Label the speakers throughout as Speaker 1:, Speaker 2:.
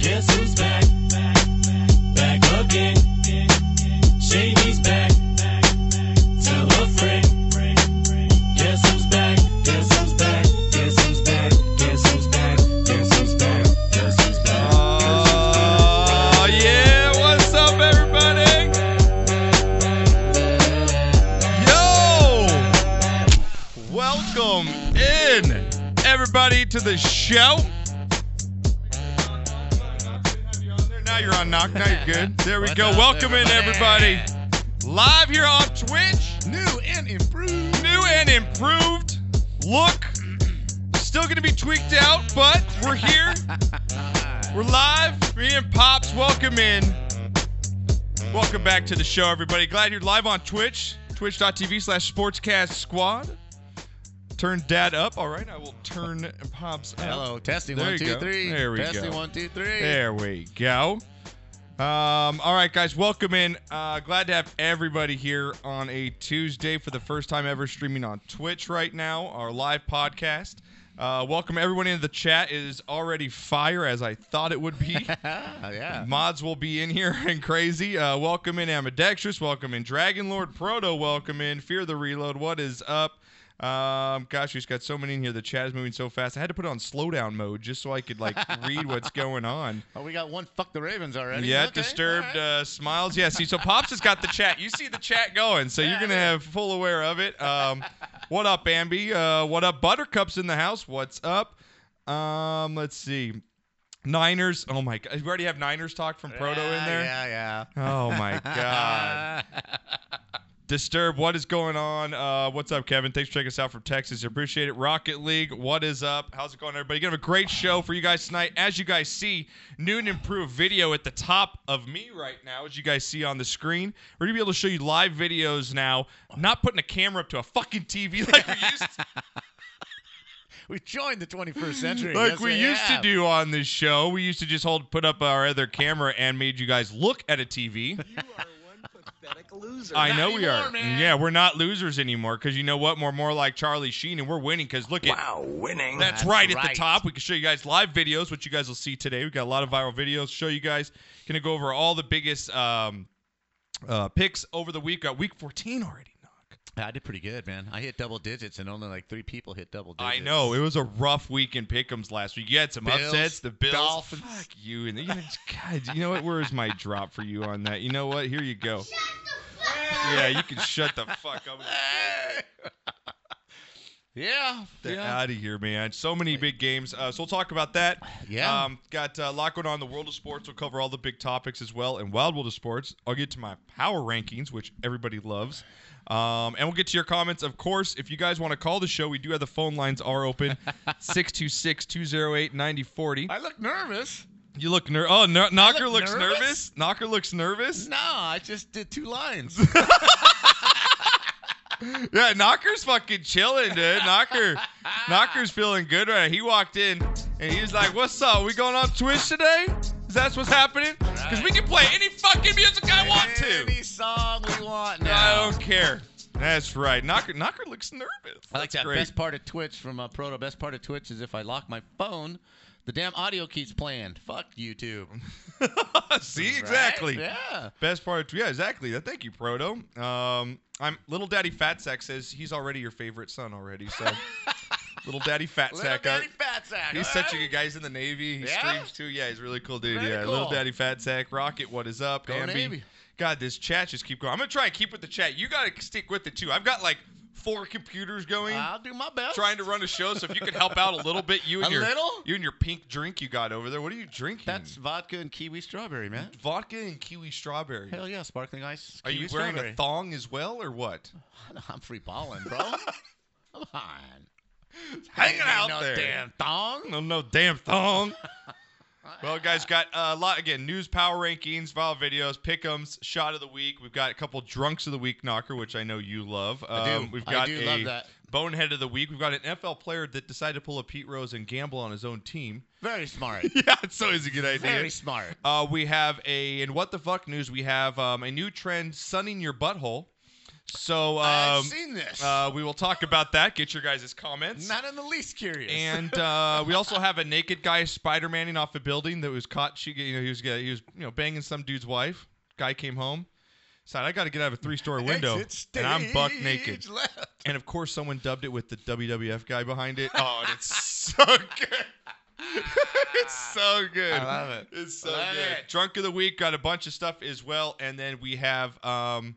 Speaker 1: Guess who's back? Back again. Shady's back. Tell a friend. Guess who's back? Guess who's back? Guess who's back? Guess who's back? Guess who's back? Guess who's back?
Speaker 2: Oh, yeah. What's up, everybody? Yo! Welcome in, everybody, to the show. Now you're on knock. Now you're good. There we
Speaker 3: What
Speaker 2: go.
Speaker 3: up,
Speaker 2: Welcome in,
Speaker 3: everybody?
Speaker 2: everybody. Live here on Twitch.
Speaker 3: New and improved.
Speaker 2: New and improved look. Still going to be tweaked out, but we're here. We're live. Me and Pops, welcome in. Welcome back to the show, everybody. Glad you're live on Twitch, twitch.tv slash sportscast squad. Turn dad up. All right, I will turn Pops up.
Speaker 3: Hello, testing
Speaker 2: There
Speaker 3: one,
Speaker 2: you
Speaker 3: two,
Speaker 2: go.
Speaker 3: three.
Speaker 2: There we
Speaker 3: testing
Speaker 2: go.
Speaker 3: one, two, three.
Speaker 2: There we go. Um, all right, guys, welcome in. Uh, glad to have everybody here on a Tuesday for the first time ever streaming on Twitch right now, our live podcast. Uh, welcome everyone into the chat. It is already fire as I thought it would be.
Speaker 3: Ah, yeah.
Speaker 2: Mods will be in here and crazy. Uh, welcome in Ambidextrous. Welcome in Dragon Lord Proto. Welcome in Fear the Reload. What is up? Um, gosh, we just got so many in here. The chat is moving so fast. I had to put it on slowdown mode just so I could like read what's going on.
Speaker 3: Oh, we got one. Fuck the Ravens already.
Speaker 2: Yeah,
Speaker 3: Okay,
Speaker 2: disturbed
Speaker 3: all right.
Speaker 2: uh, smiles. Yeah, see, so Pops has got the chat. You see the chat going, so you're
Speaker 3: Yeah,
Speaker 2: gonna
Speaker 3: yeah.
Speaker 2: have full aware of it. Um, what up, Bambi? Uh, what up, Buttercups in the house? What's up? Um, let's see. Niners. Oh my God, we already have Niners talk from uh, Proto in
Speaker 3: Yeah,
Speaker 2: there.
Speaker 3: Yeah,
Speaker 2: Oh my God.
Speaker 3: yeah.
Speaker 2: Disturb, what is going on? Uh, what's up, Kevin? Thanks for checking us out from Texas. Appreciate it. Rocket League, what is up? How's it going, everybody? Gonna have a great show for you guys tonight. As you guys see, new and improved video at the top of me right now, as you guys see on the screen. We're gonna be able to show you live videos now. Not putting a camera up to a fucking TV like we used to,
Speaker 3: we joined the 21st century.
Speaker 2: like
Speaker 3: Yes,
Speaker 2: we used to
Speaker 3: have.
Speaker 2: do on this show. We used to just hold put up our other camera and made you guys look at a
Speaker 4: You
Speaker 2: TV.
Speaker 4: are one pathetic loser.
Speaker 2: I know we
Speaker 3: anymore,
Speaker 2: are.
Speaker 3: man.
Speaker 2: Yeah, we're not losers anymore because you know what? We're more like Charlie Sheen and we're winning because look at
Speaker 5: Wow, winning.
Speaker 2: that's,
Speaker 3: That's
Speaker 2: right, at the
Speaker 3: right.
Speaker 2: top. We can show you guys live videos, which you guys will see today. We've got a lot of viral videos. Show you guys. Gonna go over all the biggest um, uh, picks over the week. Got week 14 already. Knock.
Speaker 3: I did pretty good, man. I hit double digits, and only like three people hit double digits.
Speaker 2: I know it was a rough week in Pickums last week. You had some
Speaker 3: Bills,
Speaker 2: upsets. The Bills,
Speaker 3: Dolphins.
Speaker 2: fuck you, and then you God, you know what? Where is my drop for you on that? You know what? Here you go. Yeah, you can shut the fuck up.
Speaker 3: yeah.
Speaker 2: the uh,
Speaker 3: yeah.
Speaker 2: out of here, man. So many big games. Uh, so we'll talk about that.
Speaker 3: Yeah.
Speaker 2: Um, got uh, a lot going on in the world of sports. We'll cover all the big topics as well. And Wild World of Sports, I'll get to my power rankings, which everybody loves. Um, and we'll get to your comments. Of course, if you guys want to call the show, we do have the phone lines are open 626 208 9040.
Speaker 3: I look nervous.
Speaker 2: You look ner- Oh, no- Knocker
Speaker 3: look
Speaker 2: looks
Speaker 3: nervous?
Speaker 2: nervous. Knocker looks nervous.
Speaker 3: No, I just did two lines.
Speaker 2: Yeah, Knocker's fucking chilling, dude. Knocker, Knocker's feeling good right. now. He walked in and he was like, "What's up? We going on Twitch today? Is that what's happening? Because we can play any fucking music I want to.
Speaker 3: Any song we want
Speaker 2: I
Speaker 3: now.
Speaker 2: don't care." That's right. Knocker, Knocker looks nervous.
Speaker 3: I like
Speaker 2: That's
Speaker 3: that
Speaker 2: great.
Speaker 3: best part of Twitch from uh, Proto. Best part of Twitch is if I lock my phone, the damn audio keeps playing. Fuck YouTube.
Speaker 2: See
Speaker 3: Right?
Speaker 2: exactly.
Speaker 3: Yeah.
Speaker 2: Best part, yeah, exactly. Uh, Thank you, Proto. Um, I'm little daddy Fatsack says he's already your favorite son already. So, little daddy
Speaker 3: Little
Speaker 2: Fatsack. uh,
Speaker 3: Daddy Fat Sack.
Speaker 2: He's
Speaker 3: all
Speaker 2: such a
Speaker 3: right?
Speaker 2: good guy. He's in the Navy. He
Speaker 3: Yeah?
Speaker 2: streams too. Yeah, he's a really cool dude.
Speaker 3: Very
Speaker 2: yeah, little
Speaker 3: cool.
Speaker 2: daddy fat sack rocket. What is up,
Speaker 3: Go
Speaker 2: Ambi?
Speaker 3: Navy.
Speaker 2: God, this chat just keep going. I'm gonna try and keep with the chat. You gotta stick with it too. I've got like four computers going,
Speaker 3: I'll do my best.
Speaker 2: trying to run a show. So if you could help out a little bit, you and
Speaker 3: A
Speaker 2: your
Speaker 3: little?
Speaker 2: you and your pink drink you got over there. What are you drinking?
Speaker 3: That's vodka and kiwi strawberry, man.
Speaker 2: vodka and kiwi strawberry.
Speaker 3: Hell yeah, sparkling ice.
Speaker 2: are you
Speaker 3: kiwi
Speaker 2: wearing
Speaker 3: strawberry.
Speaker 2: a thong as well or what?
Speaker 3: I'm free balling, bro. Come on.
Speaker 2: Hanging
Speaker 3: Ain't
Speaker 2: out
Speaker 3: no
Speaker 2: there.
Speaker 3: damn thong.
Speaker 2: No, no damn thong. Well, guys, got a lot again. News, power rankings, vile videos, pickums, shot of the week. We've got a couple drunks of the week knocker, which I know you love. Um,
Speaker 3: do.
Speaker 2: We've
Speaker 3: I
Speaker 2: got
Speaker 3: do
Speaker 2: a
Speaker 3: love that.
Speaker 2: bonehead of the week. We've got an NFL player that decided to pull a Pete Rose and gamble on his own team.
Speaker 3: Very smart.
Speaker 2: yeah, it's always a good idea.
Speaker 3: Very smart.
Speaker 2: Uh, we have a in what the fuck news. We have um, a new trend: sunning your butthole. So um,
Speaker 3: I've seen this.
Speaker 2: uh, we will talk about that. Get your guys' comments.
Speaker 3: Not in the least curious.
Speaker 2: and uh, we also have a naked guy Spider-Maning off a building that was caught. She, you know, he was he was you know banging some dude's wife. Guy came home, said, "I got to get out of a three-story window,
Speaker 3: Exit
Speaker 2: and I'm buck naked."
Speaker 3: stage left.
Speaker 2: And of course, someone dubbed it with the WWF guy behind it. Oh, and it's so good. it's so good.
Speaker 3: I love it.
Speaker 2: It's so
Speaker 3: Love
Speaker 2: good.
Speaker 3: it.
Speaker 2: Drunk of the week got a bunch of stuff as well, and then we have um,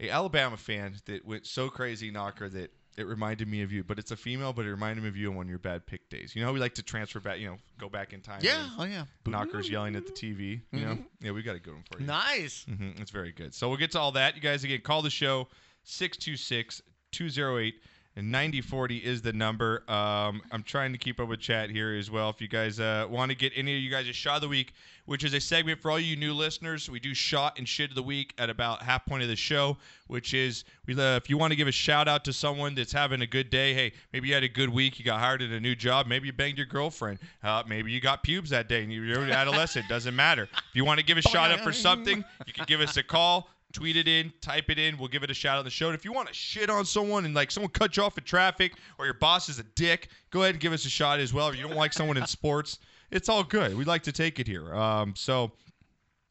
Speaker 2: a Alabama fan that went so crazy knocker that it reminded me of you. But it's a female, but it reminded me of you on one of your bad pick days. You know, how we like to transfer back. You know, go back in time.
Speaker 3: Yeah.
Speaker 2: and
Speaker 3: Oh yeah.
Speaker 2: Knockers yelling at the TV. You know, yeah, we got a good one for you.
Speaker 3: Nice.
Speaker 2: Mm-hmm. It's very good. So we'll get to all that. You guys, again, call the show 626 208 9040 is the number. Um, I'm trying to keep up with chat here as well. If you guys uh, want to get any of you guys a shot of the week, which is a segment for all you new listeners, we do shot and shit of the week at about half point of the show, which is we uh, if you want to give a shout out to someone that's having a good day. Hey, maybe you had a good week. You got hired at a new job. Maybe you banged your girlfriend. Uh, maybe you got pubes that day and you're an adolescent. Doesn't matter. If you want to give a shout out for something, you can give us a call, tweet it in, type it in. We'll give it a shout out on the show. And if you want to shit on someone and like someone cut you off in traffic or your boss is a dick, go ahead and give us a shot as well. If you don't like someone in sports, it's all good. We like to take it here. Um, so,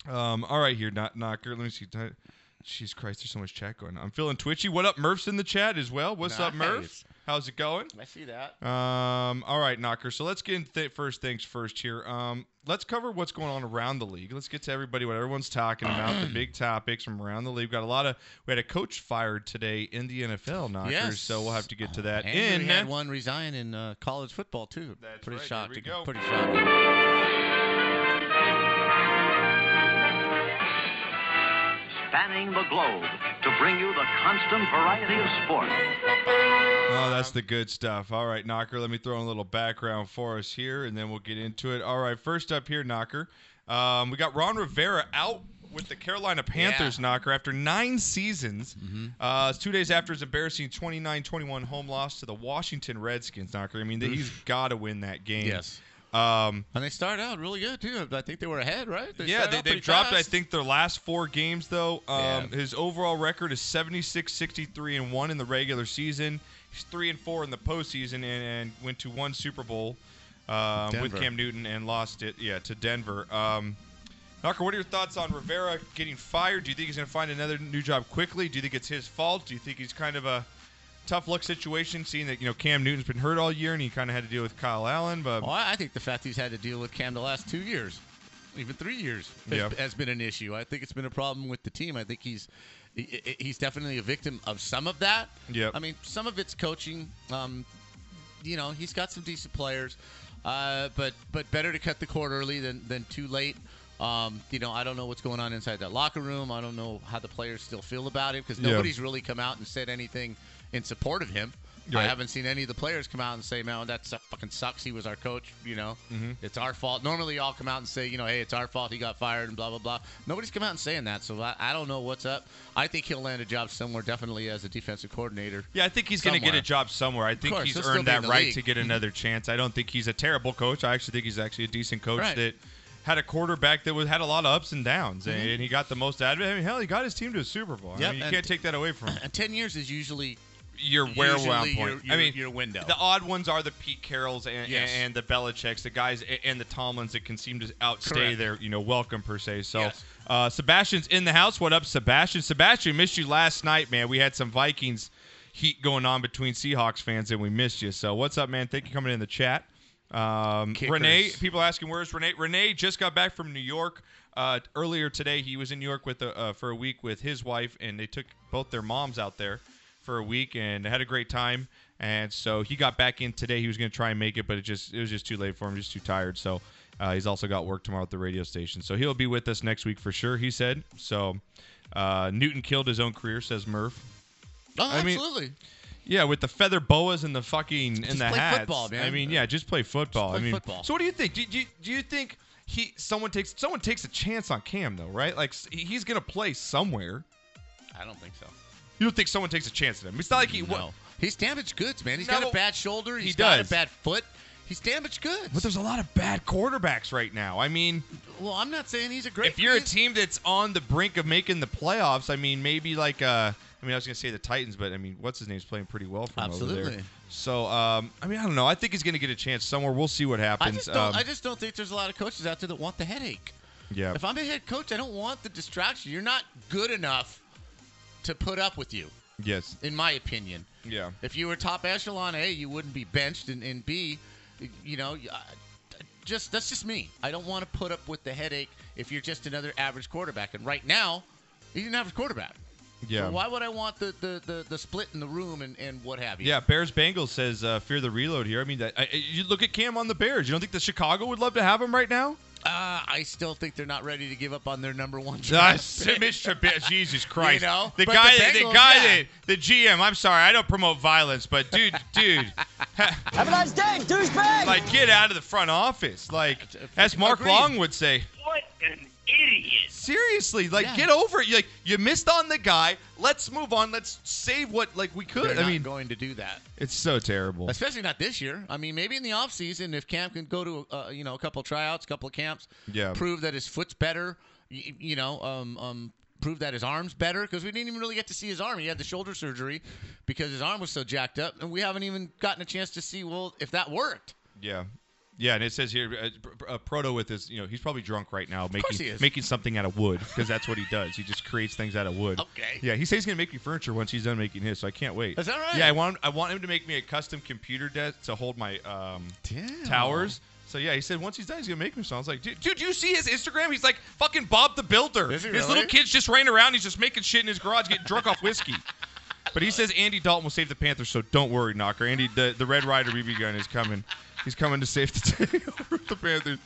Speaker 2: um, all right, here, not knocker. Let me see. Ti- Jeez Christ, there's so much chat going on. I'm feeling twitchy. What up, Murph's in the chat as well. What's up, Murph?
Speaker 3: Nice.
Speaker 2: How's it going?
Speaker 3: I see that.
Speaker 2: Um, all right, Knocker. So let's get in th- first things first here. Um, let's cover what's going on around the league. Let's get to everybody, what everyone's talking about, the big topics from around the league. Got a lot of. We had a coach fired today in the NFL, Knocker.
Speaker 3: Yes.
Speaker 2: So we'll have to get to that
Speaker 3: And
Speaker 2: in.
Speaker 3: we had one resign in uh, college football too.
Speaker 2: That's
Speaker 3: pretty
Speaker 2: right. There we
Speaker 3: shocking.
Speaker 2: go.
Speaker 3: Pretty shocking.
Speaker 6: spanning the globe to bring you the constant variety of sports.
Speaker 2: Oh, that's the good stuff. All right, Knocker, let me throw in a little background for us here, and then we'll get into it. All right, first up here, Knocker, um, we got Ron Rivera out with the Carolina Panthers, Knocker, after nine seasons. Uh, it's two days after his embarrassing 29-21 home loss to the Washington Redskins, Knocker. I mean, they- he's got to win that game.
Speaker 3: Yes.
Speaker 2: Um,
Speaker 3: And they started out really good too. I think they were ahead, right?
Speaker 2: yeah,
Speaker 3: started
Speaker 2: they,
Speaker 3: out
Speaker 2: they've
Speaker 3: pretty
Speaker 2: dropped, I
Speaker 3: fast.
Speaker 2: think, their last four games, though. Um,
Speaker 3: Yeah.
Speaker 2: His overall record is 76 63 and 1 in the regular season. He's 3 and 4 in the postseason and, and went to one Super Bowl um, with
Speaker 3: Denver.
Speaker 2: Cam Newton and lost it, yeah, to Denver. Um, Knocker, what are your thoughts on Rivera getting fired? Do you think he's going to find another new job quickly? Do you think it's his fault? Do you think he's kind of a tough luck situation, seeing that you know Cam Newton's been hurt all year and he kind of had to deal with Kyle Allen? But
Speaker 3: Well, I I think the fact he's had to deal with Cam the last two years, even three years, has,
Speaker 2: Yeah.
Speaker 3: has been an issue. I think it's been a problem with the team. I think he's he- he- he's definitely a victim of some of that.
Speaker 2: Yep.
Speaker 3: I mean, some of it's coaching. Um, you know, he's got some decent players, uh, but but better to cut the cord early than than too late. Um, you know, I don't know what's going on inside that locker room. I don't know how the players still feel about it because
Speaker 2: Yeah.
Speaker 3: nobody's really come out and said anything in support of him. I
Speaker 2: Right.
Speaker 3: haven't seen any of the players come out and say, "Man, that su- fucking sucks. He was our coach. You know,
Speaker 2: Mm-hmm.
Speaker 3: it's our fault." Normally, y'all come out and say, "You know, hey, it's our fault. He got fired," and blah blah blah. Nobody's come out and saying that, so I, I don't know what's up. I think he'll land a job somewhere, definitely as a defensive coordinator.
Speaker 2: Yeah, I think he's going to get a
Speaker 3: somewhere.
Speaker 2: job somewhere. I think
Speaker 3: course,
Speaker 2: he's
Speaker 3: he'll still
Speaker 2: earned
Speaker 3: be in
Speaker 2: that
Speaker 3: the
Speaker 2: right
Speaker 3: league. Mm-hmm.
Speaker 2: to get another chance. I don't think he's a terrible coach. I actually think he's actually a decent coach
Speaker 3: Right.
Speaker 2: that had a quarterback that was had a lot of ups and downs, and- and he got the most out of it. I mean, hell, he got his team to a Super Bowl. I
Speaker 3: Mm-hmm. Yep,
Speaker 2: mean, you
Speaker 3: and-
Speaker 2: can't take that away from him.
Speaker 3: And ten years is usually
Speaker 2: Your where
Speaker 3: usually
Speaker 2: around
Speaker 3: your-
Speaker 2: point. I
Speaker 3: your-
Speaker 2: mean,
Speaker 3: your window.
Speaker 2: The odd ones are the Pete Carrolls and,
Speaker 3: Yes.
Speaker 2: and the Belichicks, the guys a- and the Tomlins that can seem to outstay
Speaker 3: Correct.
Speaker 2: their you know welcome per se. So.
Speaker 3: Yes.
Speaker 2: Uh, Sebastian's in the house. What up, Sebastian? Sebastian, missed you last night, man. We had some Vikings heat going on between Seahawks fans, and we missed you. So, what's up, man? Thank you for coming in the chat. Um,
Speaker 3: Kickers.
Speaker 2: Renee, people asking where's Renee? Renee just got back from New York uh, earlier today. He was in New York with a, uh, for a week with his wife, and they took both their moms out there for a week and had a great time. And so he got back in today. He was going to try and make it, but it just it was just too late for him. Just too tired. So uh, he's also got work tomorrow at the radio station, so he'll be with us next week for sure. He said. So uh, Newton killed his own career, says Murph.
Speaker 3: oh,
Speaker 2: I mean-
Speaker 3: absolutely.
Speaker 2: Yeah, with the feather boas and the fucking and the
Speaker 3: play
Speaker 2: hats.
Speaker 3: football, man.
Speaker 2: I mean, yeah, just play football.
Speaker 3: play
Speaker 2: I mean,
Speaker 3: football.
Speaker 2: so what do you think? Do, do, do you think he someone takes someone takes a chance on Cam though, right? Like s- he's gonna play somewhere.
Speaker 3: I don't think so.
Speaker 2: You don't think someone takes a chance at him? It's not like he.
Speaker 3: No. He's damaged goods, man. He's got
Speaker 2: No.
Speaker 3: a bad shoulder.
Speaker 2: He
Speaker 3: He's got
Speaker 2: does.
Speaker 3: a bad foot. He's damaged goods.
Speaker 2: But there's a lot of bad quarterbacks right now. I mean,
Speaker 3: well, I'm not saying he's a great.
Speaker 2: if you're a
Speaker 3: he's-
Speaker 2: team that's on the brink of making the playoffs, I mean, maybe like uh, I mean, I was gonna say the Titans, but I mean, what's his name's playing pretty well for him over there.
Speaker 3: Absolutely.
Speaker 2: So, um, I mean, I don't know. I think he's gonna get a chance somewhere. We'll see what happens.
Speaker 3: I just don't.
Speaker 2: Um,
Speaker 3: I just don't think there's a lot of coaches out there that want the headache.
Speaker 2: yeah.
Speaker 3: If I'm a head coach, I don't want the distraction. You're not good enough to put up with you,
Speaker 2: yes.
Speaker 3: in my opinion.
Speaker 2: Yeah.
Speaker 3: If you were top echelon, A, you wouldn't be benched, and, and B, you know, y- I- just that's just me. I don't want to put up with the headache if you're just another average quarterback. And right now, he's an average quarterback.
Speaker 2: Yeah.
Speaker 3: So why would I want the, the, the, the split in the room and, and what have you?
Speaker 2: Yeah, Bears Bengals says uh, fear the reload here. I mean, that, I, I- you look at Cam on the Bears. You don't think the Chicago would love to have him right now?
Speaker 3: Uh, I still think they're not ready to give up on their number one.
Speaker 2: Uh,
Speaker 3: draft pick.
Speaker 2: Mr. Be- Jesus Christ,
Speaker 3: know,
Speaker 2: the
Speaker 3: but
Speaker 2: guy,
Speaker 3: the
Speaker 2: that, the
Speaker 3: Bengals,
Speaker 2: guy
Speaker 3: yeah.
Speaker 2: that the GM. I'm sorry, I don't promote violence, but dude, dude,
Speaker 4: Have a nice day, douchebag!
Speaker 2: like get out of the front office. Like as Mark
Speaker 3: Agreed.
Speaker 2: Long would say,
Speaker 7: What an idiot.
Speaker 2: seriously, like
Speaker 3: Yeah.
Speaker 2: get over it. Like you missed on the guy. Let's move on. Let's save what like we
Speaker 3: They're
Speaker 2: could.
Speaker 3: not
Speaker 2: I mean,
Speaker 3: going to do that,
Speaker 2: it's so terrible.
Speaker 3: especially not this year. I mean, maybe in the offseason, if Cam can go to uh, you know a couple tryouts, a couple of camps,
Speaker 2: Yeah.
Speaker 3: prove that his foot's better, you, you know, um, um, prove that his arm's better because we didn't even really get to see his arm. He had the shoulder surgery because his arm was so jacked up, and we haven't even gotten a chance to see well if that worked.
Speaker 2: Yeah. Yeah, and it says here, uh, pr- pr- uh, Proto with his, you know, he's probably drunk right now,
Speaker 3: course he
Speaker 2: making
Speaker 3: is.
Speaker 2: making something out of wood because that's what he does. He just creates things out of wood.
Speaker 3: Okay.
Speaker 2: Yeah, he says he's gonna make me furniture once he's done making his, so I can't wait.
Speaker 3: Is that right?
Speaker 2: Yeah, I want I want him to make me a custom computer desk to hold my um,
Speaker 3: Damn.
Speaker 2: towers. So yeah, he said once he's done, he's gonna make me some. I was like, dude, dude, do you see his Instagram? He's like fucking Bob the Builder.
Speaker 3: Is he
Speaker 2: his little
Speaker 3: really?
Speaker 2: kids just ran around. He's just making shit in his garage, getting drunk off whiskey. But he says Andy Dalton will save the Panthers, so don't worry, Knocker. Andy, the, the Red Rider BB gun is coming. He's coming to save the day over the Panthers.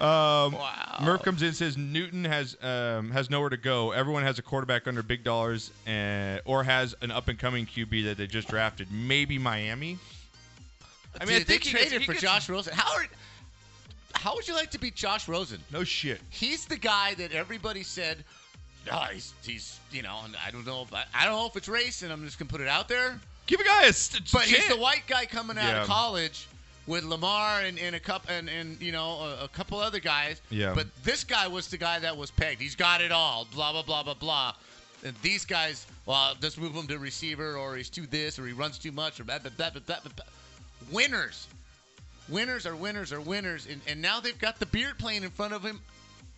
Speaker 2: Um,
Speaker 3: Wow.
Speaker 2: Murph comes in and says Newton has um, has nowhere to go. Everyone has a quarterback under big dollars, and, or has an up and coming QB that they just drafted. Maybe Miami. I mean, I think
Speaker 3: Dude, they
Speaker 2: he gets-
Speaker 3: traded
Speaker 2: he
Speaker 3: for
Speaker 2: gets-
Speaker 3: Josh Rosen. How are, how would you like to be Josh Rosen?
Speaker 2: No shit.
Speaker 3: He's the guy that everybody said, oh, he's, he's you know, and I don't know, but I don't know if it's race, and I'm just gonna put it out there.
Speaker 2: Give a guy a st-
Speaker 3: But he's
Speaker 2: chance.
Speaker 3: the white guy coming out
Speaker 2: Yeah.
Speaker 3: of college with Lamar and, and a cup and, and you know a, a couple other guys.
Speaker 2: Yeah.
Speaker 3: But this guy was the guy that was pegged. He's got it all. Blah blah blah blah blah. And these guys, well, just move him to receiver, or he's too this, or he runs too much, or blah blah blah blah blah. blah, blah. Winners, winners are winners are winners, and, and now they've got the beard playing in front of him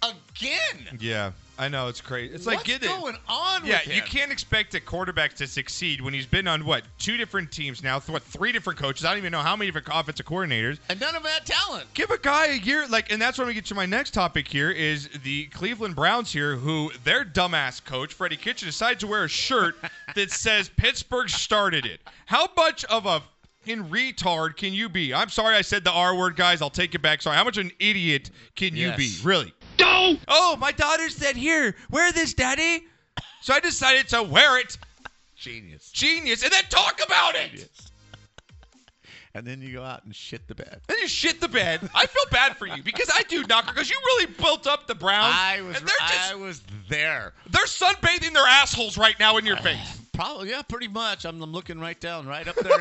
Speaker 3: again.
Speaker 2: yeah, I know it's crazy. It's like
Speaker 3: What's
Speaker 2: get it.
Speaker 3: going on?
Speaker 2: Yeah,
Speaker 3: with him?
Speaker 2: you can't expect a quarterback to succeed when he's been on what two different teams now, th- what three different coaches. I don't even know how many different offensive coordinators.
Speaker 3: And none of them had talent.
Speaker 2: Give a guy a year, like, and that's when we get to my next topic. Here is the Cleveland Browns here, who their dumbass coach Freddie Kitchen decided to wear a shirt that says Pittsburgh started it. How much of a in retard can you be? I'm sorry, I said the R word, guys. I'll take it back. Sorry. How much of an idiot can
Speaker 3: Yes.
Speaker 2: you be? Really? Oh, my daughter said, "Here, wear this, Daddy." So I decided to wear it
Speaker 3: Genius.
Speaker 2: genius and then talk about it.
Speaker 3: And then you go out and shit the bed.
Speaker 2: Then you shit the bed. I feel bad for you because I do, Knocker, because you really built up the Browns.
Speaker 3: I was
Speaker 2: and they're just
Speaker 3: I was there.
Speaker 2: they're sunbathing their assholes right now in your face.
Speaker 3: Probably yeah, pretty much. I'm, I'm looking right down, right up their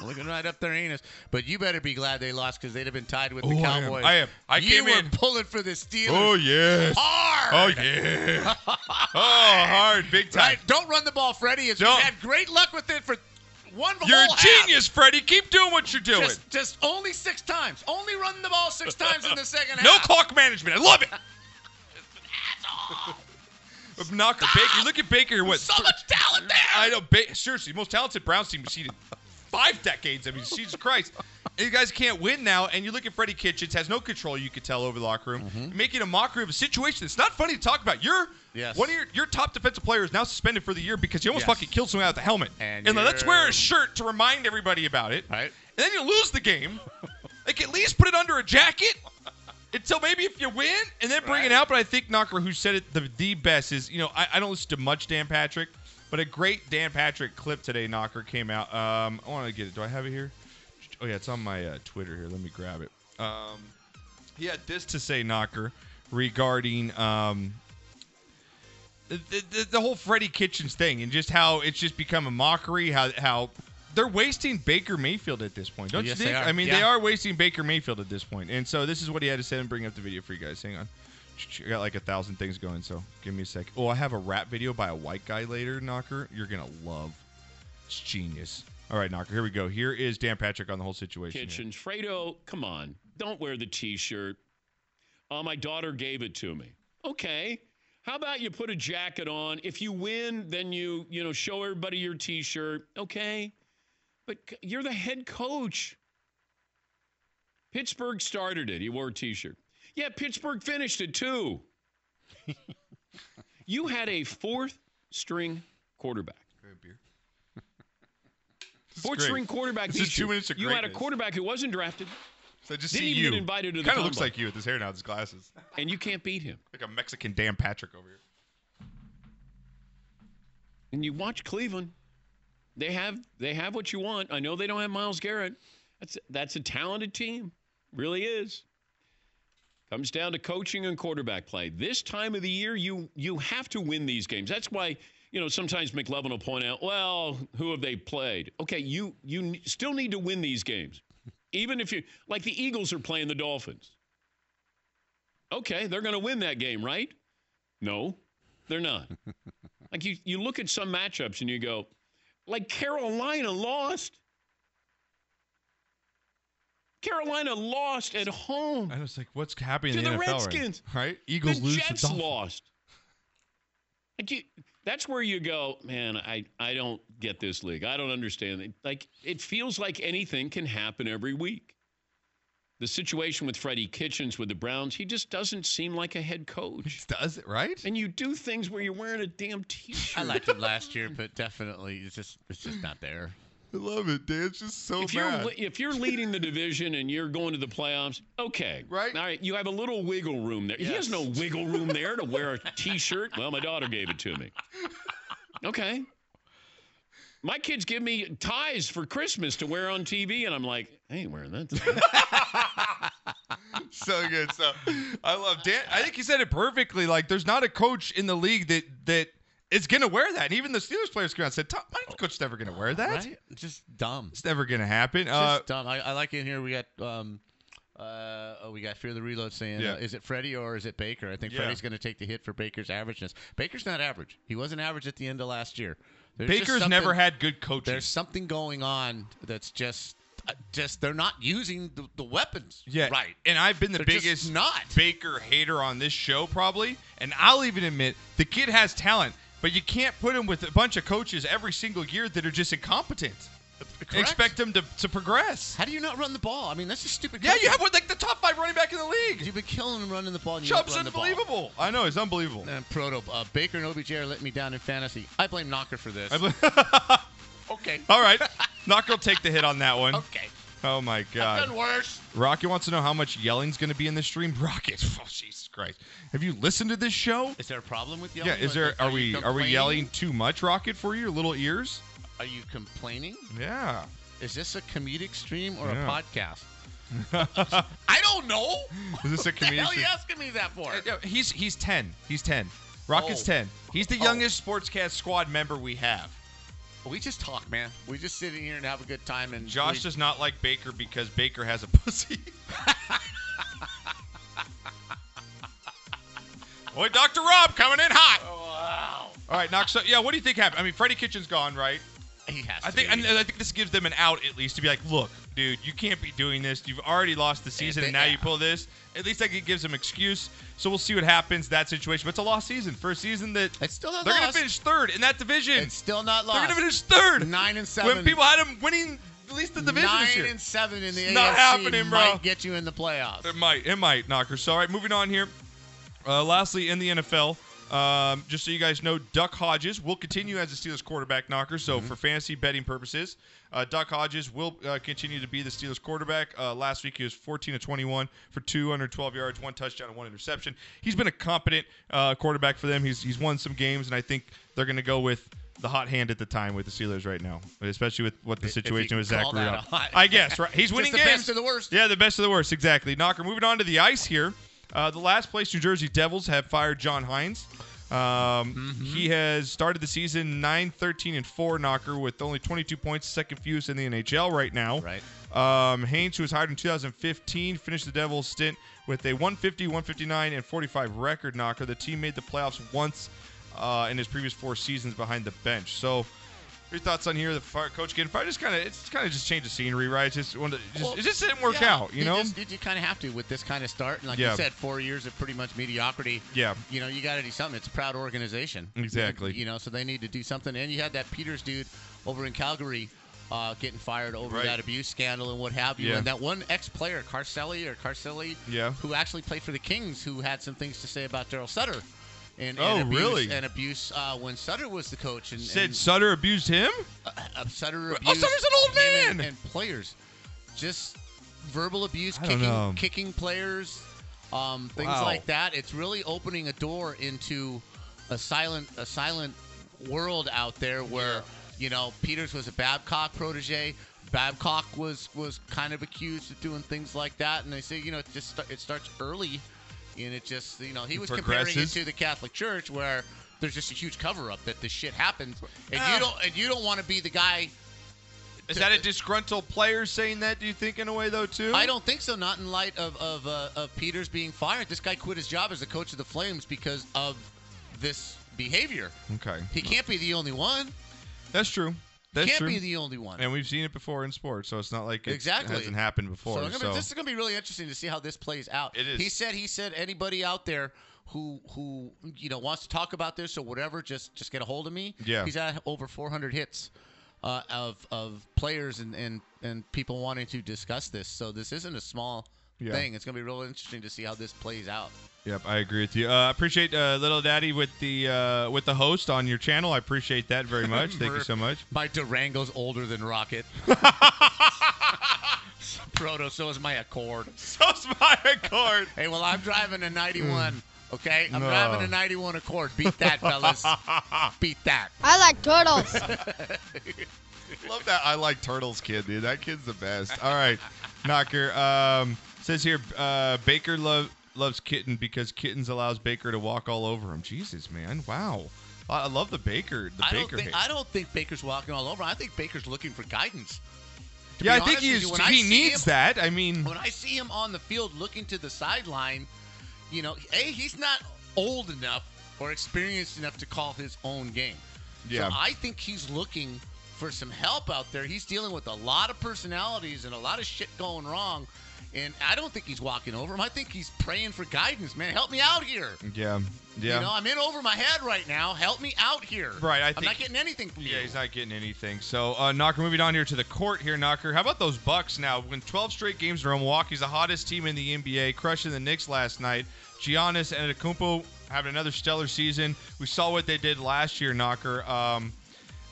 Speaker 3: looking right up their anus. But you better be glad they lost because they'd have been tied with the
Speaker 2: Oh, I am.
Speaker 3: Cowboys.
Speaker 2: I am. I
Speaker 3: you
Speaker 2: came
Speaker 3: were
Speaker 2: in-
Speaker 3: pulling for the Steelers.
Speaker 2: Oh, yes.
Speaker 3: Hard.
Speaker 2: Oh yeah. oh hard, big time.
Speaker 3: Right? Don't run the ball, Freddie. It's
Speaker 2: Don't.
Speaker 3: we've had great luck with it for one
Speaker 2: You're a
Speaker 3: whole half.
Speaker 2: genius, Freddie. Keep doing what you're doing.
Speaker 3: Just, just only six times. Only run the ball six times in the second
Speaker 2: no
Speaker 3: half.
Speaker 2: clock management. I love it. Knocker Baker. Look at Baker. What?
Speaker 3: So much talent there.
Speaker 2: I know. Ba- seriously, most talented Browns team we've seen in five decades. I mean, Jesus Christ. And you guys can't win now, and you look at Freddie Kitchens, has no control, you could tell, over the locker room, making a mockery of a situation that's not funny to talk about. You're
Speaker 3: Mm-hmm. Yes.
Speaker 2: one of your, your top defensive players now suspended for the year because you almost
Speaker 3: Yes.
Speaker 2: fucking killed someone out with a helmet.
Speaker 3: And
Speaker 2: let's
Speaker 3: you're-
Speaker 2: wear a shirt to remind everybody about it.
Speaker 3: Right.
Speaker 2: And then you lose the game. like, at least put it under a jacket until maybe if you win and then bring it out. But I think Knocker, who said it the, the best, is you know I, I don't listen to much Dan Patrick, But a great Dan Patrick clip today, Knocker, came out. Um, I want to get it. Do I have it here? Oh, yeah, it's on my uh, Twitter here. Let me grab it. Um, he had this to say, Knocker, regarding um, the, the, the whole Freddie Kitchens thing and just how it's just become a mockery. How how they're wasting Baker Mayfield at this point, don't
Speaker 3: Yes,
Speaker 2: you
Speaker 3: they
Speaker 2: think?
Speaker 3: are.
Speaker 2: I mean, they
Speaker 3: Yeah.
Speaker 2: are wasting Baker Mayfield at this point. And so this is what he had to say. And bring up the video for you guys. Hang on. I got like a thousand things going, so give me a sec. Oh, I have a rap video by a white guy later, Knocker. You're gonna love. It's genius. All right, Knocker. Here we go. Here is Dan Patrick on the whole situation. here.
Speaker 8: Kitchen. Fredo, come on. Don't wear the t shirt. Uh, my daughter gave it to me. Okay. How about you put a jacket on? If you win, then you, you know, show everybody your t shirt. Okay. But c- you're the head coach. Pittsburgh started it. He wore a t shirt. Yeah, Pittsburgh finished it too. you had a fourth string quarterback. Fourth
Speaker 2: great.
Speaker 8: string quarterback.
Speaker 2: This is
Speaker 8: beat
Speaker 2: two
Speaker 8: you.
Speaker 2: minutes of
Speaker 8: You had a
Speaker 2: greatness.
Speaker 8: quarterback who wasn't drafted.
Speaker 2: So I just
Speaker 8: Didn't
Speaker 2: see
Speaker 8: even
Speaker 2: you.
Speaker 8: get invited to the
Speaker 2: Kind of looks
Speaker 8: combine.
Speaker 2: like you with his hair now, his glasses.
Speaker 8: and you can't beat him.
Speaker 2: Like a Mexican Dan Patrick over here.
Speaker 8: And you watch Cleveland. They have they have what you want. I know they don't have Miles Garrett. That's that's a talented team. Really is. Comes down to coaching and quarterback play. This time of the year, you you have to win these games. That's why you know sometimes McLevin will point out, well, who have they played? Okay, you you n- still need to win these games, even if you like the Eagles are playing the Dolphins. Okay, they're going to win that game, right? No, they're not. Like you, you look at some matchups and you go, like Carolina lost. Carolina lost at home.
Speaker 2: I was like, what's happening
Speaker 8: To
Speaker 2: in the,
Speaker 8: the
Speaker 2: NFL right now?
Speaker 8: Redskins.
Speaker 2: Right?
Speaker 8: The
Speaker 2: Eagles lose to
Speaker 8: Jets
Speaker 2: Dolphins.
Speaker 8: lost. Like you, that's where you go, man. I I don't get this league. I don't understand it. Like it feels like anything can happen every week. The situation with Freddie Kitchens with the Browns, he just doesn't seem like a head coach.
Speaker 2: Does it right?
Speaker 8: And you do things where you're wearing a damn t-shirt.
Speaker 3: I liked him last year, but definitely it's just it's just not there.
Speaker 2: I love it, dude. It's just so
Speaker 8: if you're le- if you're leading the division and you're going to the playoffs, okay,
Speaker 2: Right.
Speaker 8: All right, you have a little wiggle room there. He has no wiggle room there to wear a t-shirt. Well, my daughter gave it to me. Okay. My kids give me ties for Christmas to wear on TV, and I'm like, I ain't wearing that. Tie.
Speaker 2: so good stuff. I love Dan. I think he said it perfectly. Like, there's not a coach in the league that that is gonna wear that. And even the Steelers players came out and said, Top my coach's never gonna wear that.
Speaker 3: Right? It's Just dumb. It's
Speaker 2: It's never gonna happen. Uh,
Speaker 3: just dumb. I, I like in here we got um uh oh, we got Fear the Reload saying
Speaker 2: Yeah.
Speaker 3: uh, is it Freddie or is it Baker? I think
Speaker 2: Yeah.
Speaker 3: Freddie's gonna take the hit for Baker's averageness. Baker's not average. He wasn't average at the end of last year. There's just
Speaker 2: Baker's never
Speaker 3: something-
Speaker 2: had good coaching.
Speaker 3: there's something going on that's just uh, just they're not using the, the weapons
Speaker 2: Yeah.
Speaker 3: right.
Speaker 2: And I've been the
Speaker 3: They're just
Speaker 2: biggest
Speaker 3: not.
Speaker 2: Baker hater on this show probably, and I'll even admit the kid has talent, but you can't put him with a bunch of coaches every single year that are just incompetent. And
Speaker 3: Correct.
Speaker 2: Expect him to, to progress.
Speaker 3: How do you not run the ball? I mean, that's just stupid.
Speaker 2: Yeah, you
Speaker 3: coaching.
Speaker 2: have one like the top five running back in the league.
Speaker 3: You've been killing them running the ball. And you
Speaker 2: Chubb's
Speaker 3: don't run the ball.
Speaker 2: unbelievable. I know he's unbelievable.
Speaker 3: And Proto uh, Baker and OBJ are letting me down in fantasy. I blame Knocker for this.
Speaker 2: I bel-
Speaker 3: okay.
Speaker 2: All right, not gonna take the hit on that one.
Speaker 3: Okay.
Speaker 2: Oh my
Speaker 3: I've
Speaker 2: God.
Speaker 3: done worse.
Speaker 2: Rocket wants to know how much yelling's gonna be in this stream. Rocket, oh Jesus Christ, have you listened to this show?
Speaker 3: Is there a problem with yelling?
Speaker 2: Yeah, is there? Are we are we yelling too much, Rocket, for your little ears?
Speaker 3: Are you complaining?
Speaker 2: Yeah.
Speaker 3: Is this a comedic stream or
Speaker 2: Yeah.
Speaker 3: a podcast? I don't know.
Speaker 2: Is this a
Speaker 3: What the
Speaker 2: comedian?
Speaker 3: hell are you asking me that for?
Speaker 2: Uh, He's he's ten. He's ten. Rocket's
Speaker 3: Oh.
Speaker 2: ten. He's the youngest sportscast squad member we have.
Speaker 3: We just talk, man. We just sit in here and have a good time. And
Speaker 2: Josh
Speaker 3: we-
Speaker 2: does not like Baker because Baker has a pussy. Boy, Dr. Rob coming in hot.
Speaker 3: Oh,
Speaker 2: All right, Knox. So, yeah, what do you think happened? I mean, Freddie Kitchen's gone, right?
Speaker 3: He has
Speaker 2: I
Speaker 3: to
Speaker 2: think
Speaker 3: be.
Speaker 2: and I think this gives them an out at least to be like, look, dude, you can't be doing this. You've already lost the season,
Speaker 3: they-
Speaker 2: and now you
Speaker 3: yeah.
Speaker 2: pull this. At least like, it gives them excuse. So we'll see what happens that situation. But it's a lost season for a season that
Speaker 3: It's still not
Speaker 2: they're going to
Speaker 3: lost.
Speaker 2: finish third in that division.
Speaker 3: It's still not
Speaker 2: they're
Speaker 3: lost.
Speaker 2: going to finish third.
Speaker 3: Nine
Speaker 2: When
Speaker 3: and seven.
Speaker 2: people had them winning at least the division
Speaker 3: Nine
Speaker 2: this year.
Speaker 3: and seven in the
Speaker 2: It's
Speaker 3: AFC
Speaker 2: not happening, bro.
Speaker 3: might get you in the playoffs.
Speaker 2: It might. It might, Knocker. So, all right, moving on here. Uh, lastly, in the NFL, um, just so you guys know, Duck Hodges will continue as the Steelers quarterback, Knocker. So,
Speaker 3: Mm-hmm.
Speaker 2: for fantasy betting purposes, uh, Duck Hodges will uh, continue to be the Steelers quarterback. Uh, last week, he was 14 to 21 for 212 yards, one touchdown, and one interception. He's been a competent uh, quarterback for them. He's, he's won some games, and I think they're going to go with the hot hand at the time with the Steelers right now, especially with what the
Speaker 3: If- if you
Speaker 2: situation
Speaker 3: can
Speaker 2: with Zach
Speaker 3: call that a
Speaker 2: Rudolph.
Speaker 3: hot-
Speaker 2: I guess right. He's
Speaker 3: Just
Speaker 2: winning
Speaker 3: the
Speaker 2: games.
Speaker 3: best of the worst.
Speaker 2: Yeah, the best of the worst. Exactly. Knocker. Moving on to the ice here. Uh, the last place New Jersey Devils have fired John Hines. Um,
Speaker 3: Mm-hmm.
Speaker 2: He has started the season 9 13 and 4 knocker with only 22 points, second fewest in the NHL right now.
Speaker 3: Right.
Speaker 2: Um, Haynes, who was hired in 2015, finished the Devils' stint with a 150, 159, and 45 record knocker. The team made the playoffs once uh, in his previous four seasons behind the bench. So, your thoughts on here? The fire coach again, probably just kind of it's kind of just change the scenery, right? It's just one of the- just,
Speaker 3: Well,
Speaker 2: it just didn't work
Speaker 3: yeah,
Speaker 2: out, you know.
Speaker 3: just- you kind of have to with this kind of start, and like
Speaker 2: Yeah.
Speaker 3: you said, four years of pretty much mediocrity.
Speaker 2: Yeah.
Speaker 3: you know, you got to do something. It's a proud organization.
Speaker 2: Exactly.
Speaker 3: You know, so they need to do something. And you had that Peters dude over in Calgary. Uh, getting fired over
Speaker 2: Right.
Speaker 3: that abuse scandal and what have you,
Speaker 2: Yeah.
Speaker 3: and that one ex-player Carcelli or Carcelli,
Speaker 2: Yeah.
Speaker 3: who actually played for the Kings, who had some things to say about Daryl Sutter, and, and
Speaker 2: Oh,
Speaker 3: abuse,
Speaker 2: really?
Speaker 3: and abuse uh, when Sutter was the coach, and,
Speaker 2: Said
Speaker 3: and
Speaker 2: Sutter abused him.
Speaker 3: uh, Sutter
Speaker 2: Oh,
Speaker 3: abuse.
Speaker 2: Sutter's an old
Speaker 3: him and-
Speaker 2: man!
Speaker 3: And, players, just verbal abuse,
Speaker 2: I don't know.
Speaker 3: kicking, kicking players, um, things
Speaker 2: Wow.
Speaker 3: like that. It's really opening a door into a silent, a silent world out there where you know Peters was a Babcock protege. Babcock was was kind of accused of doing things like that, and they say you know it just sta- it starts early, and it just you know he was comparing it
Speaker 2: progresses.
Speaker 3: to the Catholic Church where. There's just a huge cover-up that this shit happens, and you don't and you don't want to be the guy
Speaker 2: Is that a disgruntled player saying that? Do you think in a way though too?
Speaker 3: I don't think so. Not in light of of, uh, of Peters being fired. This guy quit his job as the coach of the Flames because of this behavior.
Speaker 2: Okay,
Speaker 3: He can't be the only one.
Speaker 2: that's true. That's
Speaker 3: can't
Speaker 2: true.
Speaker 3: be the only one.
Speaker 2: and we've seen it before in sports, so it's not like it's,
Speaker 3: Exactly.
Speaker 2: it hasn't happened
Speaker 3: so,
Speaker 2: before.
Speaker 3: I'm gonna- this is going to be really interesting to see how this plays out.
Speaker 2: It is.
Speaker 3: He said. He said anybody out there who who you know wants to talk about this or whatever, just just get a hold of me.
Speaker 2: Yeah.
Speaker 3: He's had over 400 hits. Uh, of of players and, and and people wanting to discuss this, so this isn't a small
Speaker 2: Yeah.
Speaker 3: thing. It's going to be real interesting to see how this plays out.
Speaker 2: Yep, I agree with you. Uh, I appreciate uh, Little Daddy with the uh, with the host on your channel. I appreciate that very much. Thank you so much.
Speaker 3: My Durango's older than Rocket. Proto, so is my Accord.
Speaker 2: So's my accord. Hmm.
Speaker 3: Hey, well, I'm driving a 91, okay? I'm
Speaker 2: No.
Speaker 3: driving a 91 Accord. Beat that, fellas. Beat that.
Speaker 9: I like turtles.
Speaker 10: Love that. I like turtles, kid, dude. That kid's the best.
Speaker 2: All right, Knocker. Um, says here uh, Baker lo- loves kitten because kittens allows Baker to walk all over him. Jesus, man. Wow. I I love the Baker. The
Speaker 3: I don't,
Speaker 2: Baker.
Speaker 3: think,
Speaker 2: hate.
Speaker 3: I don't think Baker's walking all over. I think Baker's looking for guidance. To
Speaker 2: yeah, I
Speaker 3: be
Speaker 2: think
Speaker 3: honest with
Speaker 2: he's,
Speaker 3: you, when I
Speaker 2: he
Speaker 3: see
Speaker 2: needs
Speaker 3: him-
Speaker 2: that. I mean,
Speaker 3: When I see him on the field looking to the sideline, you know, A, he's not old enough or experienced enough to call his own game.
Speaker 10: Yeah.
Speaker 3: So I think he's looking for some help out there. He's dealing with a lot of personalities and a lot of shit going wrong. And I don't think he's walking over him. I think he's praying for guidance, man. Help me out here.
Speaker 2: yeah. Yeah.
Speaker 3: You know, I'm in over my head right now. Help me out here.
Speaker 2: Right, I
Speaker 3: I'm
Speaker 2: think-
Speaker 3: not getting anything from you.
Speaker 2: Yeah, he's not getting anything. So, uh, Knocker, moving on here to the court here, Knocker. How about those Bucks now? Win 12 straight games in a row. Milwaukee's the hottest team in the NBA, crushing the Knicks last night. Giannis and Antetokounmpo having another stellar season. We saw what they did last year, Knocker. Um,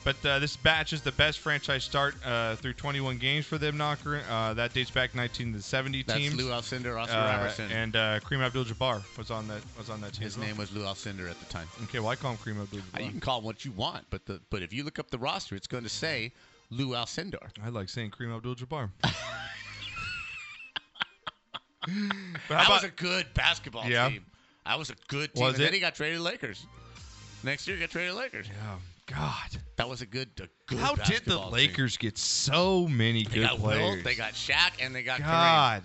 Speaker 2: but uh, this batch is the best franchise start uh, through 21 games for them, Knocker. Uh, that dates back 1970
Speaker 3: That's
Speaker 2: teams.
Speaker 3: Lou Alcindor, Oscar
Speaker 2: Uh,
Speaker 3: Robertson.
Speaker 2: and uh, Kareem Abdul-Jabbar was on that was on that team.
Speaker 3: His
Speaker 2: as well.
Speaker 3: name was Lou Alcindor at the time.
Speaker 2: Okay, well I call him Kareem
Speaker 3: Uh, You
Speaker 2: Abdul-Jabbar.
Speaker 3: can call him what you want, but the but if you look up the roster, it's going to say Lou Alcindor.
Speaker 2: I like saying Kareem Abdul-Jabbar. But how
Speaker 3: That was
Speaker 2: about-
Speaker 3: a good basketball
Speaker 2: Yeah.
Speaker 3: team. I was a good team.
Speaker 2: Was
Speaker 3: and
Speaker 2: it?
Speaker 3: Then he got traded to Lakers. Next year, he got traded to Lakers.
Speaker 2: Oh God!
Speaker 3: That was a good, a good.
Speaker 2: How did the
Speaker 3: basketball team.
Speaker 2: Lakers get so many
Speaker 3: They
Speaker 2: good
Speaker 3: got Wilt,
Speaker 2: players?
Speaker 3: they got Shaq, and they got Kareem.
Speaker 2: God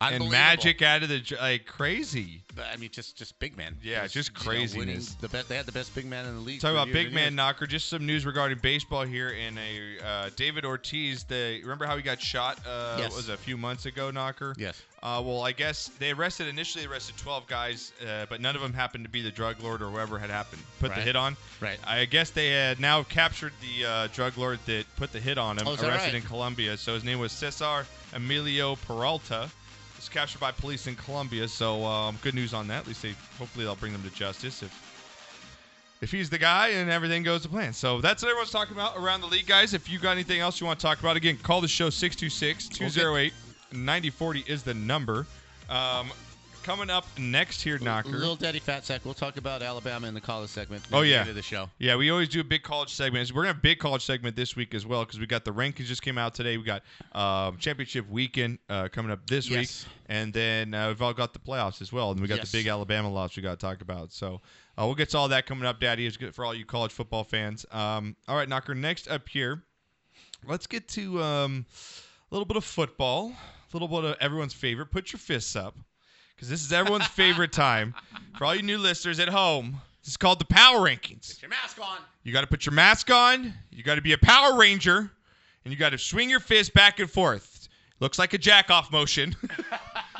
Speaker 2: and
Speaker 3: Unbelievable.
Speaker 2: Magic out of the j- like crazy.
Speaker 3: But, I mean, just just big man.
Speaker 2: Yeah, just
Speaker 3: you know, winning
Speaker 2: craziness.
Speaker 3: the best. They had the best big man in the league.
Speaker 2: Talking
Speaker 3: for
Speaker 2: about
Speaker 3: years
Speaker 2: big
Speaker 3: and
Speaker 2: man
Speaker 3: years.
Speaker 2: knocker. Just some news regarding baseball here. And a uh, David Ortiz. The remember how he got shot? Uh,
Speaker 3: Yes.
Speaker 2: Was a few months ago. Knocker.
Speaker 3: Yes.
Speaker 2: Uh, well, I guess they arrested initially arrested 12 guys, uh, but none of them happened to be the drug lord or whoever had happened put the
Speaker 3: Right.
Speaker 2: hit on.
Speaker 3: Right.
Speaker 2: I guess they had now captured the uh, drug lord that put the hit on him,
Speaker 3: Oh, is that
Speaker 2: arrested
Speaker 3: right?
Speaker 2: in Colombia. So his name was Cesar Emilio Peralta. He Was captured by police in Colombia. So um, good news on that. At least they hopefully they'll bring them to justice if if he's the guy and everything goes to plan. So that's what everyone's talking about around the league, guys. If you got anything else you want to talk about, again, call the show 626 208 9040 is the number. Um, coming up next here, Knocker.
Speaker 3: Little Daddy Fat Sack. We'll talk about Alabama in the college segment.
Speaker 2: Oh,
Speaker 3: at the
Speaker 2: yeah.
Speaker 3: end of the show.
Speaker 2: Yeah, we always do a big college segment. We're gonna have a big college segment this week as well because we got the rankings just came out today. We got um, championship weekend uh, coming up this
Speaker 3: Yes.
Speaker 2: week, and then uh, we've all got the playoffs as well. And we got
Speaker 3: Yes.
Speaker 2: the big Alabama loss we got to talk about. So uh, we'll get to all that coming up, Daddy. It's good for all you college football fans. Um, all right, Knocker. Next up here, let's get to um, a little bit of football, a little bit of everyone's favorite. Put your fists up because this is everyone's favorite time for all you new listeners at home. This is called the Power Rankings.
Speaker 3: Your mask on.
Speaker 2: You got to put your mask on. You got to be a Power Ranger, and you got to swing your fist back and forth. Looks like a jack off motion.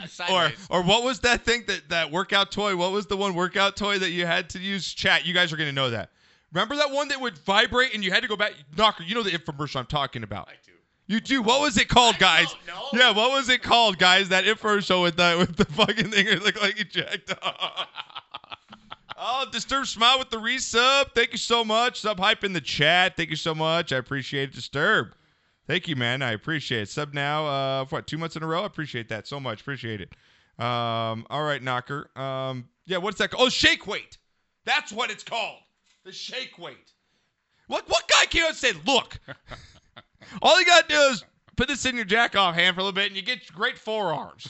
Speaker 2: or
Speaker 3: Sideways.
Speaker 2: or what was that thing that that workout toy? What was the one workout toy that you had to use? Chat, you guys are gonna know that. Remember that one that would vibrate and you had to go back? Knocker, you know the infomercial I'm talking about. I do. You do. What was it called, guys?
Speaker 3: don't know.
Speaker 2: Yeah, what was it called, guys? That infomercial with the with the fucking thing that looked like you jacked off. Oh, Disturb Smile with the resub. Thank you so much. Sub hype in the chat. Thank you so much. I appreciate it, Disturb. Thank you, man. I appreciate it. Sub now uh, for what, two months in a row? I appreciate that so much. Appreciate it. Um, all right, Knocker. Um, yeah, what's that called? Oh, shake weight. That's what it's called. The shake weight. What what guy came out and said, look, all you gotta do is put this in your jack off hand for a little bit and you get great forearms.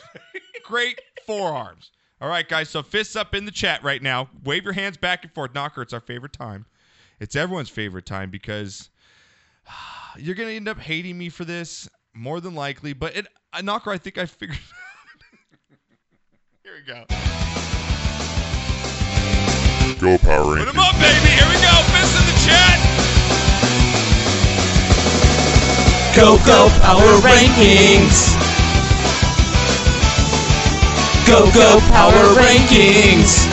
Speaker 2: great forearms. All right, guys. So fists up in the chat right now. Wave your hands back and forth. Knocker, it's our favorite time. It's everyone's favorite time because you're gonna end up hating me for this more than likely. But it, uh, Knocker, I think I figured. Here we go.
Speaker 10: Go Power
Speaker 2: Put them up, baby. Here we go. Fists in the chat.
Speaker 4: Go, go, Power Rankings. Go, go, Power Rankings.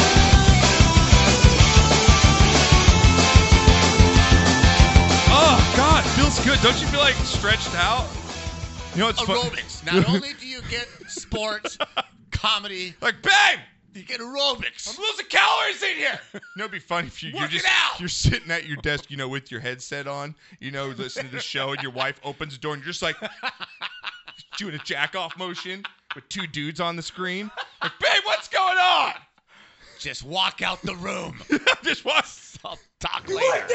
Speaker 2: Oh God, feels good. Don't you feel like stretched out? You know what's funny?
Speaker 3: Aerobics. Not only do you get sports, comedy,
Speaker 2: Like, babe,
Speaker 3: you get aerobics.
Speaker 2: I'm losing calories in here. You know, it'd be fun if you, you're
Speaker 3: Work it
Speaker 2: just
Speaker 3: out.
Speaker 2: you're sitting at your desk, you know, with your headset on, you know, listening to the show, and your wife opens the door, and you're just like doing a jack off motion with two dudes on the screen. Like, babe, what's going on?
Speaker 3: Just walk out the room.
Speaker 2: just watch.
Speaker 3: I'll talk later.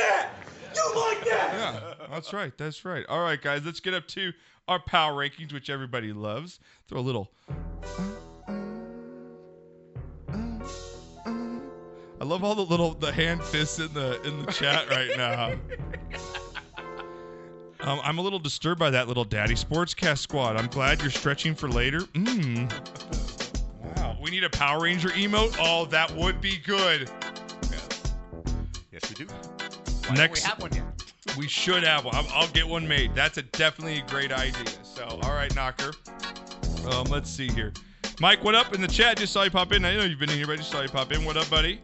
Speaker 2: Yeah, that's right. That's right. All right, guys, let's get up to our power rankings, which everybody loves. Throw a little. I love all the little the hand fists in the in the chat right now. Um, I'm a little disturbed by that little daddy sportscast squad. I'm glad you're stretching for later. Mmm. Wow. We need a Power Ranger emote. Oh, that would be good.
Speaker 3: Yes, we do.
Speaker 2: Next,
Speaker 3: one yet.
Speaker 2: we should have one. I'm- I'll get one made. That's a definitely a great idea. So, all right, Knocker. Um, let's see here. Mike, what up in the chat? Just saw you pop in. I know you've been in here, but I just saw you pop in. What up, buddy?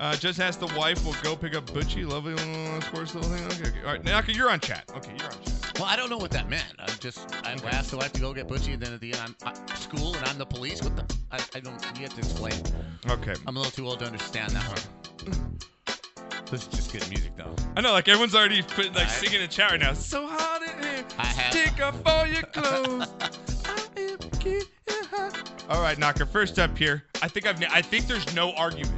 Speaker 2: Uh, just asked the wife. We'll go pick up Butchie. Lovely uh, little sports little thing. Okay, okay. All right, Knocker, you're on chat. Okay, you're on chat.
Speaker 3: Well, I don't know what that meant. I'm just I asked the wife to go get Butchie, and then at the end I'm at school and I'm the police. What the? I, I don't. You have to explain.
Speaker 2: Okay.
Speaker 3: I'm a little too old to understand that one. This is just good music, though.
Speaker 2: I know, like everyone's already put, like singing in chat right now. It's so hot in here.
Speaker 3: I have-
Speaker 2: Take off all your clothes. I am getting hot. All right, Knocker. First up here. I think I've. na- I think there's no argument.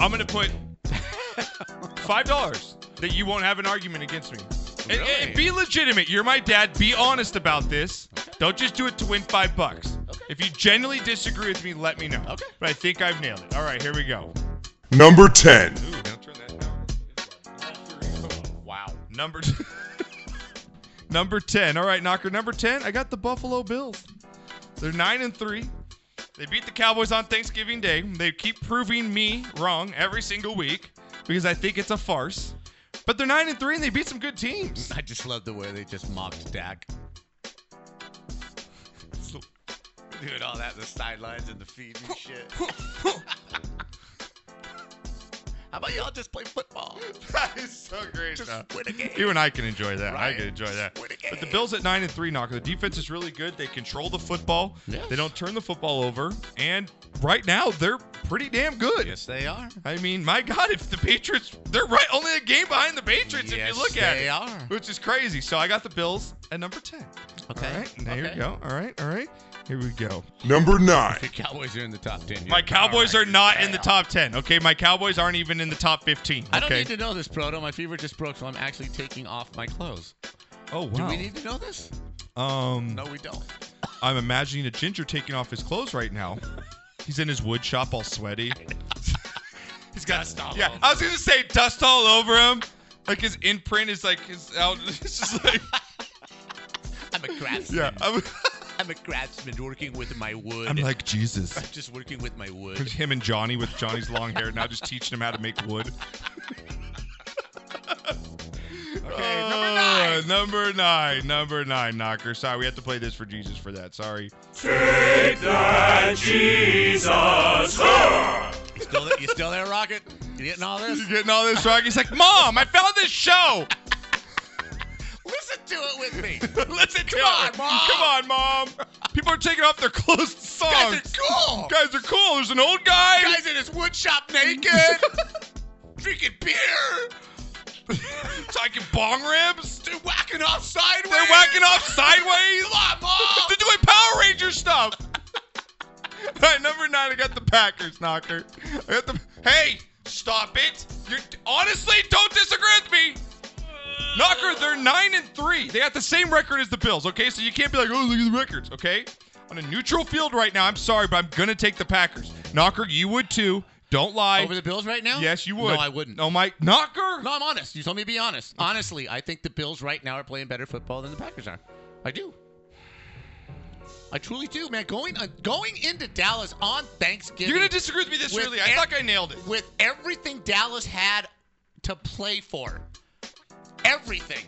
Speaker 2: I'm gonna put five dollars that you won't have an argument against me. And- And,
Speaker 3: Really?
Speaker 2: be legitimate. You're my dad. Be honest about this. Don't just do it to win five bucks. If you genuinely disagree with me, let me know.
Speaker 3: Okay.
Speaker 2: But I think I've nailed it. All right, here we go.
Speaker 10: Number 10.
Speaker 2: Ooh, now turn that down.
Speaker 3: Wow.
Speaker 2: Number number ten. All right, knocker number ten. I got the Buffalo Bills. They're nine and three. They beat the Cowboys on Thanksgiving Day. They keep proving me wrong every single week because I think it's a farce. But they're nine and three, and they beat some good teams.
Speaker 3: I just love the way they just mocked Dak. Doing all that in the sidelines and the feed and shit. How about y'all just play football?
Speaker 2: That is so great.
Speaker 3: Just win a game.
Speaker 2: You and I can enjoy that. I
Speaker 3: Right.
Speaker 2: can enjoy that.
Speaker 3: Win a game.
Speaker 2: But the Bills at nine and three, knocker. The defense is really good. They control the football.
Speaker 3: Yes.
Speaker 2: They don't turn the football over. And right now, they're pretty damn good.
Speaker 3: Yes, they are.
Speaker 2: I mean, my God, if the Patriots, they're right only a game behind the Patriots if
Speaker 3: Yes,
Speaker 2: you look at
Speaker 3: they
Speaker 2: it,
Speaker 3: are.
Speaker 2: which is crazy. So I got the Bills at number ten.
Speaker 3: Okay.
Speaker 2: All right, there
Speaker 3: okay.
Speaker 2: you go. All right, all right. Here we go.
Speaker 9: Number nine.
Speaker 3: The Cowboys are in the top ten.
Speaker 2: My Cowboys are not in the top 10, okay? My Cowboys aren't even in the top 15, okay?
Speaker 3: I don't need to know this, Proto. My fever just broke, so I'm actually taking off my clothes.
Speaker 2: Oh,
Speaker 3: Do
Speaker 2: wow.
Speaker 3: we need to know this?
Speaker 2: um,
Speaker 3: No, we don't.
Speaker 2: I'm imagining a ginger taking off his clothes right now. He's in his wood shop all sweaty.
Speaker 3: He's got to stop.
Speaker 2: Yeah, I was gonna say dust all over him. Like his imprint is like his out. It's just like
Speaker 3: I'm a craftsman.
Speaker 2: yeah. I'm,
Speaker 3: I'm a craftsman working with my wood.
Speaker 2: I'm like Jesus.
Speaker 3: I'm just working with my wood.
Speaker 2: Him and Johnny with Johnny's long hair now, just teaching him how to make wood. okay, number nine. Uh, Number nine. Number nine. Knocker. Sorry, we have to play this for Jesus for that. Sorry.
Speaker 3: You still, you still there, Rocket? You getting all this?
Speaker 2: He's getting all this wrong. He's like, Mom, I found this show.
Speaker 3: Listen to it with me.
Speaker 2: Listen to
Speaker 3: Come
Speaker 2: it.
Speaker 3: on, Mom.
Speaker 2: Come on, Mom. People are taking off their clothes to songs.
Speaker 3: Guys are cool.
Speaker 2: Guys are cool. There's an old guy.
Speaker 3: Guys in his wood shop naked, drinking beer,
Speaker 2: talking bong ribs.
Speaker 3: they're whacking off sideways.
Speaker 2: They're whacking off sideways.
Speaker 3: Come on,
Speaker 2: They're doing Power Ranger stuff. All right, number nine, I got the Packers, knocker. I got the. Hey, stop it! You're honestly don't disagree with me. Knocker, they're nine and three. They got the same record as the Bills. Okay, so you can't be like, oh, look at the records. Okay, on a neutral field right now, I'm sorry, but I'm gonna take the Packers. Knocker, you would too. Don't lie.
Speaker 3: Over the Bills right now?
Speaker 2: yes, you would.
Speaker 3: No, I wouldn't.
Speaker 2: Oh my, Knocker.
Speaker 3: No, I'm honest. You told me to be honest. Honestly, I think the Bills right now are playing better football than the Packers are. I do. I truly do, man. Going uh, going into Dallas on Thanksgiving.
Speaker 2: You're gonna disagree with me this
Speaker 3: with
Speaker 2: early. I
Speaker 3: ev-
Speaker 2: thought I nailed it.
Speaker 3: with everything Dallas had to play for. Everything.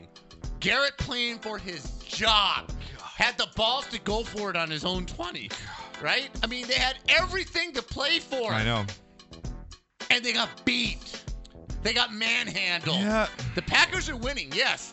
Speaker 3: Garrett playing for his job. Had the balls to go for it on his own 20. Right? I mean, they had everything to play for.
Speaker 2: I know.
Speaker 3: And they got beat. They got manhandled.
Speaker 2: Yeah.
Speaker 3: The Packers are winning, yes.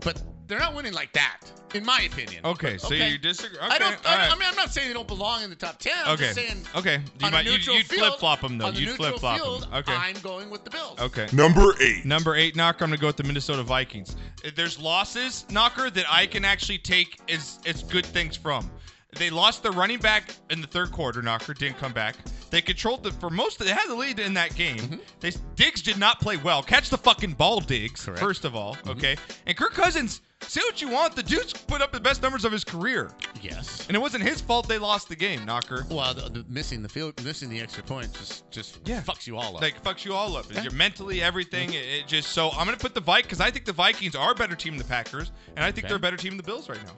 Speaker 3: But they're not winning like that, in my opinion.
Speaker 2: Okay, so
Speaker 3: Okay.
Speaker 2: you disagree. Okay,
Speaker 3: I don't.
Speaker 2: all
Speaker 3: I,
Speaker 2: right.
Speaker 3: I mean, I'm not saying they don't belong in the top ten. I'm
Speaker 2: Okay.
Speaker 3: just saying.
Speaker 2: Okay. You
Speaker 3: on a
Speaker 2: might- you-
Speaker 3: neutral
Speaker 2: you'd
Speaker 3: field-
Speaker 2: flip-flop 'em, though.
Speaker 3: on the
Speaker 2: You'd
Speaker 3: neutral
Speaker 2: flip-flop 'em.
Speaker 3: field,
Speaker 2: Okay.
Speaker 3: I'm going with the Bills.
Speaker 2: Okay.
Speaker 9: Number eight.
Speaker 2: Number eight knocker, I'm gonna go with the Minnesota Vikings. There's losses knocker that I can actually take as as good things from. They lost their running back in the third quarter. Knocker didn't come back. They controlled the for most. Of, they had the lead in that game. They Diggs did not play well. Catch the fucking ball, Diggs. First of all, okay. And Kirk Cousins, say what you want. The dude's put up the best numbers of his career,
Speaker 3: Yes.
Speaker 2: and it wasn't his fault they lost the game. Knocker.
Speaker 3: Well, the, the missing the field, missing the extra point just just
Speaker 2: Yeah.
Speaker 3: fucks you all up.
Speaker 2: like fucks you all up. You're mentally everything. It, it just so I'm gonna put the Vikings because I think the Vikings are a better team than the Packers, and I think
Speaker 3: Okay.
Speaker 2: they're a better team than the Bills right now,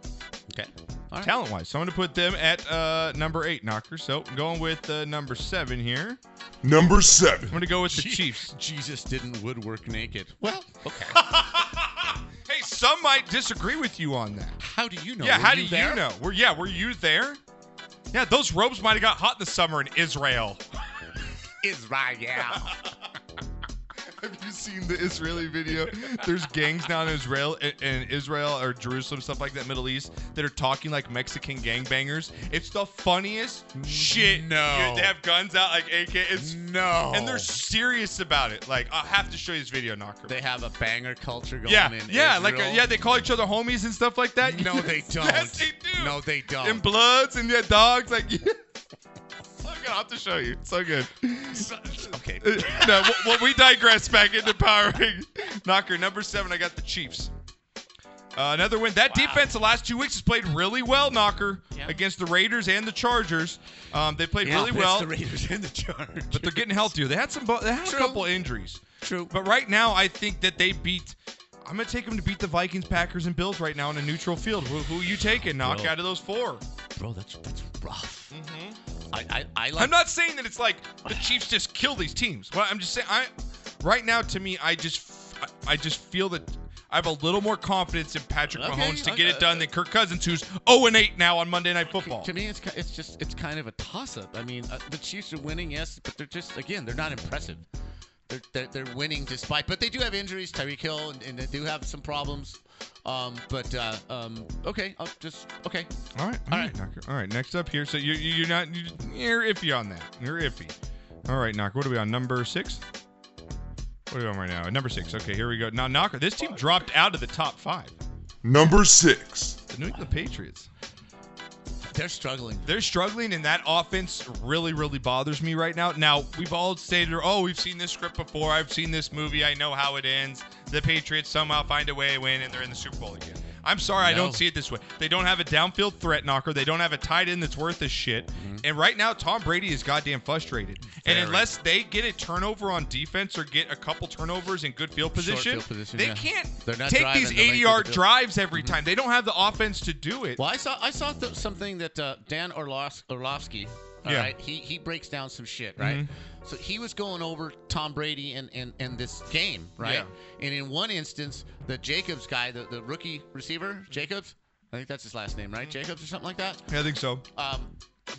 Speaker 3: okay. All right.
Speaker 2: talent wise. So I'm gonna put them at uh, number eight, knocker. So I'm going with uh, number seven here.
Speaker 9: Number
Speaker 2: I'm
Speaker 9: seven.
Speaker 2: gonna go with the
Speaker 3: Je-
Speaker 2: Chiefs.
Speaker 3: Jesus didn't woodwork naked. Well, okay.
Speaker 2: Hey, some might disagree with you on that.
Speaker 3: how do you know?
Speaker 2: yeah,
Speaker 3: Were
Speaker 2: how do
Speaker 3: there?
Speaker 2: you know? Were yeah, were you there? Yeah, those robes might have got hot this summer in Israel.
Speaker 3: Israel.
Speaker 2: Have you seen the Israeli video? There's gangs down in Israel, in Israel or Jerusalem, stuff like that, Middle East, that are talking like Mexican gangbangers. It's the funniest shit.
Speaker 3: No.
Speaker 2: Dude, they have guns out like AK. It's
Speaker 3: no.
Speaker 2: and they're serious about it. Like I have to show you this video, knocker.
Speaker 3: they have a banger culture going
Speaker 2: yeah,
Speaker 3: in
Speaker 2: yeah,
Speaker 3: Israel.
Speaker 2: like uh, yeah, they call each other homies and stuff like that.
Speaker 3: No, they
Speaker 2: Yes,
Speaker 3: don't.
Speaker 2: Yes, they do.
Speaker 3: No, they don't.
Speaker 2: And bloods and yeah, dogs. Like, yeah. so good. I'll have to show you. So good.
Speaker 3: okay.
Speaker 2: Uh, no, w- w- we digress back into Power Ring. Knocker, number seven, I got the Chiefs. Uh, another win. That defense the last two weeks has played really well, Knocker, against the Raiders and the Chargers. Um, they played
Speaker 3: Yeah,
Speaker 2: really
Speaker 3: it's
Speaker 2: well,
Speaker 3: The Raiders and the Chargers.
Speaker 2: but they're getting healthier. They had some. bu- They had a
Speaker 3: True.
Speaker 2: couple injuries,
Speaker 3: True.
Speaker 2: but right now I think that they beat. I'm gonna take them to beat the Vikings, Packers, and Bills right now in a neutral field. Who, who you taking? Knock
Speaker 3: Bro.
Speaker 2: out of those four.
Speaker 3: Bro, that's that's rough.
Speaker 2: Mm-hmm.
Speaker 3: I, I I like.
Speaker 2: I'm not saying that it's like the Chiefs just kill these teams. Well, I'm just saying I right now to me I just f- I I just feel that I have a little more confidence in Patrick
Speaker 3: Okay,
Speaker 2: Mahomes to
Speaker 3: okay.
Speaker 2: get it done than Kirk Cousins who's 0 and 8 now on Monday Night Football.
Speaker 3: To me, it's ki- it's just it's kind of a toss-up. I mean, uh, the Chiefs are winning, yes, but they're just again they're not impressive. They're they're, they're winning despite, but they do have injuries, Tyreek Hill, and, and they do have some problems. Um, but uh, um, okay, I'll just okay.
Speaker 2: All right. All right, Knocker. All right, next up here. So you, you you're not you- you're iffy on that. You're iffy. All right, Knocker. What are we on? Number 6? What are we on right now? Number 6. Okay, here we go. Now Knocker, this team dropped out of the top 5.
Speaker 9: Number six.
Speaker 2: The New England Patriots.
Speaker 3: They're struggling.
Speaker 2: They're struggling, and that offense really, really bothers me right now. Now, we've all stated, oh, we've seen this script before. I've seen this movie. I know how it ends. The Patriots somehow find a way to win, and they're in the Super Bowl again. I'm sorry, I
Speaker 3: No.
Speaker 2: don't see it this way. They don't have a downfield threat knocker. They don't have a tight end that's worth a shit. And right now, Tom Brady is goddamn frustrated. And
Speaker 3: Mm-hmm. Very.
Speaker 2: unless they get a turnover on defense or get a couple turnovers in good field
Speaker 3: Short
Speaker 2: position,
Speaker 3: field position,
Speaker 2: they
Speaker 3: yeah.
Speaker 2: can't
Speaker 3: They're not
Speaker 2: take
Speaker 3: driving
Speaker 2: these
Speaker 3: the length of the
Speaker 2: 80 yard
Speaker 3: field. Mm-hmm.
Speaker 2: drives every time. They don't have the offense to do it.
Speaker 3: Well, I saw I saw th- something that uh, Dan Orlos- Orlovsky. all right,
Speaker 2: Yeah.
Speaker 3: he he breaks down some shit, right?
Speaker 2: Mhm.
Speaker 3: So he was going over Tom Brady and and, and this game, right? And in one instance, the Jacobs guy, the, the rookie receiver, Jacobs, I think that's his last name,
Speaker 2: Mm-hmm.
Speaker 3: right? Jacobs or something like that.
Speaker 2: Yeah, I think so.
Speaker 3: Um,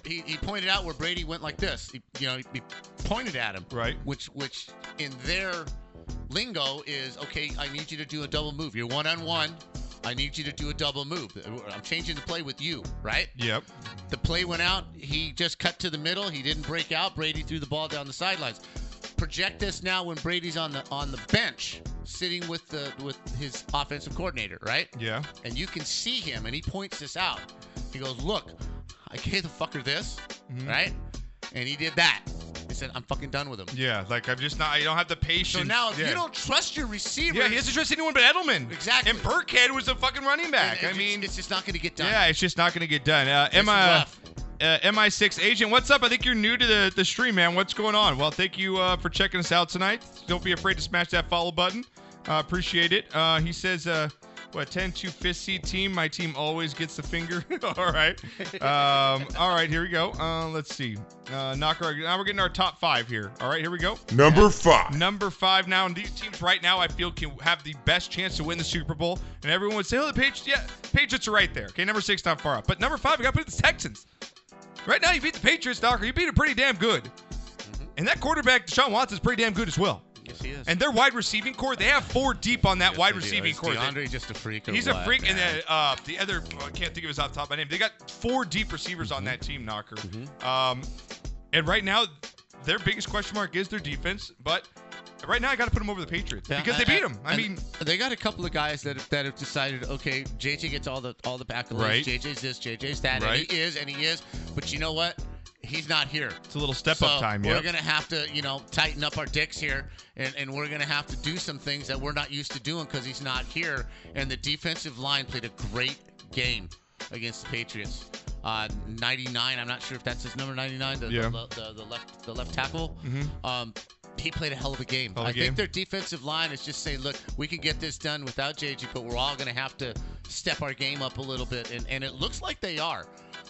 Speaker 3: he, he pointed out where Brady went like this. He, you know, he, he pointed at him,
Speaker 2: Right.
Speaker 3: Which which in their lingo is okay. I need you to do a double move. You're one on one. I need you to do a double move. I'm changing the play with you, right?
Speaker 2: Yep.
Speaker 3: The play went out. He just cut to the middle. He didn't break out. Brady threw the ball down the sidelines. Project this now when Brady's on the on the bench, sitting with the with his offensive coordinator, right?
Speaker 2: Yeah.
Speaker 3: And you can see him, and he points this out. He goes, "Look, I gave the fucker this,
Speaker 2: Mm-hmm.
Speaker 3: right?" And he did that. He said, "I'm fucking done with him."
Speaker 2: Yeah, like I'm just not. I don't have the
Speaker 3: So
Speaker 2: patience.
Speaker 3: now, if
Speaker 2: Yeah.
Speaker 3: you don't trust your receiver,
Speaker 2: Yeah, he doesn't trust anyone but Edelman.
Speaker 3: Exactly.
Speaker 2: And Burkhead was a fucking running back. I mean,
Speaker 3: it's just not going to get done.
Speaker 2: yeah, it's just not going to get done. Uh,
Speaker 3: is
Speaker 2: MI, uh,
Speaker 3: rough.
Speaker 2: MI6 agent, what's up? I think you're new to the, the stream, man. What's going on? Well, thank you uh, for checking us out tonight. Don't be afraid to smash that follow button. Uh, appreciate it. Uh, he says, uh, what, 10 to 5th seed team? My team always gets the finger. all right. Um, all right, here we go. Uh, let's see. Uh, knocker, now we're getting our top five here. All right, here we go.
Speaker 9: Number five.
Speaker 2: Number five now, and these teams right now I feel can have the best chance to win the Super Bowl. And everyone would say, "Oh, the Patriots, yeah, Patriots are right there." Okay, number six not far up, but number five we got to put the Texans. Right now, you beat the Patriots, Docker. You beat them pretty damn good,
Speaker 3: Mm-hmm.
Speaker 2: and that quarterback Deshaun Watson's pretty damn good as well.
Speaker 3: Yes, he is.
Speaker 2: And their wide receiving core, they have four deep on that
Speaker 3: Yes,
Speaker 2: wide
Speaker 3: they do.
Speaker 2: receiving
Speaker 3: Is
Speaker 2: core. They-
Speaker 3: DeAndre just a freak. or
Speaker 2: He's a
Speaker 3: what,
Speaker 2: freak, and
Speaker 3: man?
Speaker 2: then uh, the other oh, I can't think of his off the top of my name. They got four deep receivers on that team, Knocker. Um, and right now, their biggest question mark is their defense. But right now, I got to put them over the Patriots
Speaker 3: Yeah,
Speaker 2: because they
Speaker 3: and-
Speaker 2: beat them. I
Speaker 3: and
Speaker 2: mean,
Speaker 3: they got a couple of guys that have, that have decided, okay, JJ gets all the all the accolades.
Speaker 2: Right.
Speaker 3: JJ's this, JJ's that,
Speaker 2: Right.
Speaker 3: and he is, and he is. But you know what? He's not here.
Speaker 2: it's a little step
Speaker 3: So
Speaker 2: up time.
Speaker 3: We're
Speaker 2: Yeah,
Speaker 3: gonna have to, you know, tighten up our dicks here, and, and we're gonna have to do some things that we're not used to doing because he's not here. And the defensive line played a great game against the Patriots. Uh, 99. I'm not sure if that's his number 99. The,
Speaker 2: Yeah.
Speaker 3: the, the, the left the left tackle.
Speaker 2: Mhm.
Speaker 3: Um, he played a hell of a game.
Speaker 2: Hell of a
Speaker 3: I
Speaker 2: game.
Speaker 3: think their defensive line is just saying, look, we can get this done without JG, but we're all going to have to step our game up a little bit, and and it looks like they are.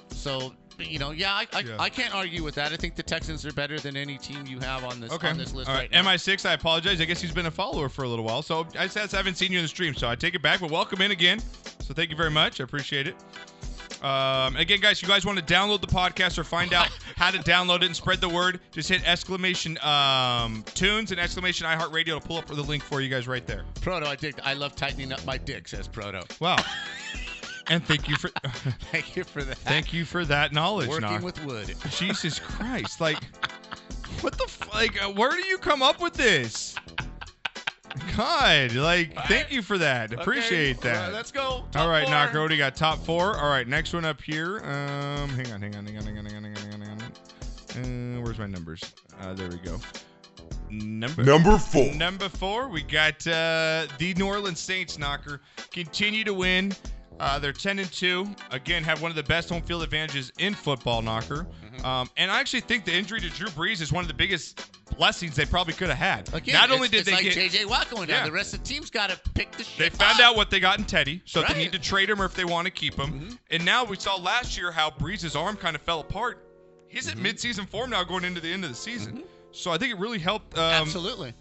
Speaker 3: So you know, yeah, I I,
Speaker 2: Yeah.
Speaker 3: I can't argue with that. I think the Texans are better than any team you have on this
Speaker 2: okay.
Speaker 3: on this list
Speaker 2: All
Speaker 3: right,
Speaker 2: right,
Speaker 3: now.
Speaker 2: MI6. I apologize. I guess he's been a follower for a little while, so I just haven't seen you in the stream. So I take it back, but welcome in again. So thank you very much. I appreciate it. Um, again, guys, you guys want to download the podcast or find out how to download it and spread the word, just hit exclamation um, tunes and exclamation iHeartRadio to pull up the link for you guys right there.
Speaker 3: Proto, I dig. I love tightening up my dick. Says Proto.
Speaker 2: Wow. and thank you for
Speaker 3: Thank you for that.
Speaker 2: thank you for that knowledge,
Speaker 3: Working
Speaker 2: Knock.
Speaker 3: with wood.
Speaker 2: Jesus Christ! Like, what the f- like? uh, Where do you come up with this? God, like, thank you for that. Appreciate
Speaker 3: Okay,
Speaker 2: that.
Speaker 3: uh, let's go.
Speaker 2: All right,
Speaker 3: four.
Speaker 2: Knocker, what do you got? Top four. All right, next one up here. Um, hang on, hang on, hang on, hang on, hang on, hang on, hang on. Uh, where's my numbers? Uh, there we go. Number
Speaker 9: Number four.
Speaker 2: Number four, we got uh, the New Orleans Saints knocker. Continue to win. Uh, they're 10 and 2. Again, have one of the best home field advantages in football knocker.
Speaker 3: Mm-hmm.
Speaker 2: Um, and I actually think the injury to Drew Brees is one of the biggest blessings they probably could have had.
Speaker 3: Again,
Speaker 2: Not
Speaker 3: it's-
Speaker 2: only did
Speaker 3: it's
Speaker 2: they
Speaker 3: like
Speaker 2: get.
Speaker 3: JJ Watt going down,
Speaker 2: Yeah.
Speaker 3: the rest of the team's got to pick the
Speaker 2: They
Speaker 3: shit.
Speaker 2: found
Speaker 3: up.
Speaker 2: out what they got in Teddy, so if they
Speaker 3: Right. Mm-hmm.
Speaker 2: need to trade him or if they want to keep him. And now we saw last year how Breeze's arm kind of fell apart. He's
Speaker 3: Mm-hmm.
Speaker 2: at midseason form now, going into the end of the season. So I think it really helped um,
Speaker 3: Absolutely.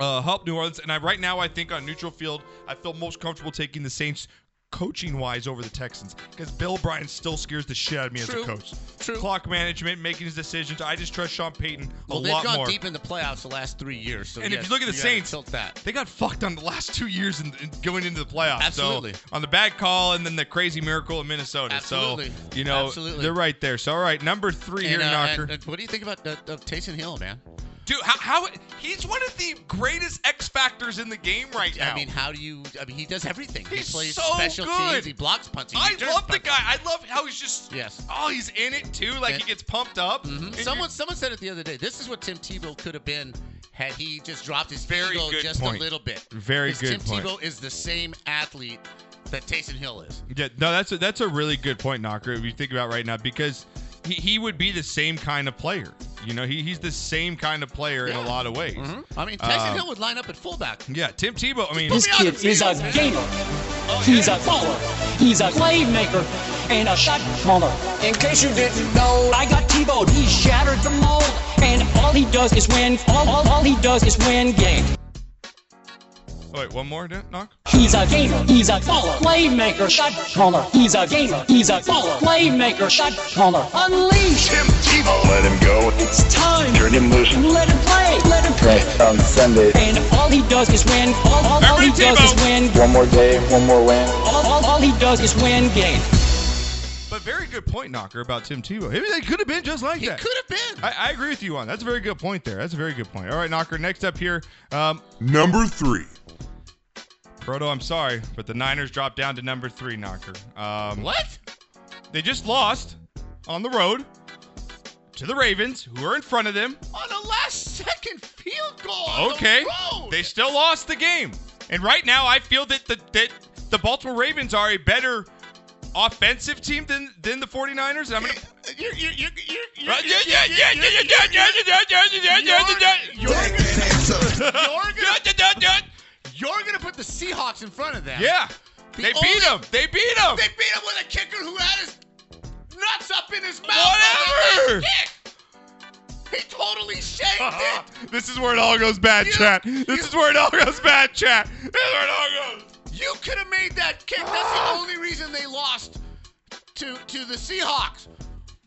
Speaker 2: uh, help New Orleans. And I right now I think on neutral field I feel most comfortable taking the Saints coaching wise over the Texans because Bill Bryan still scares the shit out of me
Speaker 3: True.
Speaker 2: as a coach.
Speaker 3: True.
Speaker 2: Clock management, making his decisions. I just trust Sean Payton
Speaker 3: Well,
Speaker 2: a
Speaker 3: they've
Speaker 2: lot
Speaker 3: gone
Speaker 2: more.
Speaker 3: deep in the playoffs the last three years. So
Speaker 2: And if
Speaker 3: yes,
Speaker 2: you look at the
Speaker 3: gotta
Speaker 2: Saints-
Speaker 3: tilt that.
Speaker 2: They got fucked on the last two years and in, going into the playoffs.
Speaker 3: Absolutely.
Speaker 2: So, on the bad call and then the crazy miracle in Minnesota.
Speaker 3: Absolutely.
Speaker 2: So you know
Speaker 3: Absolutely.
Speaker 2: they're right there. So all right, number three here,
Speaker 3: And, uh,
Speaker 2: Knocker.
Speaker 3: and, uh, what do you think about uh, of Taysom Hill, man?
Speaker 2: Dude, how, how he's one of the greatest X factors in the game right now.
Speaker 3: I mean, how do you? I mean, he does everything.
Speaker 2: He's
Speaker 3: he plays
Speaker 2: so
Speaker 3: special
Speaker 2: good.
Speaker 3: teams. He blocks punts. He
Speaker 2: I
Speaker 3: returns
Speaker 2: love the
Speaker 3: punts.
Speaker 2: guy. I love how he's just
Speaker 3: Yes.
Speaker 2: Oh, he's in it too. Like he
Speaker 3: Yeah.
Speaker 2: gets pumped up. And you-
Speaker 3: Mm-hmm. Someone, someone said it the other day. This is what Tim Tebow could have been had he just dropped his
Speaker 2: Very
Speaker 3: ego
Speaker 2: good
Speaker 3: just
Speaker 2: point.
Speaker 3: a little bit.
Speaker 2: Very
Speaker 3: 'Cause
Speaker 2: good
Speaker 3: Tim
Speaker 2: point.
Speaker 3: Tebow is the same athlete that Taysom Hill is.
Speaker 2: Yeah, no, that's a, that's a really good point, Knocker. If you think about it right now, because he, he would be the same kind of player. You know, he, he's the same kind of player in a
Speaker 3: Yeah. Mm-hmm.
Speaker 2: lot of ways.
Speaker 3: I mean, Taysom
Speaker 2: Um,
Speaker 3: Hill would line up at fullback.
Speaker 2: Yeah, Tim Tebow. I mean,
Speaker 4: This kid is a gamer.
Speaker 3: Oh,
Speaker 4: He's a baller. He's a playmaker and a shot caller. In case you didn't know, I got Tebowed. He shattered the mold, and all he does is win. All, all, all he does is win games.
Speaker 2: oh, wait, one more no- knock.
Speaker 4: He's a gamer. He's a baller. Playmaker, shot caller. He's a gamer. He's a baller. Playmaker, shot caller. Unleash him, Tebow.
Speaker 11: Let him go.
Speaker 4: It's time.
Speaker 11: Turn him loose.
Speaker 4: Let him play. Let him play.
Speaker 11: Next on Sunday.
Speaker 4: And all he does is win. All, all, all he does is win.
Speaker 11: One more day, one more win.
Speaker 4: All, all, all he does is win games.
Speaker 2: But very good point, Knocker, about Tim Tebow. Maybe they could have been just like
Speaker 3: He
Speaker 2: that.
Speaker 3: could have been.
Speaker 2: I, I agree with you on. That's a very good point there. That's a very good point. All right, Knocker. Next up here, um,
Speaker 9: Number three.
Speaker 2: Proto. I'm sorry, but the Niners dropped down to number three, Knocker. Um,
Speaker 3: What?
Speaker 2: They just lost on the road to the Ravens, who are in front of them.
Speaker 3: On a last second field goal. on the
Speaker 2: Okay,
Speaker 3: road.
Speaker 2: they still lost the game, and right now I feel that the that the Baltimore Ravens are a better offensive team than than the 49ers. And I'm gonna.
Speaker 3: You're, you're, you're, you're, you're,
Speaker 2: Uh, Yeah, yeah, yeah, yeah, yeah, yeah, yeah, yeah, yeah, yeah, yeah, yeah, yeah.
Speaker 3: you're, you're,
Speaker 2: Yeah,
Speaker 3: gonna,
Speaker 2: yeah, yeah, yeah.
Speaker 3: you're gonna put the Seahawks in front of them.
Speaker 2: Yeah. They beat them. They beat them.
Speaker 3: They beat him with a kicker who had his nuts up in his mouth.
Speaker 2: Whatever.
Speaker 3: on the last kick. He totally shanked it.
Speaker 2: This is where it all goes bad,
Speaker 3: You-
Speaker 2: chat. This
Speaker 3: you-
Speaker 2: is where it all goes bad, chat. This is where it all goes.
Speaker 3: You could have made that kick. That's the only reason they lost to to the Seahawks.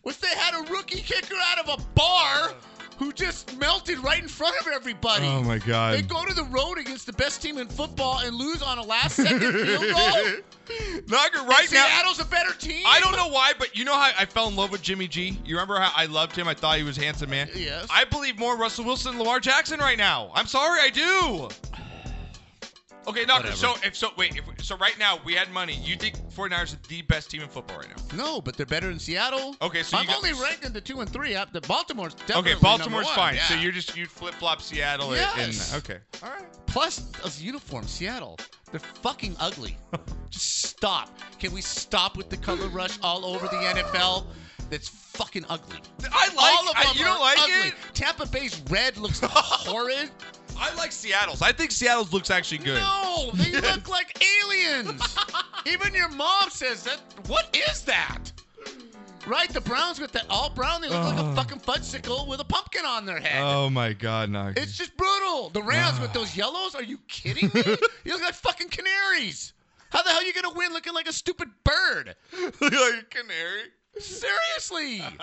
Speaker 3: Was they had a rookie kicker out of a bar who just melted right in front of everybody.
Speaker 2: Oh my
Speaker 3: They
Speaker 2: god.
Speaker 3: go to the road against the best team in football and lose on a last second field goal.
Speaker 2: Knocker, right now.
Speaker 3: Seattle's a better team.
Speaker 2: I don't know why, but you know how I fell in love with Jimmy G? You remember how I loved him? I thought he was a handsome man.
Speaker 3: Yes.
Speaker 2: I believe more in Russell Wilson than Lamar Jackson right now. I'm sorry, I do. Okay, Knocker,
Speaker 3: Whatever.
Speaker 2: so if so wait, if, so right now we had money. You think 49ers are the best team in football right now?
Speaker 3: No, but they're better than Seattle.
Speaker 2: Okay, so you
Speaker 3: I'm
Speaker 2: got-
Speaker 3: only ranking the two and three up. The Baltimore's definitely
Speaker 2: Okay,
Speaker 3: number
Speaker 2: Baltimore's
Speaker 3: one,
Speaker 2: fine.
Speaker 3: yeah.
Speaker 2: So you're just you flip flop Seattle and-
Speaker 3: Yes.
Speaker 2: and okay. All right.
Speaker 3: plus us uniform Seattle. They're fucking ugly. Just stop. Can we stop with the color rush all over the NFL? That's fucking ugly.
Speaker 2: I like
Speaker 3: all of them
Speaker 2: I- you
Speaker 3: are
Speaker 2: don't like
Speaker 3: ugly.
Speaker 2: it?
Speaker 3: Tampa Bay's red looks horrid.
Speaker 2: I like Seattle's. I think Seattle's looks actually good.
Speaker 3: No, they look like aliens. Even your mom says that. What is that? Right, the Browns with that all brown. They look like a fucking fudgesicle with a pumpkin on their head.
Speaker 2: Oh Ah. my God, Knocker.
Speaker 3: It's just brutal. The Rams with those yellows? Are you kidding me? you look like fucking canaries. How the hell you gonna win looking like a stupid bird?
Speaker 2: like a canary.
Speaker 3: Seriously.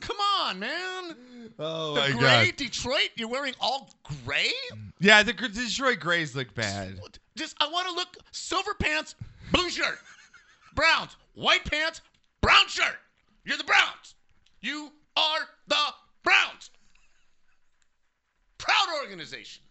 Speaker 3: Come on, man.
Speaker 2: Oh
Speaker 3: the gray Detroit, you're wearing all gray?
Speaker 2: Yeah, the Gr- Detroit Grays look bad.
Speaker 3: Just I wanna look silver pants, blue shirt. Browns, white pants, brown shirt. You're the Browns. You are the Browns. Proud organization.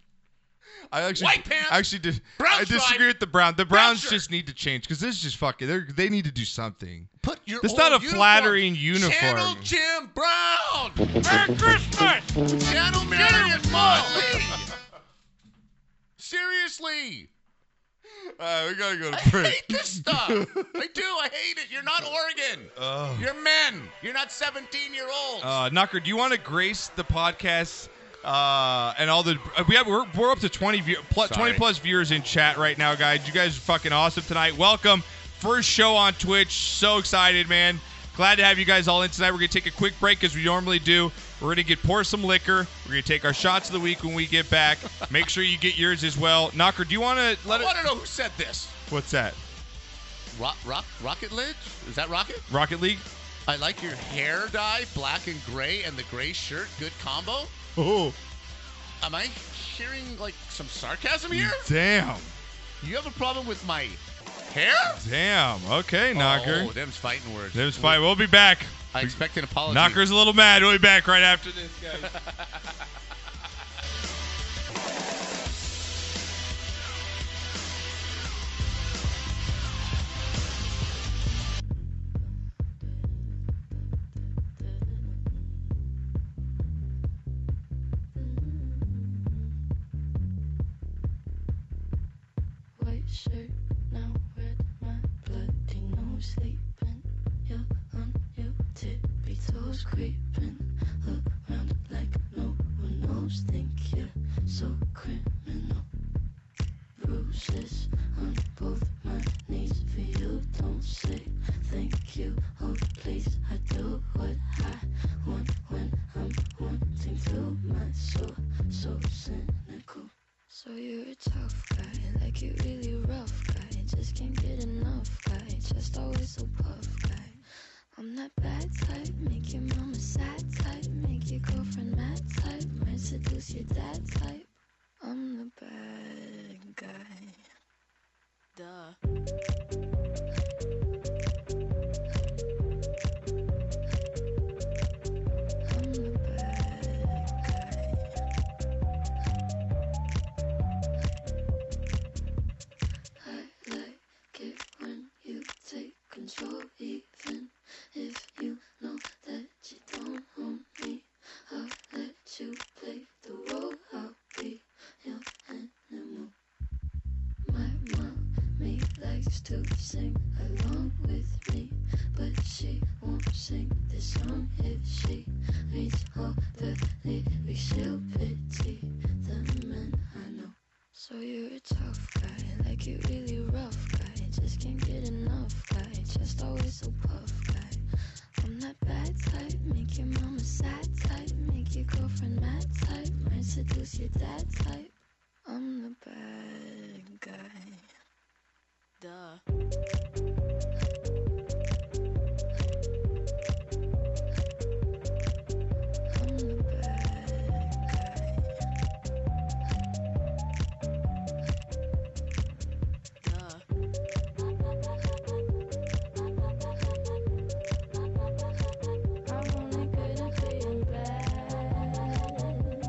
Speaker 2: I actually,
Speaker 3: White pants,
Speaker 2: I actually did.
Speaker 3: brown
Speaker 2: I disagree
Speaker 3: stripe,
Speaker 2: with the Browns. The Browns
Speaker 3: shirt.
Speaker 2: just need to change because this is just fucking. They they need to do something.
Speaker 3: Put your
Speaker 2: That's not
Speaker 3: old
Speaker 2: a flattering
Speaker 3: Channel
Speaker 2: uniform.
Speaker 3: Jim Brown. Merry Christmas. Channel Marion Motley. Seriously,
Speaker 2: Uh, we gotta go
Speaker 3: I hate this stuff. I do. I hate it. You're not Oregon. You're men. You're not 17 year olds.
Speaker 2: Uh, Knocker, do you want to grace the podcast uh, and all the uh, we have? We're, we're up to 20 view, pl- 20 plus viewers in chat right now, guys. You guys are fucking awesome tonight. Welcome, first show on Twitch. So excited, man! Glad to have you guys all in tonight. We're gonna take a quick break as we normally do. We're gonna get pour some liquor. We're gonna take our shots of the week when we get back. Make sure you get yours as well. Knocker, do you want to let
Speaker 3: I
Speaker 2: it?
Speaker 3: want to know who said this.
Speaker 2: What's that?
Speaker 3: Rock, rock, rocket lidge? Is that rocket?
Speaker 2: Rocket League?
Speaker 3: I like your hair dye, black and gray, and the gray shirt. Good combo.
Speaker 2: Oh,
Speaker 3: Am I hearing like some sarcasm here?
Speaker 2: damn,
Speaker 3: You have a problem with my hair?
Speaker 2: damn. Okay, Knocker.
Speaker 3: Oh, them's fighting words.
Speaker 2: There's fight. We'll be back.
Speaker 4: Oh,
Speaker 3: I expect an apology.
Speaker 2: Knocker's a little mad. We'll be back right after this, guys.
Speaker 12: goes creeping around like no one knows. Think you're so criminal. Bruises on both my knees for you. Don't say thank you. Oh, please, I do what I want when I'm wanting to. My soul, so cynical. So you're a tough guy, like you really rough guy. Just can't get enough guy, just always so puff guy. I'm that bad type, make your mama sad type, make your girlfriend mad type, might seduce your dad type. I'm the bad guy. Duh. I like it when you take control, even if you know that you don't own me. I'll let you play the role, I'll be your animal. My mommy likes to sing along with me, but she won't sing this song if she reads all the lyrics. She'll pity the men I know. So you're a tough guy, like you really rough guy. Just can't get enough guy, just always so puff guy. I'm that bad type, make your mama sad type, make your girlfriend mad type, might seduce your dad type. I'm the bad guy. Duh. I'm only good at being bad.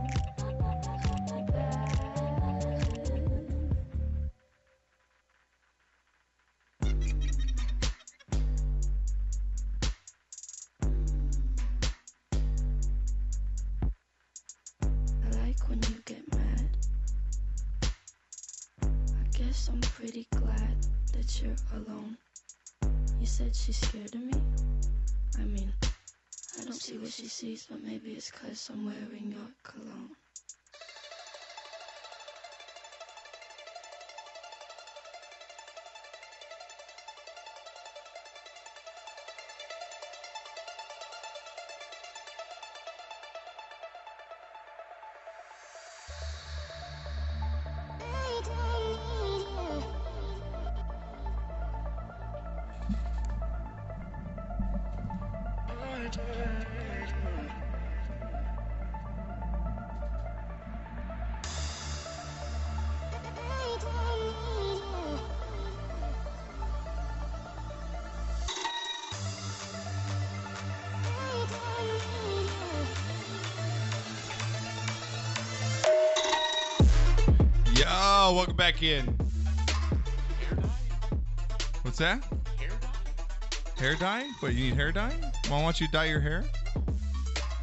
Speaker 12: I like when you get mad. I guess I'm pretty glad that you're alone. You said she's scared of me? I mean, I don't see what she sees, but maybe it's cause I'm wearing your cologne.
Speaker 2: Yo, welcome back in. What's that? Hair dye? What, you need hair dye? Mom wants you to dye your hair?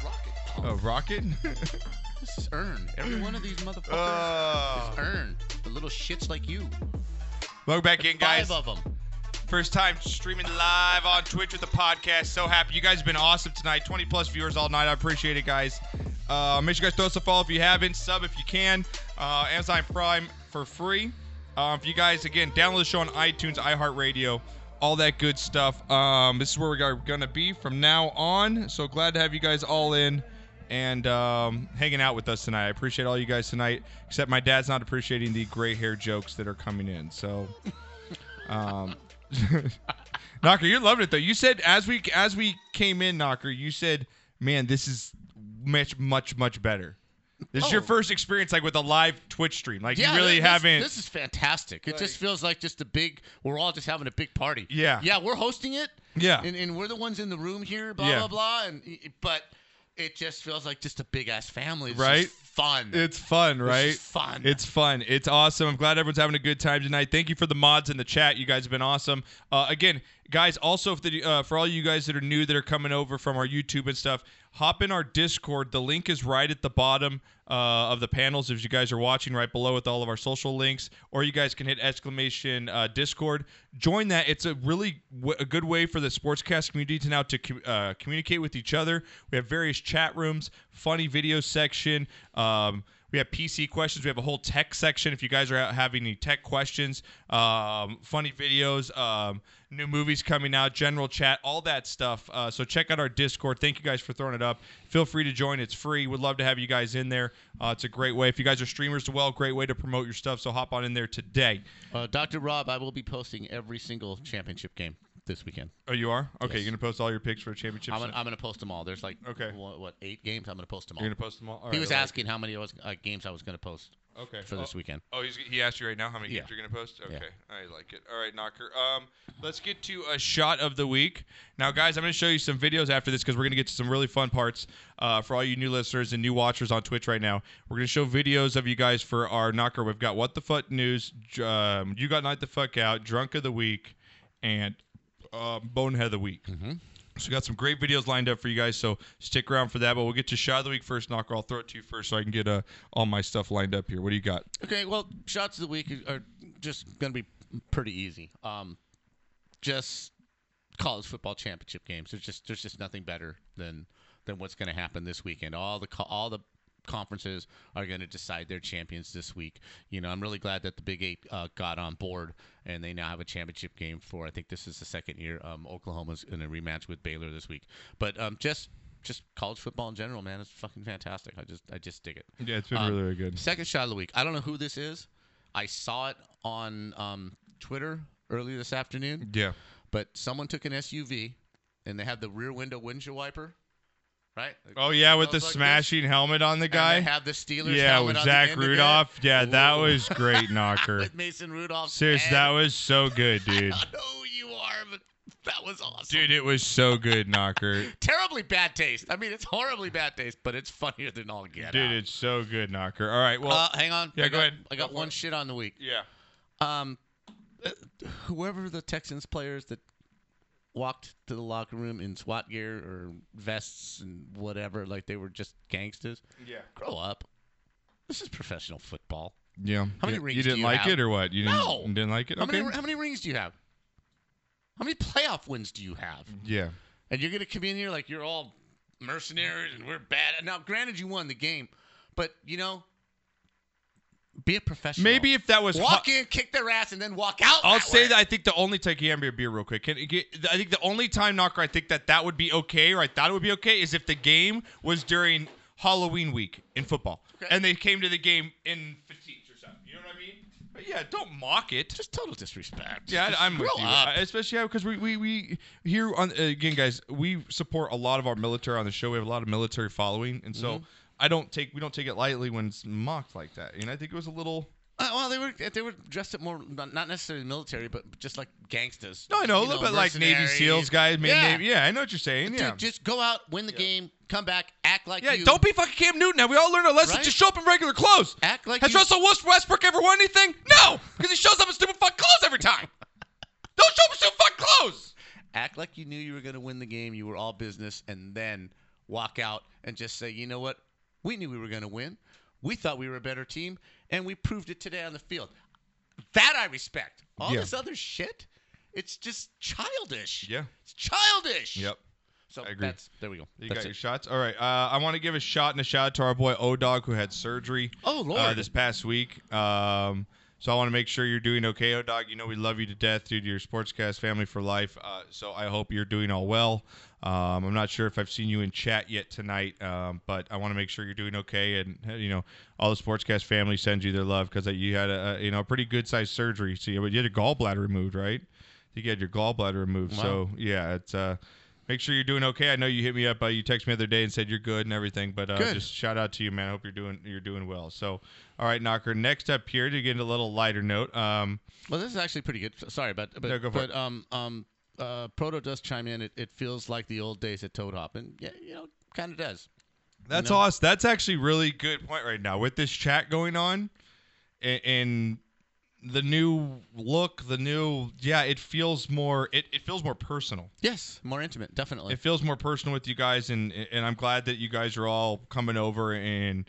Speaker 2: Rocket. Oh, rocket?
Speaker 3: This is earned. Every one of these motherfuckers
Speaker 2: Oh.
Speaker 3: is earned. The little shits like you.
Speaker 2: Welcome back in, guys.
Speaker 3: Five of them.
Speaker 2: First time streaming live on Twitch with the podcast. So happy. You guys have been awesome tonight. 20 plus viewers all night. I appreciate it, guys. Uh, make sure you guys throw us a follow if you haven't. Sub if you can. Uh, Amazon Prime for free. Uh, if you guys, again, download the show on iTunes, iHeartRadio, all that good stuff. Um, this is where we are going to be from now on. So glad to have you guys all in and um, hanging out with us tonight. I appreciate all you guys tonight, except my dad's not appreciating the gray hair jokes that are coming in. So. Um, Knocker, you're loving it though. You said as we as we came in, Knocker, you said, "Man, this is much much much better." This is your
Speaker 3: Oh.
Speaker 2: first experience like with a live Twitch stream. Like
Speaker 3: yeah,
Speaker 2: you really
Speaker 3: this,
Speaker 2: haven't.
Speaker 3: This is fantastic. It just feels like just a big. We're all just having a big party.
Speaker 2: Yeah.
Speaker 3: Yeah, we're hosting it.
Speaker 2: Yeah.
Speaker 3: And, and we're the ones in the room here. Blah
Speaker 2: Yeah.
Speaker 3: blah blah. And but it just feels like just a big ass family. It's just
Speaker 2: right
Speaker 3: fun.
Speaker 2: It's fun, right?
Speaker 3: just fun.
Speaker 2: It's fun. It's awesome. I'm glad everyone's having a good time tonight. Thank you for the mods in the chat. You guys have been awesome. Uh, again, guys also if the, uh, for all you guys that are new that are coming over from our youtube and stuff hop in our discord the link is right at the bottom uh, of the panels if you guys are watching right below with all of our social links or you guys can hit exclamation uh, discord join that it's a really w- a good way for the sportscast community to now to com- uh, communicate with each other we have various chat rooms funny video section um, we have PC questions. We have a whole tech section. If you guys are out having any tech questions, um, funny videos, um, new movies coming out, general chat, all that stuff. Uh, so check out our Discord. Thank you guys for throwing it up. Feel free to join. It's free. Would love to have you guys in there. Uh, it's a great way. If you guys are streamers as well, great way to promote your stuff. So hop on in there today.
Speaker 3: Uh, Dr. Rob, I will be posting every single championship game this weekend.
Speaker 2: Oh, you are? Okay,
Speaker 3: Yes.
Speaker 2: you're going to post all your picks for championships?
Speaker 3: I'm gonna, I'm gonna post them all. There's like
Speaker 2: okay,
Speaker 3: what, what, eight games? I'm gonna post them all.
Speaker 2: You're gonna post them all? All
Speaker 3: he
Speaker 2: right,
Speaker 3: was
Speaker 2: I like
Speaker 3: asking how many I was, uh, games I was gonna post.
Speaker 2: Okay.
Speaker 3: For this
Speaker 2: Oh-
Speaker 3: weekend.
Speaker 2: Oh, he's, he asked you right now how many
Speaker 3: Yeah.
Speaker 2: games you're going to post? Okay.
Speaker 3: Yeah.
Speaker 2: I like it. All right, Knocker. Um, let's get to a shot of the week. Now, guys, I'm going to show you some videos after this because we're going to get to some really fun parts uh, for all you new listeners and new watchers on Twitch right now. We're going to show videos of you guys for our Knocker. We've got What the Fuck News, J- um, You Got Night the Fuck Out, Drunk of the Week, and uh, Bonehead of the Week. Mm-hmm. So we got some great videos lined up for you guys. So stick around for that. But we'll get to shot of the week first, Knocker. I'll throw it to you first so I can get uh, all my stuff lined up here. What do you got?
Speaker 3: Okay, well, shots of the week are just going to be pretty easy. Um, just college football championship games. There's just there's just nothing better than than what's going to happen this weekend. All the co- all the conferences are going to decide their champions this week. You know, I'm really glad that the Big Eight uh, got on board and they now have a championship game for. I think this is the second year. Um, Oklahoma's in a rematch with Baylor this week, but um, just. Just college football in general, man, it's fucking fantastic. I just, I just dig it.
Speaker 2: Yeah, it's been
Speaker 3: Um,
Speaker 2: really, really good.
Speaker 3: Second shot of the week. I don't know who this is. I saw it on um, Twitter earlier this afternoon.
Speaker 2: Yeah.
Speaker 3: But someone took an SUV and they had the rear window windshield wiper, right?
Speaker 2: Oh yeah, with the
Speaker 3: Goes like this.
Speaker 2: smashing helmet on the
Speaker 3: And
Speaker 2: guy.
Speaker 3: they have the Steelers
Speaker 2: Yeah,
Speaker 3: helmet
Speaker 2: with
Speaker 3: on the
Speaker 2: Zach
Speaker 3: end of it.
Speaker 2: Rudolph. Yeah, that
Speaker 3: Ooh.
Speaker 2: was great, Knocker.
Speaker 3: With Mason Rudolph.
Speaker 2: Serious, that was so good, dude.
Speaker 3: That was awesome.
Speaker 2: Dude, it was so good, Knocker.
Speaker 3: Terribly bad taste. I mean, it's horribly bad taste, but it's funnier than all get
Speaker 2: Dude,
Speaker 3: out.
Speaker 2: it's so good, Knocker. All right, well,
Speaker 3: uh, hang on.
Speaker 2: Yeah,
Speaker 3: I
Speaker 2: go
Speaker 3: got-
Speaker 2: ahead.
Speaker 3: I got one shit on the week.
Speaker 2: Yeah.
Speaker 3: Um, uh, whoever the Texans players that walked to the locker room in SWAT gear or vests and whatever, like they were just gangsters.
Speaker 2: Yeah.
Speaker 3: Grow up. This is professional football.
Speaker 2: Yeah.
Speaker 3: How many
Speaker 2: you,
Speaker 3: rings
Speaker 2: You
Speaker 3: do
Speaker 2: didn't
Speaker 3: you
Speaker 2: like
Speaker 3: have?
Speaker 2: it or what? You didn't,
Speaker 3: No.
Speaker 2: you didn't like it.
Speaker 3: How
Speaker 2: okay.
Speaker 3: many how many rings do you have? How many playoff wins do you have?
Speaker 2: yeah.
Speaker 3: And you're gonna come in here like you're all mercenaries and we're bad. Now, granted, you won the game, but you know, be a professional.
Speaker 2: Maybe if that was
Speaker 3: walk in, kick their ass, and then walk out.
Speaker 2: I'll
Speaker 3: that
Speaker 2: say
Speaker 3: way.
Speaker 2: that I think the only time can be a beer real quick. Can, can, I think the only time knocker I think that that would be okay or I thought it would be okay is if the game was during Halloween week in football and they came to the game in fatigues or something. You know what I mean? But yeah, don't mock it.
Speaker 3: Just total disrespect.
Speaker 2: Yeah,
Speaker 3: Just
Speaker 2: I, I'm with
Speaker 3: grow
Speaker 2: you.
Speaker 3: up.
Speaker 2: I- Especially because we, we we here on again, guys, we support a lot of our military on the show. We have a lot of military following, and so
Speaker 3: Mhm.
Speaker 2: I don't take we don't take it lightly when it's mocked like that. And I think it was a little.
Speaker 3: Uh, well, they were they were dressed up more not not necessarily military, but just like gangsters.
Speaker 2: No, I know a
Speaker 3: You
Speaker 2: little bit like Navy
Speaker 3: mercenaries.
Speaker 2: SEALs guys. Maybe,
Speaker 3: yeah,
Speaker 2: Navy, yeah, I know what you're saying.
Speaker 3: dude,
Speaker 2: yeah,
Speaker 3: just go out, win the game, come back, act like
Speaker 2: Yeah,
Speaker 3: you.
Speaker 2: don't be fucking Cam Newton. Now we all learned our lesson.
Speaker 3: Right?
Speaker 2: Just show up in regular clothes.
Speaker 3: Act like
Speaker 2: Has
Speaker 3: you-
Speaker 2: Russell West- Westbrook ever won anything? No, because he shows up in stupid fucking clothes every time. Don't show up in stupid fucking clothes.
Speaker 3: act like you knew you were going to win the game. You were all business, and then walk out and just say, you know what, we knew we were going to win. We thought we were a better team, and we proved it today on the field. That I respect. All
Speaker 2: Yeah.
Speaker 3: this other shit, it's just childish.
Speaker 2: Yeah.
Speaker 3: it's childish.
Speaker 2: Yep.
Speaker 3: So
Speaker 2: I agree.
Speaker 3: that's there we go.
Speaker 2: You
Speaker 3: That's
Speaker 2: got
Speaker 3: it.
Speaker 2: your shots. All right. Uh, I want to give a shot and a shout out to our boy O Dog who had surgery.
Speaker 3: Oh, Lord.
Speaker 2: Uh, this past week. Um, so I want to make sure you're doing okay, O Dog. You know we love you to death, dude. You're a sportscast family for life. Uh, so I hope you're doing all well. Um, I'm not sure if I've seen you in chat yet tonight, um, but I want to make sure you're doing okay. And uh, you know, all the sportscast family sends you their love because you had a, a you know a pretty good sized surgery. So you you had your gallbladder removed, right? I think you had your gallbladder removed.
Speaker 10: Wow.
Speaker 2: So yeah, it's uh, make sure you're doing okay. I know you hit me up. Uh, you texted me the other day and said you're good and everything. But uh,
Speaker 10: Good.
Speaker 2: just shout out to you, man. I hope you're doing you're doing well. So all right, Knocker. Next up here to get into a little lighter note. Um,
Speaker 3: Well, this is actually pretty good. S- Sorry, but but,
Speaker 2: No, go for
Speaker 3: but
Speaker 2: it.
Speaker 3: um um uh, Proto does chime in. It, it feels like the old days at Toad Hop, and yeah, you know, kind of does.
Speaker 2: that's
Speaker 3: No.
Speaker 2: awesome. That's actually really good point right now with this chat going on, and. and the new look, the new yeah, it feels more it, it feels more personal.
Speaker 3: Yes, more intimate, definitely.
Speaker 2: It feels more personal with you guys, and and I'm glad that you guys are all coming over and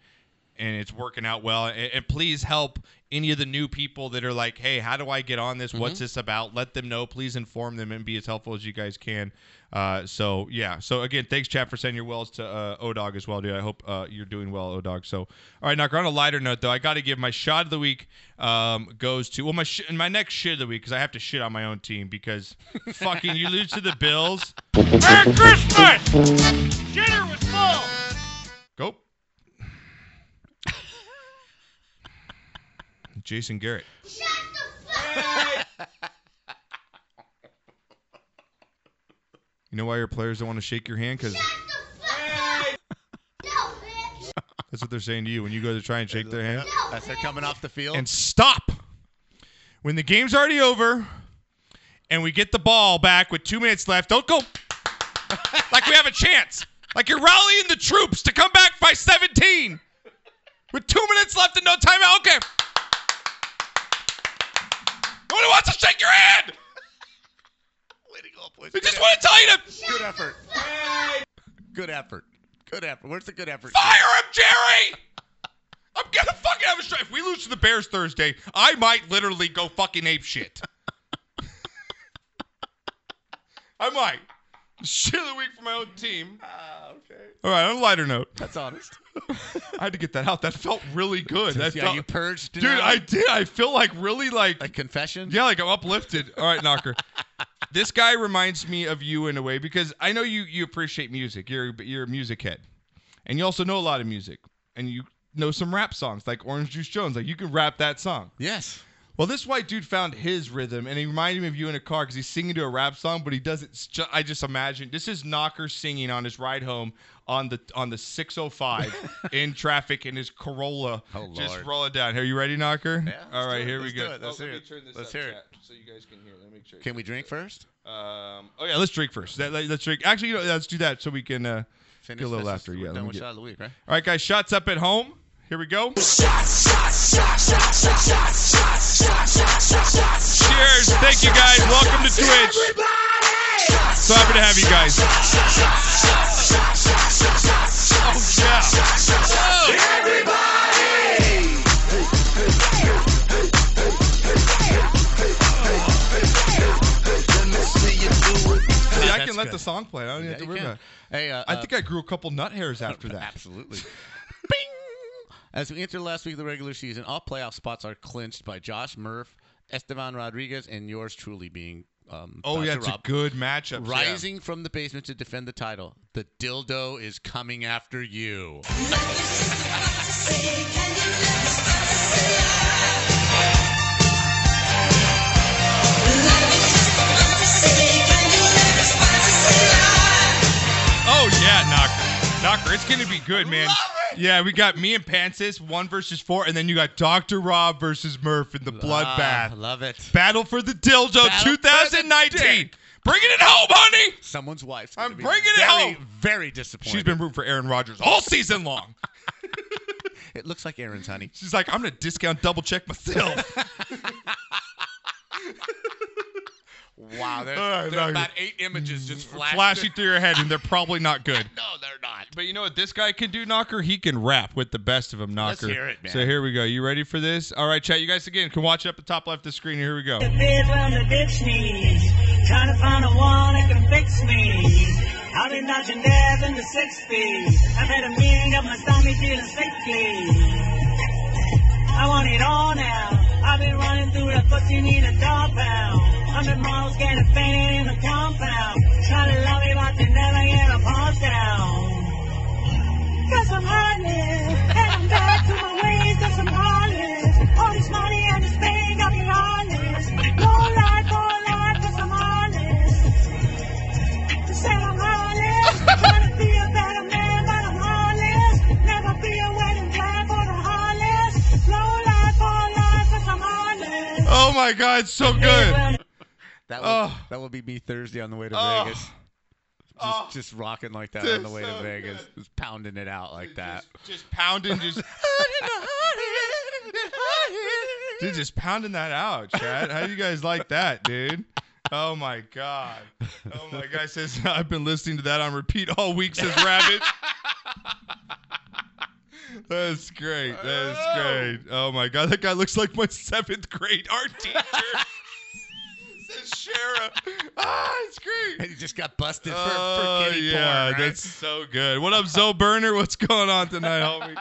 Speaker 2: and it's working out well. And, and please help any of the new people that are like, hey, how do I get on this? What's
Speaker 3: Mhm.
Speaker 2: this about? Let them know. Please inform them and be as helpful as you guys can. Uh, so yeah. So again, thanks, Chad, for sending your wells to uh, Odog as well, dude. I hope uh, you're doing well, Odog. So all right, Knocker. On a lighter note, though, I got to give my shot of the week um, goes to well, my sh- my next shit of the week because I have to shit on my own team because fucking you lose to the Bills.
Speaker 13: Merry Christmas! Dinner was full!
Speaker 2: Go. Jason Garrett. You know why your players don't want to shake your hand? Because that's what they're saying to you when you go to try and shake their hand.
Speaker 3: That's they're coming off the field.
Speaker 2: And stop. When the game's already over and we get the ball back with two minutes left, don't go like we have a chance. Like you're rallying the troops to come back by 17 with two minutes left and no timeout. Okay. Nobody wants to shake your hand.
Speaker 3: Boys,
Speaker 2: They
Speaker 3: good
Speaker 2: just want to tell you to
Speaker 3: effort. Good effort. Good effort. Good effort. Where's the good effort?
Speaker 2: Fire him, Jerry! I'm gonna fucking have a strike. If we lose to the Bears Thursday, I might literally go fucking ape shit. I might. Shit of the week for my own team.
Speaker 3: Ah, okay.
Speaker 2: All right, on a lighter note,
Speaker 3: That's honest.
Speaker 2: I had to get that out. That felt really good. That
Speaker 3: yeah,
Speaker 2: felt-
Speaker 3: you purged.
Speaker 2: Dude, I did. I feel like really like
Speaker 3: a confession.
Speaker 2: Yeah, like I'm uplifted. All right, Knocker. this guy reminds me of you in a way because I know you you appreciate music. You're you're a music head, and you also know a lot of music, and you know some rap songs like Orange Juice Jones. Like you can rap that song.
Speaker 3: Yes.
Speaker 2: Well, this white dude found his rhythm, and he reminded me of you in a car because he's singing to a rap song, but he doesn't. s- ju- I just imagine this is Knocker singing on his ride home on the on the 605 in traffic in his Corolla,
Speaker 3: Oh,
Speaker 2: just
Speaker 3: Lord.
Speaker 2: rolling down. Here, you ready, Knocker?
Speaker 3: Yeah,
Speaker 2: All
Speaker 3: let's
Speaker 2: right,
Speaker 3: do it,
Speaker 2: here
Speaker 3: let's
Speaker 2: we go.
Speaker 3: do it, let's
Speaker 2: Oh,
Speaker 3: hear
Speaker 2: let
Speaker 3: it,
Speaker 2: me turn this
Speaker 3: let's
Speaker 2: up,
Speaker 3: hear it.
Speaker 2: chat, So you guys can hear. Let me make sure.
Speaker 3: Can we drink first?
Speaker 2: Um, oh yeah, let's drink first. Let, us drink. Actually, you know, let's do that so we can uh,
Speaker 3: Finish
Speaker 2: get a little
Speaker 3: this.
Speaker 2: laughter.
Speaker 3: We're
Speaker 2: Yeah, let
Speaker 3: done
Speaker 2: me
Speaker 3: with
Speaker 2: get-
Speaker 3: shot of the week, right?
Speaker 2: All right, guys, shots up at home. Here we go. Cheers! Thank you, guys. Welcome to Twitch. So happy to have you guys. Oh yeah! See, I can
Speaker 3: That's
Speaker 2: let
Speaker 3: good.
Speaker 2: the song play. I don't even
Speaker 3: Yeah,
Speaker 2: have to
Speaker 3: you
Speaker 2: worry
Speaker 3: can.
Speaker 2: about. it.
Speaker 3: Hey, uh,
Speaker 2: I
Speaker 3: uh,
Speaker 2: think I grew a couple nut hairs after that.
Speaker 3: Absolutely. As we enter the last week of the regular season, all playoff spots are clinched by Josh Murph, Esteban Rodriguez, and yours truly being. Um,
Speaker 2: Oh,
Speaker 3: Dr.
Speaker 2: yeah, it's a
Speaker 3: Rob.
Speaker 2: good matchup. yeah.
Speaker 3: Rising from the basement to defend the title, the dildo is coming after you.
Speaker 2: Oh yeah, Knocker. Knocker, it's gonna be good, man. Yeah, we got me and Pansis, one versus four, and then you got Dr. Rob versus Murph in the
Speaker 3: Ah,
Speaker 2: bloodbath.
Speaker 3: love it.
Speaker 2: Battle for the Dildo
Speaker 3: Battle for the
Speaker 2: 2019. Bring it at home, honey!
Speaker 3: Someone's wife.
Speaker 2: I'm bringing it
Speaker 3: very,
Speaker 2: home.
Speaker 3: Very disappointed.
Speaker 2: She's been rooting for Aaron Rodgers all season long.
Speaker 3: It looks like Aaron's honey.
Speaker 2: She's like, I'm gonna discount double check myself.
Speaker 3: Wow, there's,
Speaker 2: All right,
Speaker 3: there
Speaker 2: Knocker.
Speaker 3: are about eight images just
Speaker 2: Mm,
Speaker 3: flashing.
Speaker 2: Flashing through your head, and they're probably not good.
Speaker 3: No, they're not.
Speaker 2: But you know what this guy can do, Knocker? He can rap with the best of them,
Speaker 3: Let's
Speaker 2: Knocker.
Speaker 3: hear it, man.
Speaker 2: So here we go. You ready for this? All right, chat. You guys again can watch it up the top left of the screen. Here we go.
Speaker 9: The bed round the bitch knees. Trying to find a one that can fix me. I've been dodging death in the six feet. I've had a meeting, got my stomach feeling sickly. I want it all now. I've been running through the pussy in a dog pound. Hundred miles getting fainted in the compound. Try to love me, but they never get a pause down. Cause I'm heartless, and I'm back to my ways, cause I'm heartless. All this money and this pain got me honest. No lie, no lie, cause I'm honest. Just said I'm honest, trying to be a better man, but I'm honest. Never be a wedding plan for the heartless. No lie, no lie, cause I'm honest.
Speaker 2: Oh my God, it's so good.
Speaker 3: That will,
Speaker 2: Oh.
Speaker 3: that will be me Thursday on the way to
Speaker 2: Oh.
Speaker 3: Vegas. Just, just rocking like that on the way to Vegas. Just pounding it out like that.
Speaker 2: Just pounding, just. Dude, just pounding that out, Chad. How do you guys like that, dude? Oh my god. Oh my guy says I've been listening to that on repeat all week, says Rabbit. That's great. That's great. Oh my god, that guy looks like my seventh grade art teacher. says Shara. Ah, it's great.
Speaker 3: And he just got busted for,
Speaker 2: Oh,
Speaker 3: for kitty
Speaker 2: yeah,
Speaker 3: porn, right?
Speaker 2: that's so good. What up, Zoe Burner? What's going on tonight, homie?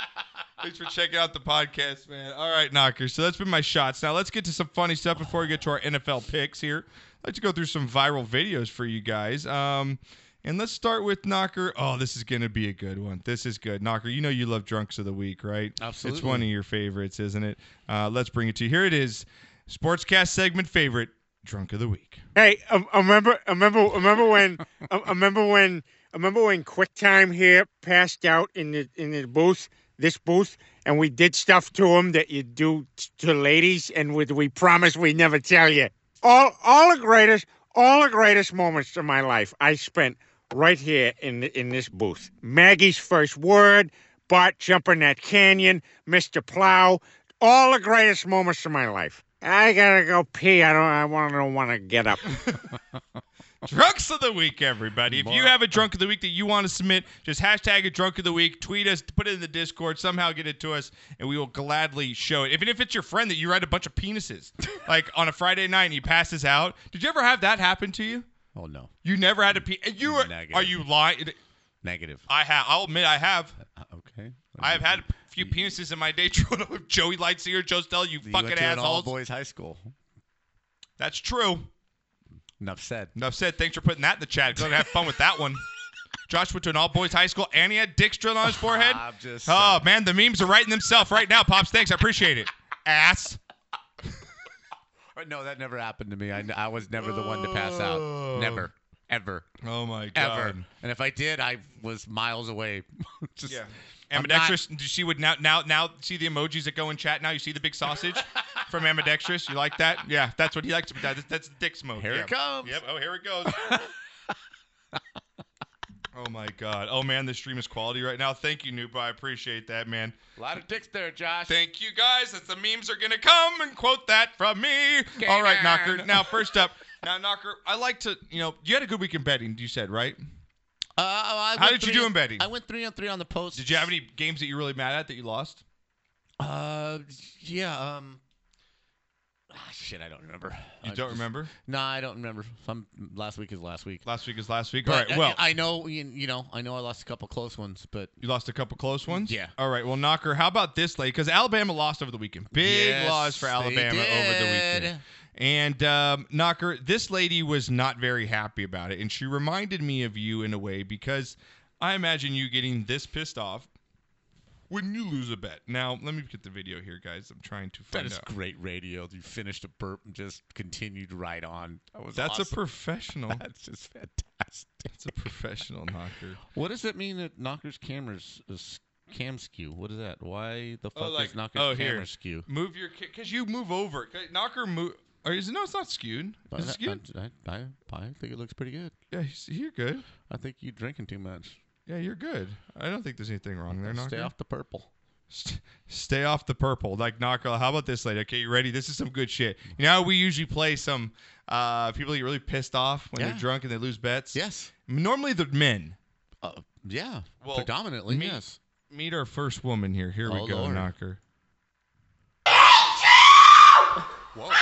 Speaker 2: Thanks for checking out the podcast, man. All right, knockers. So that's been my shots. Now let's get to some funny stuff before we get to our NFL picks here. I'd like to go through some viral videos for you guys. Um, and let's start with Knocker. Oh, this is going to be a good one. This is good. Knocker, you know you love Drunks of the Week, right?
Speaker 3: Absolutely.
Speaker 2: It's one of your favorites, isn't it? Uh, let's bring it to you. Here it is. Sportscast segment favorite, Drunk of the Week.
Speaker 14: Hey, um, I, I remember, I remember, I remember when, I, I remember when, I remember when QuickTime here passed out in the in the booth, this booth, and we did stuff to him that you do t- to ladies, and with we promise we never tell you. All, all the greatest, all the greatest moments of my life I spent right here in the, in this booth. Maggie's first word, Bart jumping that canyon, Mister Plow, all the greatest moments of my life. I gotta go pee. I don't. I want to want to get up.
Speaker 2: Drunks of the week, everybody. If you have a drunk of the week that you want to submit, just hashtag a drunk of the week, tweet us, put it in the Discord, somehow get it to us, and we will gladly show it. Even if it's your friend that you write a bunch of penises, like on a Friday night and he passes out. Did you ever have that happen to you?
Speaker 3: Oh no.
Speaker 2: You never had a pe- and You were, are you lying?
Speaker 3: Negative. Uh,
Speaker 2: I have. I'll admit I have.
Speaker 3: Okay.
Speaker 2: I have had a few penises in my day. Joey Lightseer, Joe Stell, you
Speaker 3: You
Speaker 2: fucking
Speaker 3: went to an all
Speaker 2: assholes.
Speaker 3: boys high school.
Speaker 2: That's true.
Speaker 3: Enough said.
Speaker 2: Enough said. Thanks for putting that in the chat. Go and have fun with that one. Josh went to an all boys high school and he had dicks drilled on his forehead.
Speaker 3: I'm just
Speaker 2: oh, man, the memes are writing themselves right now. Pops, thanks. I appreciate it. Ass.
Speaker 3: Or No, that never happened to me. I, I was never the one to pass out. Never. Ever.
Speaker 2: Oh my
Speaker 3: Ever.
Speaker 2: God.
Speaker 3: And if I did, I was miles away. Just
Speaker 2: Yeah.
Speaker 3: I'm
Speaker 2: Ambidextrous, do you see what now now now see the emojis that go in chat now? You see the big sausage from ambidextrous? You like that? Yeah, that's what he likes. That- That's, that's the dick's mode.
Speaker 3: Here
Speaker 2: yeah.
Speaker 3: it comes.
Speaker 2: Yep. Oh, here it goes. oh my god. Oh man, this stream is quality right now. Thank you, Noob. I appreciate that, man.
Speaker 3: A lot of dicks there, Josh.
Speaker 2: Thank you guys. That's the memes are gonna come and quote that from me. All right, Knocker. Now, first up, now Knocker. I like to, you know, you had a good week in betting. You said right.
Speaker 3: Uh, I
Speaker 2: How
Speaker 3: went
Speaker 2: did you
Speaker 3: three-
Speaker 2: do in betting?
Speaker 3: I went three on three on the post.
Speaker 2: Did you have any games that you're really mad at that you lost?
Speaker 3: Uh, yeah. Um, ah, shit, I don't remember.
Speaker 2: You
Speaker 3: I
Speaker 2: don't
Speaker 3: just-
Speaker 2: remember?
Speaker 3: No, I don't remember. Some last week is last week.
Speaker 2: Last week is last week.
Speaker 3: But uh,
Speaker 2: All right.
Speaker 3: I-
Speaker 2: Well,
Speaker 3: I, know you, you know I know I lost a couple close ones, but
Speaker 2: you lost a couple close ones.
Speaker 3: Yeah.
Speaker 2: All right. Well, Knocker, how about this, lady? Because Alabama lost over the weekend. Big
Speaker 3: Yes,
Speaker 2: loss for
Speaker 3: they
Speaker 2: Alabama over the
Speaker 3: did.
Speaker 2: weekend. And um, Knocker, this lady was not very happy about it, and she reminded me of you in a way because I imagine you getting this pissed off when you lose a bet. Now, let me get the video here, guys. I'm trying to
Speaker 3: that
Speaker 2: find
Speaker 3: is
Speaker 2: out.
Speaker 3: great radio. You finished a burp and just continued right on. That was
Speaker 2: That's a
Speaker 3: awesome.
Speaker 2: professional.
Speaker 3: That's just fantastic.
Speaker 2: That's a professional knocker.
Speaker 3: What does that mean that Knocker's cameras is cam skew? What is that? Why the fuck is Knocker's
Speaker 2: oh,
Speaker 3: camera
Speaker 2: here.
Speaker 3: skew?
Speaker 2: Move your because you move over. 'Kay, Knocker move. Or is it, no, it's not skewed. Is it
Speaker 3: I-
Speaker 2: skewed?
Speaker 3: I, I, I think it looks pretty good.
Speaker 2: Yeah, you see, you're good.
Speaker 3: I think you're drinking too much.
Speaker 2: Yeah, you're good. I don't think there's anything wrong there.
Speaker 3: Stay
Speaker 2: Knocker.
Speaker 3: off the purple.
Speaker 2: St- stay off the purple. Like knocker. How about this lady? Okay, you ready? This is some good shit. You know how we usually play some uh, people get really pissed off when
Speaker 3: Yeah.
Speaker 2: they're drunk and they lose bets.
Speaker 3: Yes.
Speaker 2: Normally the men.
Speaker 3: Uh, yeah.
Speaker 2: Well,
Speaker 3: predominantly,
Speaker 2: me-
Speaker 3: yes.
Speaker 2: Meet our first woman here. Here
Speaker 3: Oh,
Speaker 2: we go,
Speaker 3: Lord.
Speaker 2: knocker.
Speaker 3: Whoa.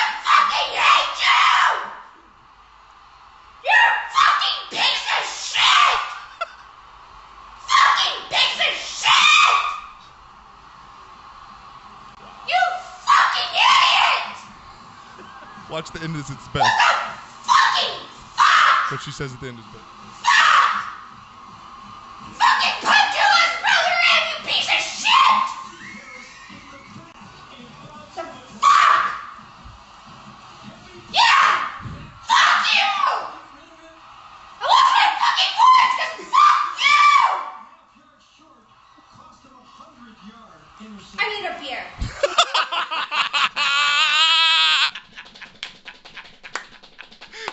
Speaker 2: Watch the end of its best. What she says at the end is best.
Speaker 15: I need a beer.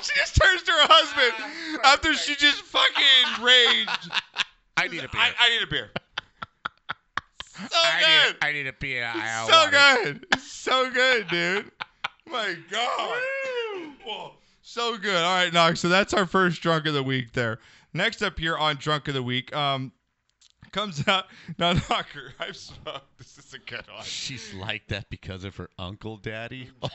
Speaker 2: She just turns to her husband after she just fucking raged.
Speaker 3: I need a beer.
Speaker 2: I, need a beer.
Speaker 10: so
Speaker 3: I
Speaker 10: good.
Speaker 3: need, I need a pee. and I- I
Speaker 10: so
Speaker 3: want it.
Speaker 10: good. It's so good, dude. My God. Whoa.
Speaker 2: So good. All right, Knox. So that's our first drunk of the week there. Next up here on drunk of the week, um, comes out now Knocker. I've smoked. This is a good one.
Speaker 3: Uh, She's like that because of her uncle daddy. Oh,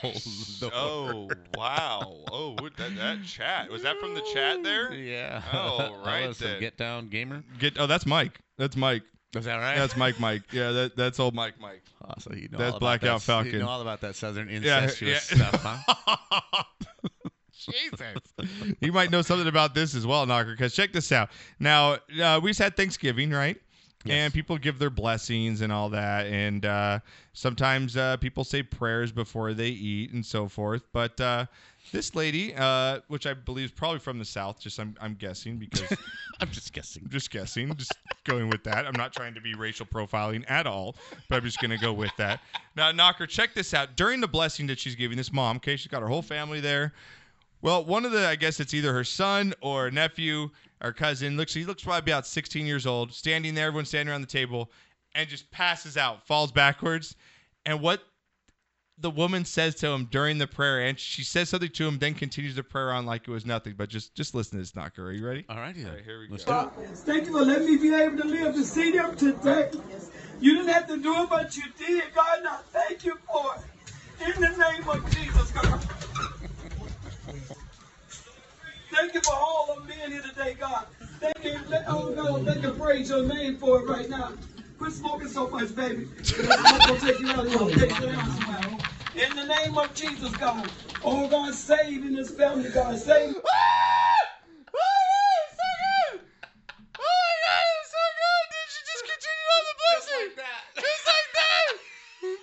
Speaker 3: Lord.
Speaker 2: Oh wow. Oh, what- that, that chat was that from the chat there?
Speaker 3: Yeah.
Speaker 2: Oh,
Speaker 3: That
Speaker 2: right
Speaker 3: was some
Speaker 2: then.
Speaker 3: Get down, gamer.
Speaker 2: Get oh, that's Mike. That's Mike.
Speaker 3: Is that right?
Speaker 2: That's Mike. Mike. Yeah, that, that's old Mike. Mike.
Speaker 3: Oh, so you know
Speaker 2: that's
Speaker 3: all about
Speaker 2: Blackout
Speaker 3: that-
Speaker 2: Falcon.
Speaker 3: You know all about that southern
Speaker 2: Yeah,
Speaker 3: incestuous
Speaker 2: yeah.
Speaker 3: stuff, huh?
Speaker 10: Jesus.
Speaker 2: you might know something about this as well, Knocker, because check this out. Now, uh, we just had Thanksgiving, right? And people give their blessings and all that. And uh, sometimes uh, people say prayers before they eat and so forth. But uh, this lady, uh, which I believe is probably from the South, just I'm, I'm guessing because.
Speaker 3: I'm just guessing.
Speaker 2: Just guessing. Just going with that. I'm not trying to be racial profiling at all, but I'm just going to go with that. Now, Knocker, check this out. During the blessing that she's giving this mom, okay, she's got her whole family there. Well, one of the, I guess it's either her son or nephew or cousin. Looks, he looks probably about 16 years old, standing there, everyone's standing around the table, and just passes out, falls backwards. And what the woman says to him during the prayer, and she says something to him, then continues the prayer on like it was nothing. But just, just listen to this, Knocker. Are you ready?
Speaker 3: All righty.
Speaker 2: All right, here we go.
Speaker 16: Thank you for letting me be able to live to see them today. You didn't have to do it, but you did, God, and I thank you for it. In the name of Jesus, God. Thank you for all of being here today, God. Thank you. Let, oh, God, let you praise your name for it right now. Quit smoking so much, baby. It's not gonna take you out. It's gonna take you down somehow. In the name of Jesus, God. Oh, God, save in this family, God. Save.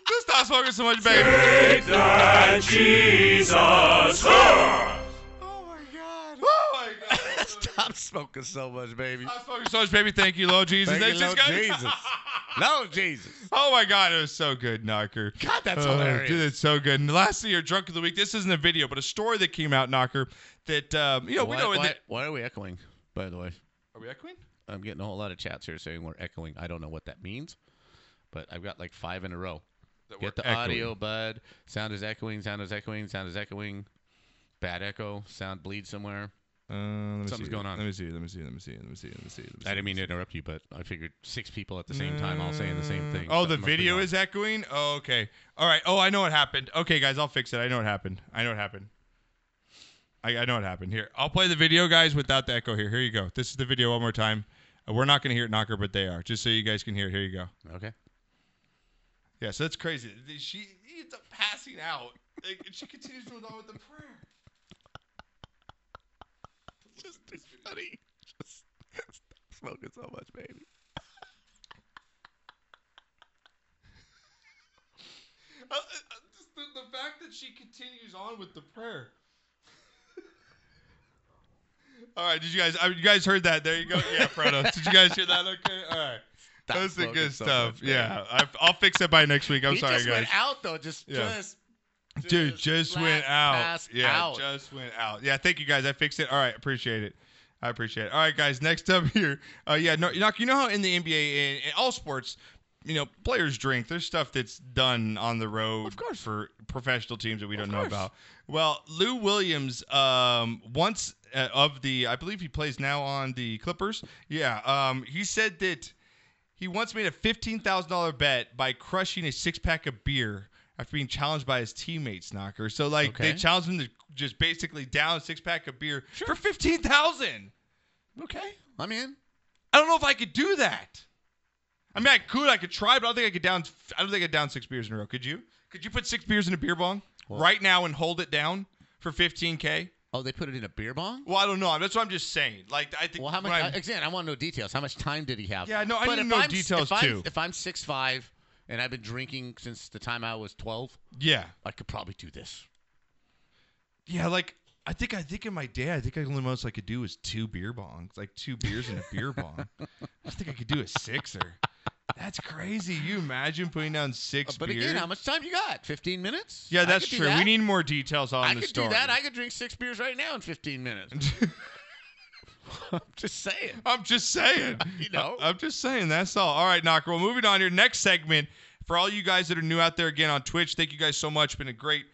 Speaker 2: Just stop smoking so much, baby. Take
Speaker 1: that, Jesus. Ah!
Speaker 2: Oh my god.
Speaker 3: Stop smoking so much, baby.
Speaker 2: Stop smoking so much, baby. Thank you, Lord Jesus.
Speaker 3: Thank you,
Speaker 2: Thanks,
Speaker 3: Lord
Speaker 2: guys.
Speaker 3: Jesus. Lord Jesus.
Speaker 2: Oh my God, it was so good, Knocker. God,
Speaker 3: that's
Speaker 2: oh,
Speaker 3: hilarious.
Speaker 2: Dude, it's so good. And lastly, your drunk of the week. This isn't a video, but a story that came out, Knocker. That um, you know,
Speaker 3: why,
Speaker 2: we know
Speaker 3: why,
Speaker 2: that
Speaker 3: why are we echoing, by the way?
Speaker 2: Are we echoing?
Speaker 3: I'm getting a whole lot of chats here saying we're echoing. I don't know what that means, but I've got like five in a row.
Speaker 2: That
Speaker 3: Get
Speaker 2: we're
Speaker 3: the audio, bud. Sound is echoing. Sound is echoing. Sound is echoing. Bad echo. Sound bleed somewhere.
Speaker 2: Uh, let me
Speaker 3: Something's
Speaker 2: see.
Speaker 3: going on.
Speaker 2: Let me see. Let me see. Let me see. Let me see. Let me see. Let me see.
Speaker 3: I didn't mean to interrupt you, but I figured six people at the same time all saying the same thing.
Speaker 2: Oh,
Speaker 3: Something
Speaker 2: the
Speaker 3: must be
Speaker 2: video
Speaker 3: wrong.
Speaker 2: is echoing. Oh, okay. All right. Oh, I know what happened. Okay, guys, I'll fix it. I know what happened. I know what happened. I, I know what happened. Here, I'll play the video, guys, without the echo. Here, here you go. This is the video one more time. Uh, We're not gonna hear it, Knocker, but they are. Just so you guys can hear it. Here you go.
Speaker 3: Okay.
Speaker 2: Yeah, so that's crazy. She he ends up passing out. Like, and she continues to go on with the prayer.
Speaker 3: Just it's funny. Just stop smoking so much, baby.
Speaker 2: Uh, uh, uh, just the, the fact that she continues on with the prayer. All right, did you guys? I mean, you guys heard that? There you go. Yeah, Fredo. did you guys hear that? Okay. All right.
Speaker 3: Stop
Speaker 2: That's the
Speaker 3: smoking
Speaker 2: good
Speaker 3: so
Speaker 2: stuff.
Speaker 3: much, baby.
Speaker 2: yeah, I, I'll fix it by next week. I'm
Speaker 3: he
Speaker 2: sorry,
Speaker 3: just
Speaker 2: guys.
Speaker 3: went out though. Just,
Speaker 2: Yeah.
Speaker 3: just
Speaker 2: Dude, just
Speaker 3: flat
Speaker 2: went out.
Speaker 3: passed
Speaker 2: Yeah,
Speaker 3: out.
Speaker 2: just went out. Yeah, thank you guys. I fixed it. All right, appreciate it. I appreciate it. All right, guys. Next up here, uh, yeah, no, you know, you know how in the NBA and, and all sports, you know, players drink. There's stuff that's done on the road, of course, for professional teams that we don't know about. Well, Lou Williams, um, once uh, of the, I believe he plays now on the Clippers. Yeah, um, he said that. He once made a $15,000 bet by crushing a six pack of beer after being challenged by his teammates, Knocker. So, like, they
Speaker 3: Okay.
Speaker 2: challenged him to just basically down a six pack of beer for 15000
Speaker 3: Okay, I'm in.
Speaker 2: I don't know if I could do that. I mean, I could, I could try, but I don't think I could down, I don't think I'd down six beers in a row. Could you? Could you put six beers in a beer bong right now and hold it down for 15K?
Speaker 3: Oh, they put it in a beer bong.
Speaker 2: Well, I don't know. That's what I'm just saying. Like, I think.
Speaker 3: Well, how much?
Speaker 2: when
Speaker 3: I,
Speaker 2: I'm-
Speaker 3: again, I want to know details. How much time did he have?
Speaker 2: Yeah, no, I
Speaker 3: But
Speaker 2: need to
Speaker 3: if
Speaker 2: know
Speaker 3: I'm s-
Speaker 2: details,
Speaker 3: if I'm,
Speaker 2: too.
Speaker 3: If I'm six five and I've been drinking since the time I was twelve,
Speaker 2: yeah.
Speaker 3: I could probably do this.
Speaker 2: Yeah, like I think I think in my day, I think I only most I could do was two beer bongs, like two beers and a beer bong. I think I could do a sixer. That's crazy. You imagine putting down six
Speaker 3: But
Speaker 2: beers?
Speaker 3: again, how much time you got? Fifteen minutes. I
Speaker 2: yeah, that's
Speaker 3: could do
Speaker 2: true. We
Speaker 3: that.
Speaker 2: need more details on
Speaker 3: I
Speaker 2: the
Speaker 3: could
Speaker 2: story.
Speaker 3: do that. I could drink six beers right now in fifteen minutes. I'm just saying.
Speaker 2: I'm just saying.
Speaker 3: You know.
Speaker 2: I, am just saying. That's all. All right, Knocker. Well, moving on here. Next segment for all you guys that are new out there again on Twitch. Thank you guys so much. Been a great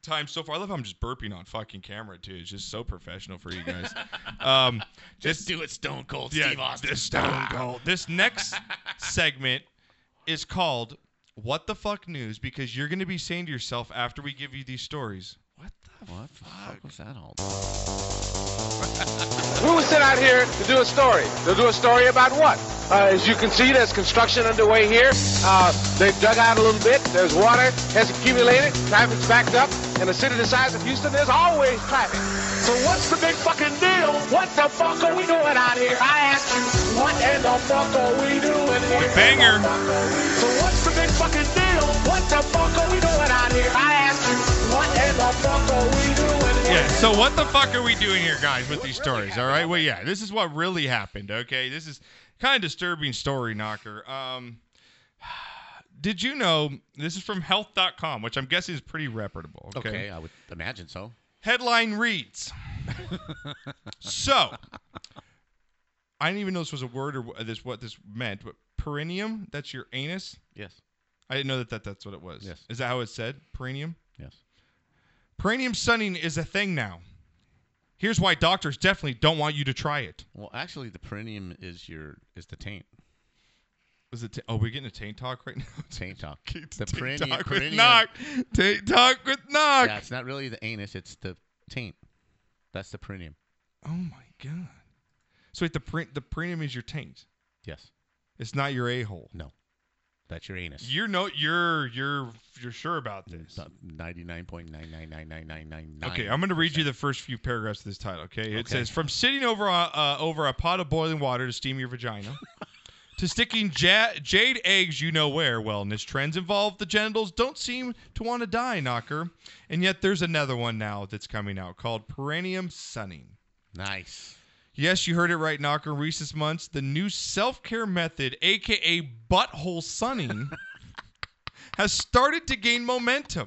Speaker 2: time so far. I love how I'm just burping on fucking camera too. It's just so professional for you guys. Um,
Speaker 3: Just do it Stone Cold Steve Austin Ah.
Speaker 2: This Stone
Speaker 3: style.
Speaker 2: Cold. This next segment is called "What the Fuck News" because you're going to be saying to yourself after we give you these stories.
Speaker 3: What the fuck was that all?
Speaker 17: We would sit out here to do a story. They'll do a story about what? Uh, as you can see, there's construction underway here. Uh, they've dug out a little bit. There's water has accumulated. Traffic's backed up. In a city the size of Houston, there's always traffic. So what's the big fucking deal? What the fuck are we doing out here? I ask you, what in the fuck are we doing here?
Speaker 2: Banger.
Speaker 17: So what's the big fucking deal? What the fuck are we doing out here? I ask you, what in the fuck are we doing here?
Speaker 2: Yeah. So what the fuck are we doing here, guys, with these stories? All right. Well, yeah. This is what really happened. Okay. This is kind of disturbing story, Knocker. Um, did you know this is from Health.com, which I'm guessing is pretty reputable. Okay.
Speaker 3: Okay, I would imagine so.
Speaker 2: Headline reads. so, I didn't even know this was a word or wh- this what this meant, but perineum. That's your anus.
Speaker 3: Yes.
Speaker 2: I didn't know that, that that's what it was.
Speaker 3: Yes.
Speaker 2: Is that how it's said? Perineum.
Speaker 3: Yes.
Speaker 2: Perineum sunning is a thing now. Here's why doctors definitely don't want you to try it.
Speaker 3: Well, actually, the perineum is your is the taint.
Speaker 2: Is it? T- oh, we're getting a taint talk right now.
Speaker 3: Taint talk. The
Speaker 2: Taint
Speaker 3: perineum.
Speaker 2: talk with
Speaker 3: perineum
Speaker 2: knock. Taint talk with knock.
Speaker 3: Yeah, it's not really the anus. It's the taint. That's the perineum.
Speaker 2: Oh my god. So wait, the per- the perineum is your taint.
Speaker 3: Yes.
Speaker 2: It's not your a hole.
Speaker 3: No. That's your anus.
Speaker 2: You know you're you're you're sure about this.
Speaker 3: Ninety-nine point nine nine nine nine nine nine nine.
Speaker 2: Okay, I'm going to read you the first few paragraphs of this title. Okay, it
Speaker 3: Okay.
Speaker 2: says from sitting over a, uh, over a pot of boiling water to steam your vagina, to sticking ja- jade eggs you know where. Wellness trends involve the genitals don't seem to want to die, knocker. And yet there's another one now that's coming out called perineum sunning.
Speaker 3: Nice.
Speaker 2: Yes, you heard it right, Knocker. In recent months, the new self care method, aka butthole sunning, has started to gain momentum.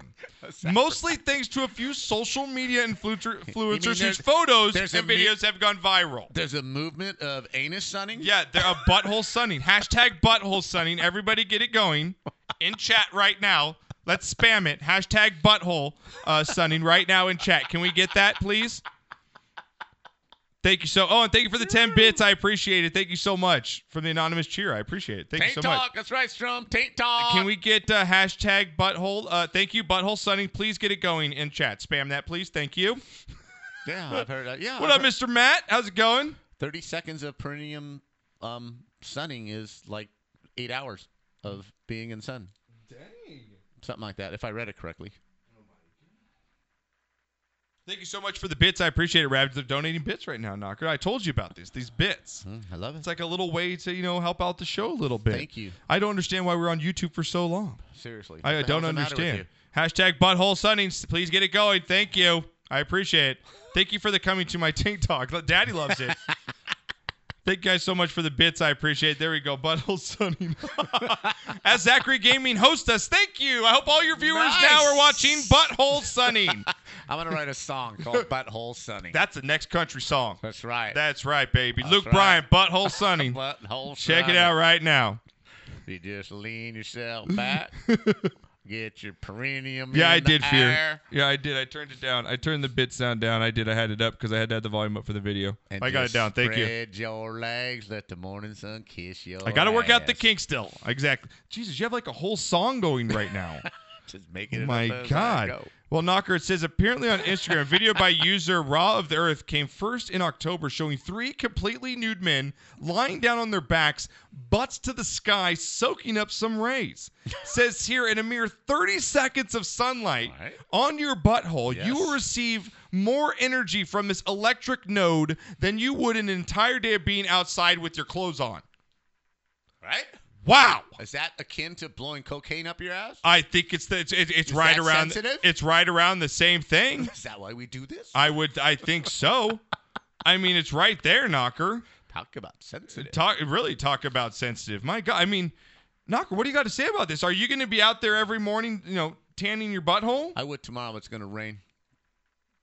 Speaker 2: Mostly thanks to a few social media influencer-
Speaker 3: You mean
Speaker 2: influencers
Speaker 3: there's-
Speaker 2: whose photos and
Speaker 3: there's a mu-
Speaker 2: videos have gone viral.
Speaker 3: There's a movement of anus sunning.
Speaker 2: Yeah, they're a butthole sunning. Hashtag butthole sunning. Everybody get it going in chat right now. Let's spam it. Hashtag butthole uh, sunning right now in chat. Can we get that, please? Thank you so. Oh, and thank you for the ten bits. I appreciate it. Thank you so much from the anonymous cheer. I appreciate it. Thank
Speaker 3: taint
Speaker 2: you so
Speaker 3: talk.
Speaker 2: much.
Speaker 3: That's right, Strum. Taint talk.
Speaker 2: Can we get uh, hashtag butthole? Uh, thank you, butthole sunning. Please get it going in chat. Spam that, please. Thank you.
Speaker 3: Yeah, I've heard that. Yeah.
Speaker 2: What
Speaker 3: I've
Speaker 2: up,
Speaker 3: heard-
Speaker 2: Mr. Matt? How's it going?
Speaker 3: Thirty seconds of perineum um, sunning is like eight hours of being in sun.
Speaker 2: Dang.
Speaker 3: Something like that, if I read it correctly.
Speaker 2: Thank you so much for the bits. I appreciate it, Rabs. They're donating bits right now, Knocker. I told you about this. These bits.
Speaker 3: Mm, I love it.
Speaker 2: It's like a little way to you know help out the show a little bit.
Speaker 3: Thank you.
Speaker 2: I don't understand why we're on YouTube for so long.
Speaker 3: Seriously.
Speaker 2: I
Speaker 3: What
Speaker 2: I
Speaker 3: the hell's
Speaker 2: don't
Speaker 3: the matter with
Speaker 2: understand.
Speaker 3: you?
Speaker 2: Hashtag butthole sunnings. Please get it going. Thank you. I appreciate it. Thank you for the coming to my Tink Talk. Daddy loves it. Thank you guys so much for the bits. I appreciate it. There we go. Butthole sunning. As Zachary Gaming host us, thank you. I hope all your viewers now are watching Butthole Sunning.
Speaker 3: I'm gonna write a song called Butthole Sunning.
Speaker 2: That's the next country song.
Speaker 3: That's right.
Speaker 2: That's right, baby.
Speaker 3: That's
Speaker 2: Luke
Speaker 3: right.
Speaker 2: Bryan, Butthole Sunning.
Speaker 3: Butthole
Speaker 2: Check
Speaker 3: Sunning.
Speaker 2: it out right now.
Speaker 3: You just lean yourself back, get your perineum.
Speaker 2: Yeah,
Speaker 3: in
Speaker 2: I
Speaker 3: the
Speaker 2: did fear.
Speaker 3: air,
Speaker 2: Yeah, I did. I turned it down. I turned the bit sound down. I did. I had it up because I had to have the volume up for the video.
Speaker 3: and
Speaker 2: I got it
Speaker 3: just
Speaker 2: down. Thank you.
Speaker 3: Spread your legs, let the morning sun kiss your.
Speaker 2: I got to work out the
Speaker 3: ass.
Speaker 2: kink still. Exactly. Jesus, you have like a whole song going right now.
Speaker 3: Just making
Speaker 2: oh
Speaker 3: it.
Speaker 2: my
Speaker 3: up as I
Speaker 2: God.
Speaker 3: go.
Speaker 2: Well, Knocker, it says apparently on Instagram, a video by user Raw of the Earth came first in October, showing three completely nude men lying down on their backs, butts to the sky, soaking up some rays. says here, in a mere 30 seconds of sunlight on your butthole, you will receive more energy from this electric node than you would an entire day of being outside with your clothes on.
Speaker 3: Right?
Speaker 2: Wow.
Speaker 3: Is that akin to blowing cocaine up your ass?
Speaker 2: I think it's the, it's, it's, it's
Speaker 3: Is
Speaker 2: right
Speaker 3: that
Speaker 2: around
Speaker 3: sensitive?
Speaker 2: it's right around the same thing.
Speaker 3: Is that why we do this?
Speaker 2: I would. I think so. I mean, it's right there, Knocker.
Speaker 3: Talk about sensitive.
Speaker 2: Talk really talk about sensitive. My God. I mean, Knocker, what do you got to say about this? Are you going to be out there every morning? You know, tanning your butthole?
Speaker 3: I would tomorrow. It's going to rain.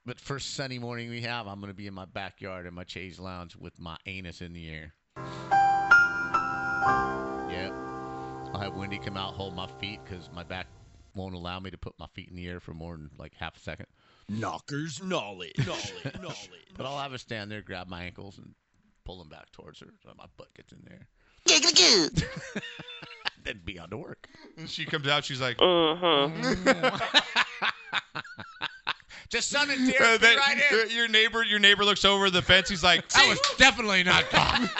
Speaker 3: But first sunny morning we have, I'm going to be in my backyard in my chaise lounge with my anus in the air. Yep. I'll have Wendy come out, hold my feet because my back won't allow me to put my feet in the air for more than like half a second.
Speaker 18: Knockers knowledge. Knowledge. Knowledge.
Speaker 3: But I'll have her stand there, grab my ankles, and pull them back towards her so my butt gets in there. then be on to work.
Speaker 2: And she comes out, she's like,
Speaker 3: Mm-hmm. Just sun and tears
Speaker 2: Uh,
Speaker 3: be
Speaker 2: that-
Speaker 3: right in.
Speaker 2: uh, Your neighbor, your neighbor looks over the fence. He's like,
Speaker 3: "That was definitely not God."
Speaker 1: Just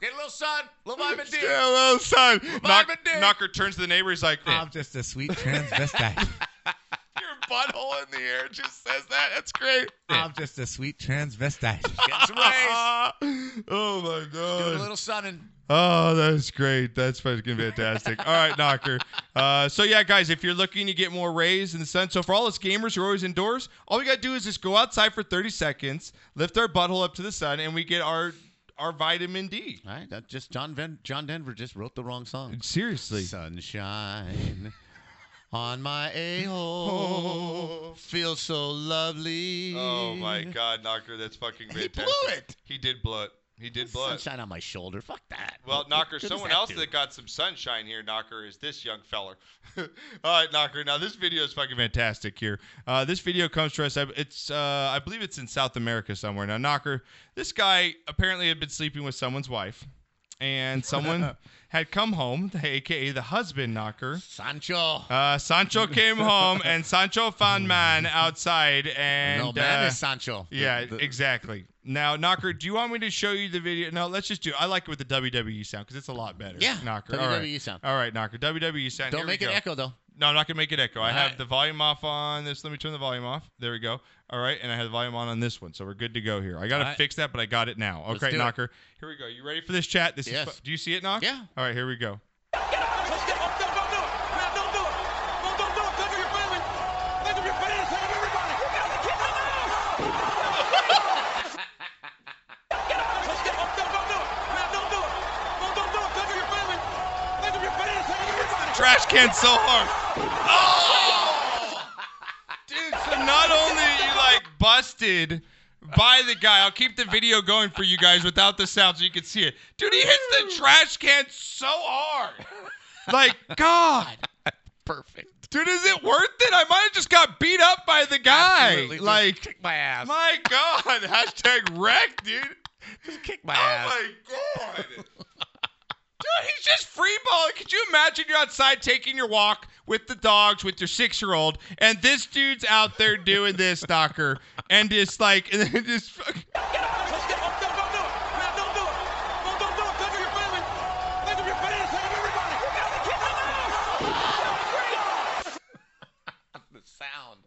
Speaker 3: get a little sun, little vitamin D.
Speaker 2: Hello, son. Knock,
Speaker 1: Vitamin D.
Speaker 2: knocker turns to the neighbor. He's like,
Speaker 19: I'm just a sweet transvestite.
Speaker 10: Your butthole in the air just says that. That's great.
Speaker 19: I'm just a sweet transvestite.
Speaker 10: oh my god.
Speaker 3: a little sunning.
Speaker 2: Oh, that's great. That's fucking fantastic. All right, Knocker. Uh, so, yeah, guys, if you're looking to get more rays in the sun, so for all us gamers who are always indoors, all we got to do is just go outside for 30 seconds, lift our butthole up to the sun, and we get our our vitamin D.
Speaker 3: All right, that just John Ven- John Denver just wrote the wrong song.
Speaker 2: Seriously.
Speaker 3: Sunshine on my a hole feels so lovely.
Speaker 2: Oh, my God, Knocker. That's fucking fantastic. He
Speaker 3: blew it.
Speaker 2: He did blow it. He did blow it.
Speaker 3: Sunshine on my shoulder. Fuck that.
Speaker 2: Well,
Speaker 3: What
Speaker 2: Knocker,
Speaker 3: good does
Speaker 2: someone
Speaker 3: that
Speaker 2: else
Speaker 3: do?
Speaker 2: that got some sunshine here, Knocker, is this young feller. All right, Knocker. Now this video is fucking fantastic here. Uh, this video comes to us. I- It's uh, I believe it's in South America somewhere. Now, Knocker, this guy apparently had been sleeping with someone's wife, and someone had come home, aka the husband, Knocker.
Speaker 3: Sancho.
Speaker 2: Uh, Sancho came home, and Sancho found man outside, and
Speaker 3: no man
Speaker 2: uh,
Speaker 3: is Sancho. The-
Speaker 2: yeah,
Speaker 3: the-
Speaker 2: exactly. Now, Knocker, do you want me to show you the video? No, let's just do. I like it with the WWE sound because it's a lot better.
Speaker 3: Yeah,
Speaker 2: Knocker. All
Speaker 3: WWE
Speaker 2: right.
Speaker 3: sound.
Speaker 2: All right, Knocker. WWE sound.
Speaker 3: Don't
Speaker 2: Here we
Speaker 3: make it
Speaker 2: go.
Speaker 3: echo though.
Speaker 2: No, I'm not gonna make it echo. I
Speaker 3: All
Speaker 2: have
Speaker 3: right.
Speaker 2: the volume off on this. Let me turn the volume off. There we go. All right, and I have the volume on on this one, so we're good to go here. I gotta
Speaker 3: All right.
Speaker 2: fix that, but I got it now.
Speaker 3: Let's
Speaker 2: Okay,
Speaker 3: do it.
Speaker 2: Knocker. Here we go. You ready for this chat? This
Speaker 3: Yes.
Speaker 2: is. fu- Do you see it, Knock? Yeah. All right, here we go. Trash can so hard. Dude, so not only are you like busted by the guy, I'll keep the video going for you guys without the sound so you can see it. Dude, he hits the trash can so hard. Like, God. Perfect. Dude, is it worth it? I might have just got beat up by the guy.
Speaker 1: Absolutely. Just
Speaker 2: Like,
Speaker 1: kick
Speaker 3: my ass.
Speaker 2: My God. Hashtag wreck, dude. Just
Speaker 3: kick
Speaker 1: my
Speaker 2: oh
Speaker 1: ass.
Speaker 2: my God. Dude, he's just free balling. Could you imagine you're outside taking your walk with the dogs with your six year old, and this dude's out there doing this, Docker, and just like, and then just fucking.
Speaker 3: The sound.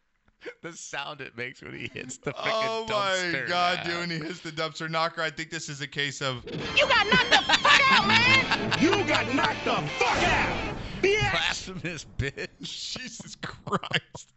Speaker 3: The sound it makes when he hits the freaking
Speaker 2: Oh my
Speaker 3: dumpster.
Speaker 2: God,
Speaker 3: man.
Speaker 2: dude, when he hits the dumpster knocker, I think this is a case of.
Speaker 1: You got knocked the fuck out, man! You got knocked the fuck out!
Speaker 3: Blasphemous bitch.
Speaker 2: Jesus Christ.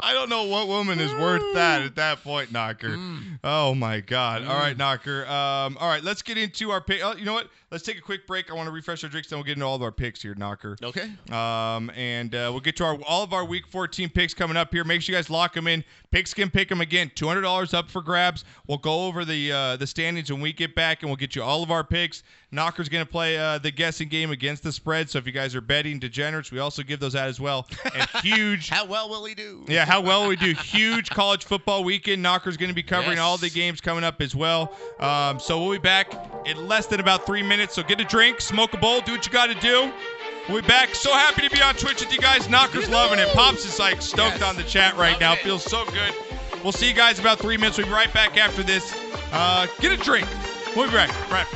Speaker 2: I don't know what woman is worth that at that point, Knocker. Oh my God! All right, Knocker. Um, all right, let's get into our pick. Oh, you know what? Let's take a quick break. I want to refresh our drinks, then we'll get into all of our picks here, Knocker.
Speaker 3: Okay.
Speaker 2: Um, and uh, we'll get to our all of our Week 14 picks coming up here. Make sure you guys lock them in. Picks can pick them again. Two hundred dollars up for grabs. We'll go over the uh, the standings when we get back, and we'll get you all of our picks. Knocker's going to play uh, the guessing game against the spread. So if you guys are betting degenerates, we also give those out as well. And huge.
Speaker 3: How well will he do?
Speaker 2: Yeah, how well we do. Huge college football weekend. Knocker's going to be covering
Speaker 3: Yes.
Speaker 2: all the games coming up as well. Um, so we'll be back in less than about three minutes. So get a drink, smoke a bowl, do what you got to do. We'll be back. So happy to be on Twitch with you guys. Knocker's loving it. Pops is like stoked on the chat right now. Feels so good. We'll see you guys in about three minutes. We'll be right back after this. Uh, get a drink. We'll be right back.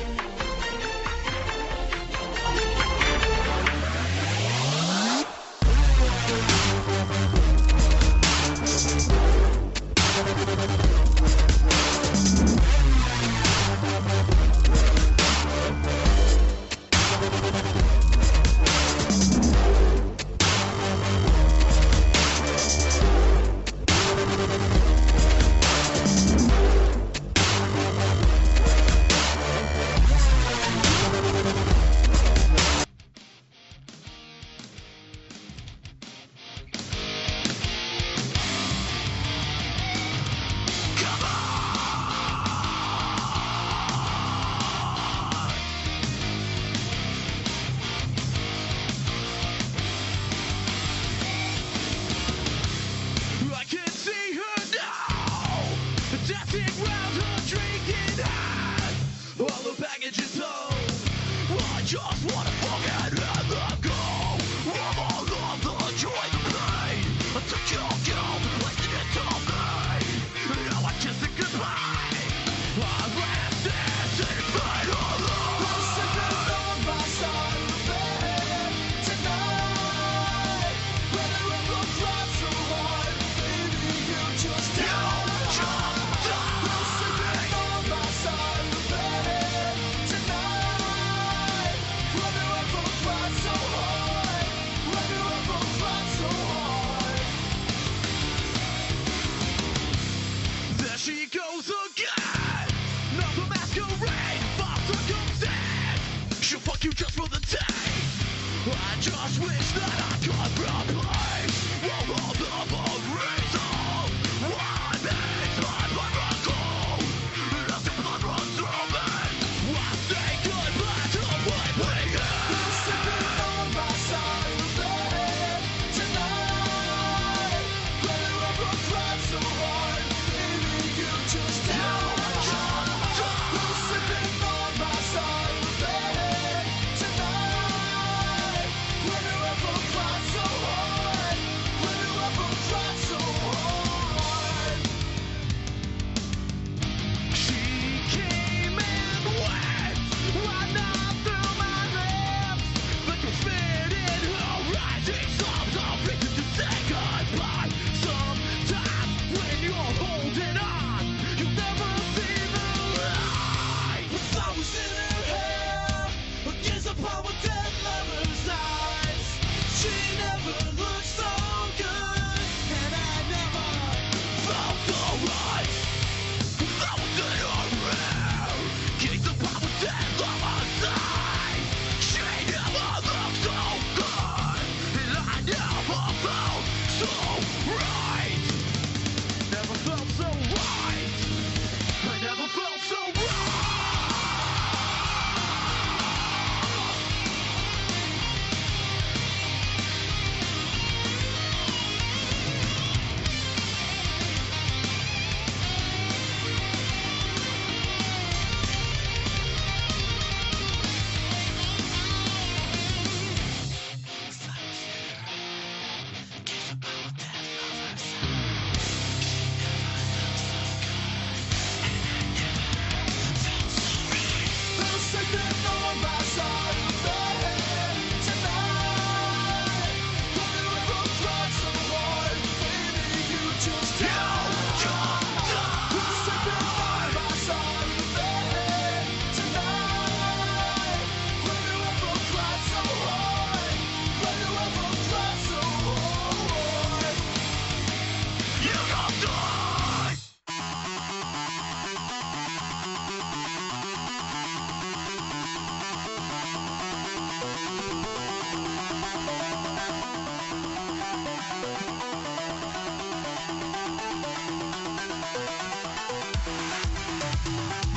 Speaker 18: just wanna fucking let them go. I'm all of the joy, the pain. I took your guilt, wasted it to me. Now I just think goodbye. I left this infant alone. I'm sick and numb, my son, bed tonight. Whether it will drive so hard, baby, you just die. I'm sick and numb, my son, bed tonight. Whether it will drive so hard, whether it will drive so hard. There she goes again. Not the masquerade, but circumstance. She'll fuck you just for the taste. I just wish that I could replace all of the reason why this my miracle. As the blood runs through me, I say goodbye to my pain. Sipping on my sunbed tonight, whether I regret so hard.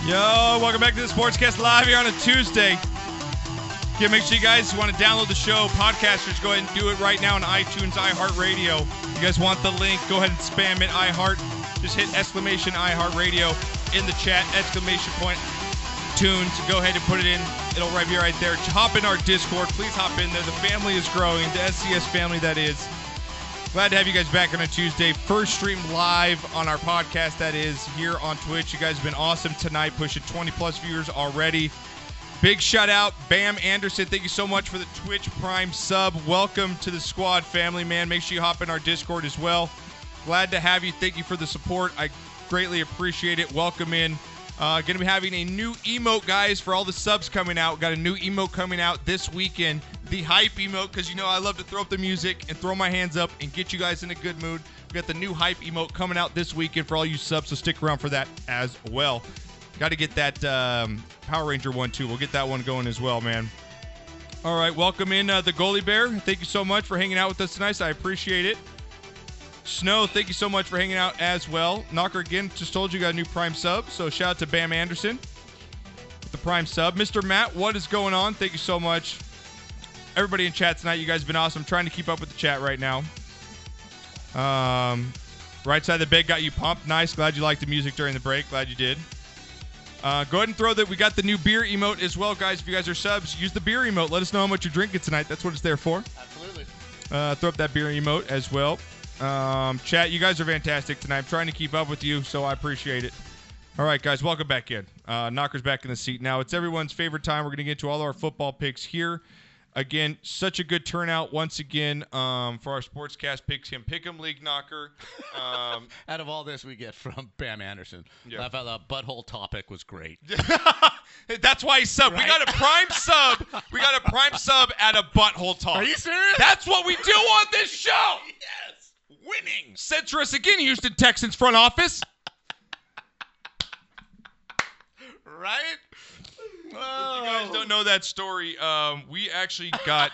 Speaker 2: Yo, welcome back to the Sportscast Live here on a Tuesday. Again, make sure you guys want to download the show. Podcasters, go ahead and do it right now on iTunes, iHeartRadio. If you guys want the link, go ahead and spam it, iHeart. Just hit exclamation iHeartRadio in the chat, exclamation point tunes. Go ahead and put it in. It'll right be right there. Hop in our Discord. Please hop in there. The family is growing, the SCS family that is. Glad to have you guys back on a Tuesday. First stream live on our podcast, that is here on Twitch. You guys have been awesome tonight, pushing 20 plus viewers already. Big shout out, Bam Anderson. Thank you so much for the Twitch Prime sub. Welcome to the squad, family, man. Make sure you hop in our Discord as well. Glad to have you. Thank you for the support. I greatly appreciate it. Welcome in. Uh, going to be having a new emote, guys, for all the subs coming out. Got a new emote coming out this weekend. The hype emote, because you know I love to throw up the music and throw my hands up and get you guys in a good mood. We got the new hype emote coming out this weekend for all you subs, so stick around for that as well. Got to get that um, Power Ranger one too. We'll get that one going as well, man. All right, welcome in uh, the goalie bear. Thank you so much for hanging out with us tonight. I appreciate it. Snow, thank you so much for hanging out as well. Knocker again just told you got a new Prime sub, so shout out to Bam Anderson with the Prime sub. Mr. Matt, what is going on? Thank you so much. Everybody in chat tonight, you guys have been awesome. Trying to keep up with the chat right now. Um, right side of the bed got you pumped. Nice. Glad you liked the music during the break. Glad you did. Uh, go ahead and throw that. We got the new beer emote as well, guys. If you guys are subs, use the beer emote. Let us know how much you're drinking tonight. That's what it's there for.
Speaker 3: Absolutely.
Speaker 2: Uh, throw up that beer emote as well. Um, chat, you guys are fantastic tonight. I'm trying to keep up with you, so I appreciate it. All right, guys, welcome back in. Uh, Knocker's back in the seat now. It's everyone's favorite time. We're going to get to all our football picks here. Again, such a good turnout once again um, for our sportscast picks. Him pick'em league knocker. Um,
Speaker 3: Out of all this we get from Bam Anderson,
Speaker 2: Yeah.
Speaker 3: laugh out loud. Butthole topic was great.
Speaker 2: That's why he subbed. We got a prime sub. We got a prime sub at a butthole talk.
Speaker 3: Are you serious?
Speaker 2: That's what we do on this show.
Speaker 3: yes, winning.
Speaker 2: Sent to us again, Houston Texans front office.
Speaker 3: Right?
Speaker 2: If you guys don't know that story, um, we actually got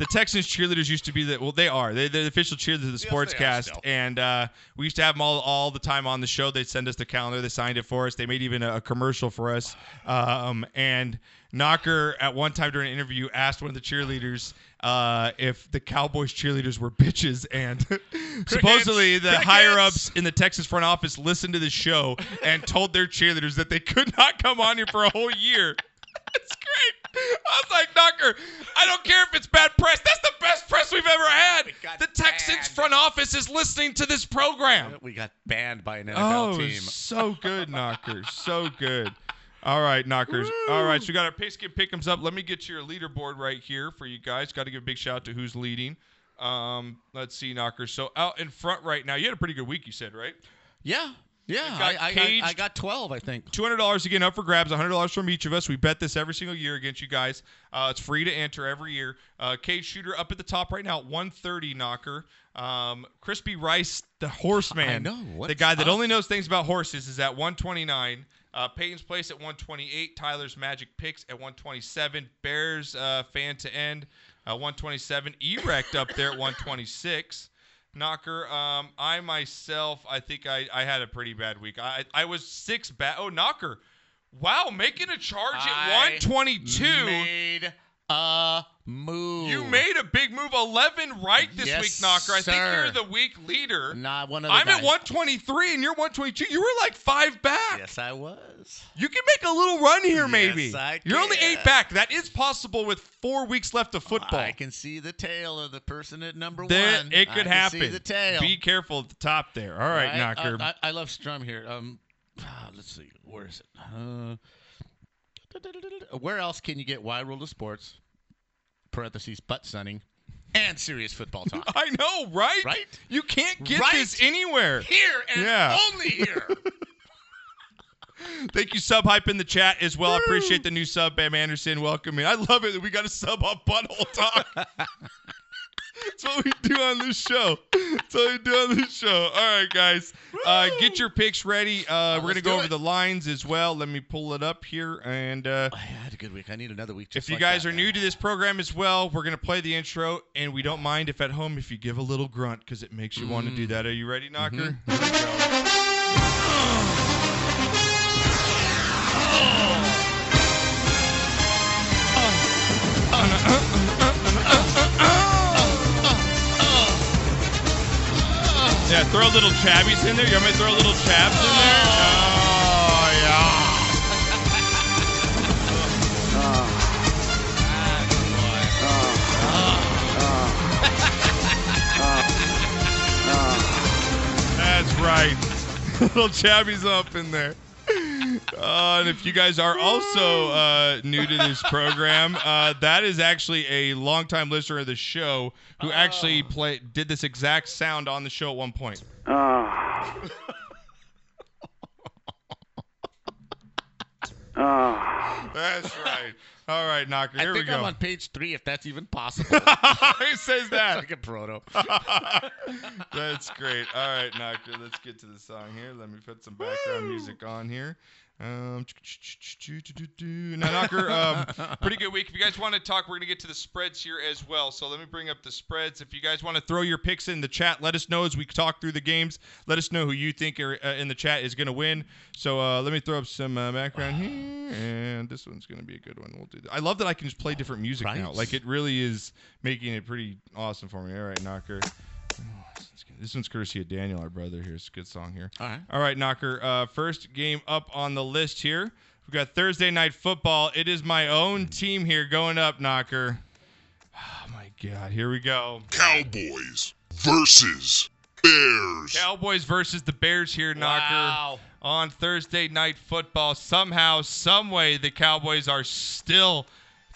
Speaker 2: the Texans cheerleaders used to be the well, they are they, they're the official cheerleaders of the sportscast, and uh, we used to have them all all the time on the show. They'd send us the calendar, they signed it for us, they made even a, a commercial for us. Um, and Knocker at one time during an interview asked one of the cheerleaders uh, if the Cowboys cheerleaders were bitches, and supposedly the
Speaker 10: Crickets.
Speaker 2: higher ups in the Texas front office listened to the show and told their cheerleaders that they could not come on here for a whole year. I was like, Knocker, I don't care if it's bad press. That's the best press we've ever had. The Texans front office is listening to this program.
Speaker 3: We got banned by an NFL
Speaker 2: Oh,
Speaker 3: team.
Speaker 2: so good, Knocker. So good. All right, Knockers. All right, so we got our pay skip pickums up. Let me get your leaderboard right here for you guys. Got to give a big shout out to who's leading. Um, let's see, Knockers. So out in front right now, you had a pretty good week, you said, right?
Speaker 3: Yeah. Yeah,
Speaker 2: You've
Speaker 3: I,
Speaker 2: got
Speaker 3: I, I,
Speaker 2: caged.
Speaker 3: I got 12, I think.
Speaker 2: Two hundred dollars again up for grabs. One hundred dollars from each of us. We bet this every single year against you guys. Uh, it's free to enter every year. Uh, Cage Shooter up at the top right now, one thirty knocker. Um, Crispy Rice, the horseman.
Speaker 3: I know. What's
Speaker 2: the guy that
Speaker 3: up?
Speaker 2: only knows things about horses is at one twenty nine. Uh, Peyton's place at 128. Tyler's Magic Picks at 127. Bears uh, fan to end uh, 127. Erect up there at 126. Knocker, um, I myself, I think I, I had a pretty bad week. I I was six bad. Oh, Knocker, wow, making a charge at
Speaker 3: I
Speaker 2: 122.
Speaker 3: made a move.
Speaker 2: you made a big move, 11 right this
Speaker 3: Yes,
Speaker 2: week, Knocker. I
Speaker 3: sir.
Speaker 2: think you're the week leader.
Speaker 3: Nah, one of the
Speaker 2: I'm at
Speaker 3: guys.
Speaker 2: 123 and you're 122. You were like five back.
Speaker 3: Yes, I was.
Speaker 2: You can make a little run here, maybe.
Speaker 3: Yes, I
Speaker 2: You're only eight
Speaker 3: can.
Speaker 2: back. That is possible with four weeks left of football.
Speaker 3: I can see the tail of the person at number
Speaker 2: There-
Speaker 3: one.
Speaker 2: it
Speaker 3: I
Speaker 2: could
Speaker 3: can
Speaker 2: happen.
Speaker 3: See the tail.
Speaker 2: Be careful at the top there. All right,
Speaker 3: Right?
Speaker 2: Knocker.
Speaker 3: I, I, I love Strum here. Um, let's see, where is it? Uh, where else can you get wide world of sports? Parentheses, butt sunning, and serious football talk.
Speaker 2: I know, right?
Speaker 3: Right?
Speaker 2: You can't get
Speaker 3: Right
Speaker 2: this anywhere.
Speaker 3: Here and oh,
Speaker 2: Yeah.
Speaker 3: only here.
Speaker 2: Thank you, Sub Hype, in the chat as well. I appreciate the new sub, Bam Anderson. Welcome in. I love it that we got a sub on Butthole Talk. That's what we do on this show. That's what we do on this show. All right, guys. Uh, get your picks ready. Uh, we're going to
Speaker 3: let's
Speaker 2: go
Speaker 3: do
Speaker 2: over
Speaker 3: it.
Speaker 2: the lines as well. Let me pull it up here. And uh,
Speaker 3: I had a good week. I need another week. Just
Speaker 2: if you
Speaker 3: like
Speaker 2: guys
Speaker 3: that,
Speaker 2: are new to this program as well, we're going to play the intro. And we don't mind if at home if you give a little grunt because it makes you want to do that. Are you ready,
Speaker 3: Mm-hmm.
Speaker 2: Knocker? Yeah, throw a little chabbies in there. You want me to throw a little chabs in there? Oh, yeah. That's right. little chabbies up in there. Uh, and if you guys are also uh, new to this program, uh, that is actually a longtime listener of the show who actually
Speaker 3: Oh.
Speaker 2: play, did this exact sound on the show at one point.
Speaker 3: Ah.
Speaker 2: That's right. All right, Knocker.
Speaker 3: I
Speaker 2: Here we
Speaker 3: think
Speaker 2: go.
Speaker 3: I'm on page three, if that's even possible.
Speaker 2: Who says that?
Speaker 3: like a proto.
Speaker 2: That's great. All right, Knocker, let's get to the song here. Let me put some background music on here. Um, now, Knocker, um, pretty good week. If you guys want to talk, we're going to get to the spreads here as well. So let me bring up the spreads. If you guys want to throw your picks in the chat, let us know as we talk through the games. Let us know who you think are, uh, in the chat is going to win. So uh, let me throw up some uh, background here, and this one's going to be a good one. We'll do that. I love that I can just play different music now.
Speaker 3: Right?
Speaker 2: Like it really is making it pretty awesome for me. All right, Knocker. This one's courtesy of Daniel, our brother. Here's a good song here.
Speaker 3: All right.
Speaker 2: All right, Knocker. Uh, first game up on the list here. We've got Thursday night football. It is my own team here going up, Knocker. Oh my God, here we go.
Speaker 9: Cowboys versus Bears.
Speaker 2: Cowboys versus the Bears here, Knocker. On Thursday night football. Somehow, someway, the Cowboys are still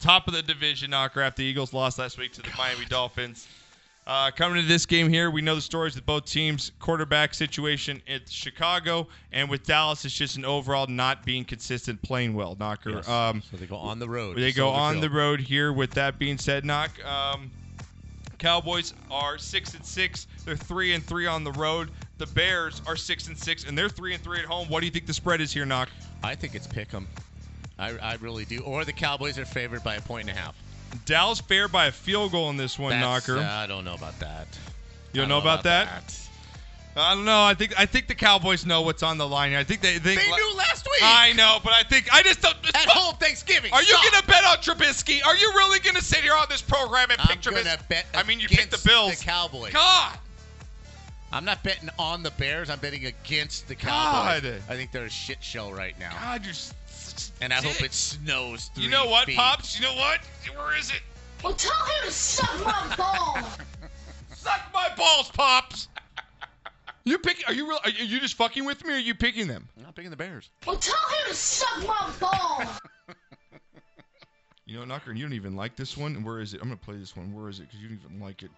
Speaker 2: top of the division, Knocker, after the Eagles lost last week to the Miami Dolphins. Uh, coming to this game here, we know the stories with both teams. Quarterback situation at Chicago, and with Dallas, it's just an overall not being consistent, playing well, Knocker.
Speaker 3: Yes.
Speaker 2: Um,
Speaker 3: so they go on the road.
Speaker 2: They
Speaker 3: to
Speaker 2: go
Speaker 3: Soldier
Speaker 2: on the
Speaker 3: Field.
Speaker 2: road here. With that being said, knock. Um, Cowboys are six and six. They're three and three on the road. The Bears are six and six, and they're three and three at home. What do you think the spread is here, knock?
Speaker 3: I think it's pick 'em. I, I really do. Or the Cowboys are favored by a point and a half.
Speaker 2: Dallas fair by a field goal in this one,
Speaker 3: That's-
Speaker 2: knocker.
Speaker 3: uh, I don't know about that.
Speaker 2: you
Speaker 3: I
Speaker 2: don't know about, that? I don't know. I think I think the Cowboys know what's on the line. here. I think they think
Speaker 3: They knew last week.
Speaker 2: I know, but I think I just don't.
Speaker 3: At home Thanksgiving.
Speaker 2: Are you gonna
Speaker 3: Stop.
Speaker 2: bet on Trubisky? Are you really gonna sit here on this program and pick
Speaker 3: I'm
Speaker 2: Trubisky?
Speaker 3: gonna bet.
Speaker 2: I mean, you picked the
Speaker 3: against
Speaker 2: Bills.
Speaker 3: The Cowboys.
Speaker 2: God.
Speaker 3: I'm not betting on the Bears. I'm betting against the Cowboys.
Speaker 2: God.
Speaker 3: I think they're a shit show right now.
Speaker 2: God, you're.
Speaker 3: and I hope it snows. Three
Speaker 2: You know what,
Speaker 3: feet.
Speaker 2: Pops? You know what? Where is it?
Speaker 18: Well, tell him to suck my balls.
Speaker 2: Suck my balls, Pops. You pick? Are you real? Are you- are you just fucking with me? or Are you picking them?
Speaker 3: I'm not picking the Bears.
Speaker 18: Well, tell him to suck my balls.
Speaker 2: You know, Knocker, and you don't even like this one. And where is it? I'm gonna play this one. Where is it? Because you don't even like it.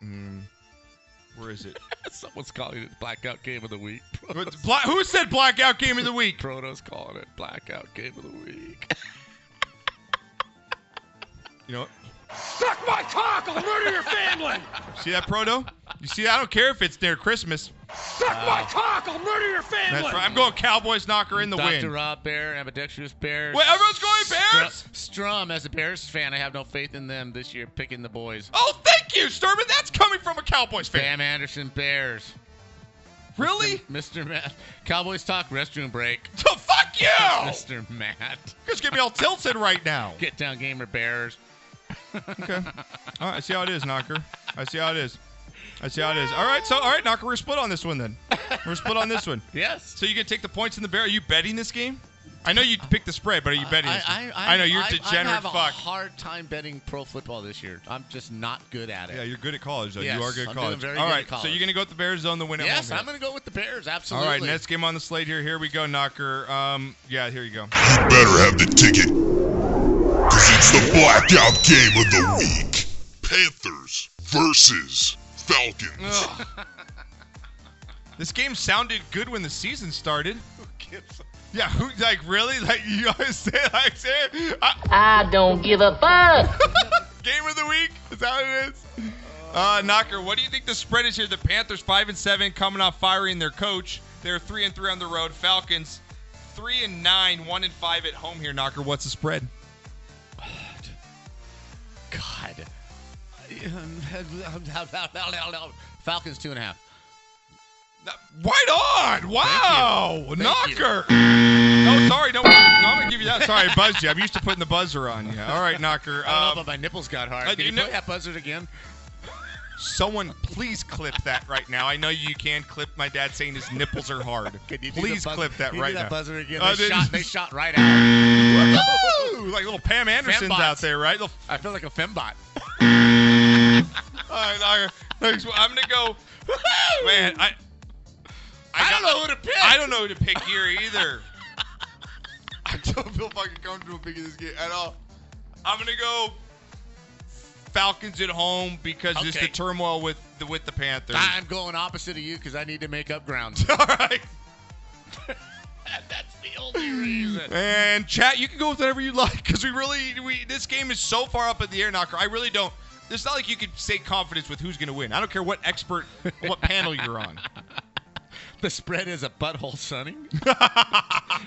Speaker 2: Mm, where is it?
Speaker 3: Someone's calling it blackout game of the week.
Speaker 2: But Bla- who said blackout game of the week?
Speaker 3: Proto's calling it blackout game of the week.
Speaker 2: You know what?
Speaker 18: Suck my cock! I'll murder your family!
Speaker 2: See that proto? You see? I don't care if it's near Christmas.
Speaker 18: Suck my cock! I'll murder your family!
Speaker 2: That's right. I'm going Cowboys. Knocker in the
Speaker 3: Dr.
Speaker 2: win.
Speaker 3: Rob Bear, ambidextrous Bear.
Speaker 2: Wait, everyone's going Bears?
Speaker 3: Strum, as a Bears fan, I have no faith in them this year picking the boys.
Speaker 2: Oh, thank you, Sturman. That's coming from a Cowboys fan.
Speaker 3: Sam Anderson Bears.
Speaker 2: Really?
Speaker 3: Mr. Matt. Cowboys talk restroom break.
Speaker 2: So fuck you.
Speaker 3: Mr. Matt.
Speaker 2: Just get me all tilted right now.
Speaker 3: Get down gamer Bears.
Speaker 2: Okay. All right. I see how it is, Knocker. I see how it is. I see how it is. All right. So, all right, Knocker, we're split on this one then. We're split on this one.
Speaker 3: Yes.
Speaker 2: So you can take the points in the bear. Are you betting this game? I know you picked the spread, but are you betting? this
Speaker 3: I,
Speaker 2: game?
Speaker 3: I, I,
Speaker 2: know you're a
Speaker 3: I,
Speaker 2: degenerate
Speaker 3: I have a
Speaker 2: fuck.
Speaker 3: hard time betting pro football this year. I'm just not good at it.
Speaker 2: yeah, you're good at college though.
Speaker 3: Yes,
Speaker 2: you are good at
Speaker 3: I'm doing
Speaker 2: college.
Speaker 3: very
Speaker 2: all
Speaker 3: good at
Speaker 2: right. So
Speaker 3: college.
Speaker 2: you're gonna go with the Bears on the win at home
Speaker 3: yes,
Speaker 2: here.
Speaker 3: I'm going to go with the Bears.
Speaker 2: All
Speaker 3: Absolutely.
Speaker 2: right, next game on the slate here. Here we go, Knocker. Um, yeah, here you go.
Speaker 9: Better have the ticket. Cause it's the blackout game of the week. Panthers versus Falcons.
Speaker 2: Ugh. this game sounded good when the season started. Yeah, who like really? Like you always say like say Uh,
Speaker 18: I don't give a fuck.
Speaker 2: game of the week? Is that what it is? Uh, Knocker, what do you think the spread is here? The Panthers five and seven, coming off firing their coach. They're three and three on the road. Falcons three and nine, one and five at home here. Knocker, what's the spread?
Speaker 3: God. Falcons two and a half.
Speaker 2: Right on! Wow,
Speaker 3: Thank you. Thank you.
Speaker 2: Knocker. No, sorry, don't. No, I'm gonna give you that. Sorry, I buzzed you. I'm used to putting the buzzer on you. All right, Knocker.
Speaker 3: I don't know,
Speaker 2: Um,
Speaker 3: but my nipples got hard.
Speaker 2: uh,
Speaker 3: Can
Speaker 2: you
Speaker 3: you,
Speaker 2: know-
Speaker 3: play that buzzard again?
Speaker 2: someone, please clip that right now. I know you can clip my dad saying his nipples are hard.
Speaker 3: Can you do the
Speaker 2: please
Speaker 3: buzz-
Speaker 2: clip that
Speaker 3: can you
Speaker 2: right
Speaker 3: do that
Speaker 2: now.
Speaker 3: buzzer again?
Speaker 2: Uh,
Speaker 3: They,
Speaker 2: did-
Speaker 3: shot, they shot right out.
Speaker 2: Woo! like little Pam Anderson's
Speaker 3: Fembots.
Speaker 2: out there, right? Little-
Speaker 3: I feel like a fembot.
Speaker 2: All right, all right. Next one. I'm gonna go. Man, I.
Speaker 3: I
Speaker 2: got-
Speaker 3: don't know who to pick.
Speaker 2: I don't know who to pick here either.
Speaker 10: I don't feel fucking comfortable picking this game at all.
Speaker 2: I'm gonna go Falcons at home because it's the
Speaker 3: Okay.
Speaker 2: turmoil with the with the Panthers.
Speaker 3: I'm going opposite of you because I need to make up ground.
Speaker 2: All right.
Speaker 3: That's the only reason.
Speaker 2: And chat, you can go with whatever you like because we really we this game is so far up in the air, Knocker. I really don't. It's not like you could say confidence with who's gonna win. I don't care what expert, what panel you're on.
Speaker 3: The spread is a butthole sunning.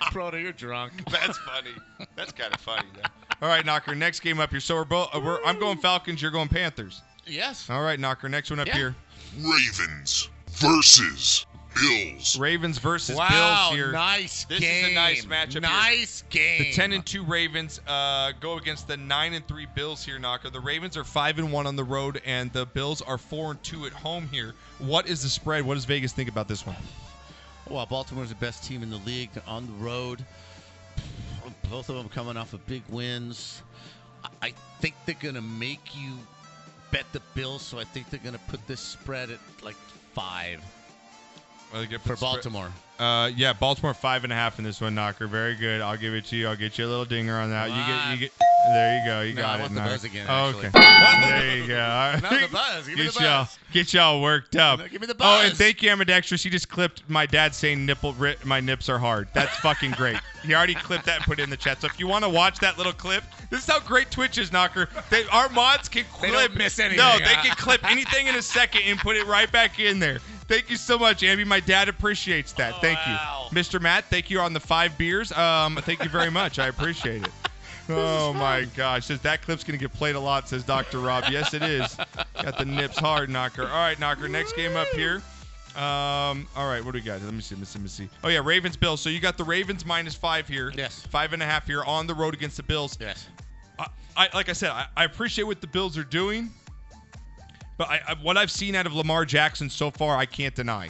Speaker 3: Proto, you're drunk.
Speaker 2: That's funny. That's kind of funny. Though. All right, Knocker. Next game up here. So we're both. uh, We're, I'm going Falcons. You're going Panthers.
Speaker 3: Yes.
Speaker 2: All right, Knocker. Next one up
Speaker 3: Yeah.
Speaker 2: here.
Speaker 9: Ravens versus
Speaker 2: Bills. Ravens versus
Speaker 3: Wow,
Speaker 2: Bills here.
Speaker 3: nice
Speaker 2: This is a nice
Speaker 3: game.
Speaker 2: matchup.
Speaker 3: Nice
Speaker 2: here.
Speaker 3: game.
Speaker 2: The ten and two Ravens uh, go against the nine and three Bills here, Knocker. The Ravens are five and one on the road, and the Bills are four and two at home here. What is the spread? What does Vegas think about this one?
Speaker 3: Well, Baltimore's the best team in the league on the road. Both of them coming off of big wins. I- I think they're going to make you bet the Bills, so I think they're going to put this spread at like five. For Baltimore.
Speaker 2: Uh, yeah, Baltimore five and a half in this one, Knocker. Very good. I'll give it to you. I'll get you a little dinger on that. You get, you get. There you go. You
Speaker 3: No,
Speaker 2: got
Speaker 3: I
Speaker 2: it.
Speaker 3: want the
Speaker 2: Knocker.
Speaker 3: buzz again,
Speaker 2: Oh,
Speaker 3: actually.
Speaker 2: okay. there you go. All right.
Speaker 3: Not the buzz. Give me
Speaker 2: get
Speaker 3: the
Speaker 2: y'all,
Speaker 3: buzz.
Speaker 2: get y'all worked up.
Speaker 3: Give me the
Speaker 2: Oh, and
Speaker 3: buzz.
Speaker 2: thank you, ambidextrous. He just clipped my dad saying nipple. Ri- my nips are hard. That's fucking great. He already clipped that and put it in the chat. So if you want to watch that little clip, this is how great Twitch is, Knocker. They, our mods can clip.
Speaker 10: miss
Speaker 2: No,
Speaker 10: anything.
Speaker 2: they can clip anything in a second and put it right back in there. Thank you so much, Amy. My dad appreciates
Speaker 3: Oh,
Speaker 2: that. Thank you, Mr. Matt. Thank you on the five beers. Um, thank you very much. I appreciate it. Oh my gosh! Says that clip's gonna get played a lot. Says Dr. Rob. Yes, it is. Got the nips hard, Knocker. All right, Knocker. Next game up here. Um, all right, what do we got? Let me see. Let me see. Let me see. Oh yeah, Ravens Bills. So you got the Ravens minus five here. Yes. Five and a half here on the road against the Bills.
Speaker 3: Yes.
Speaker 2: I, I like I said, I, I appreciate what the Bills are doing, but I, I, what I've seen out of Lamar Jackson so far, I can't deny,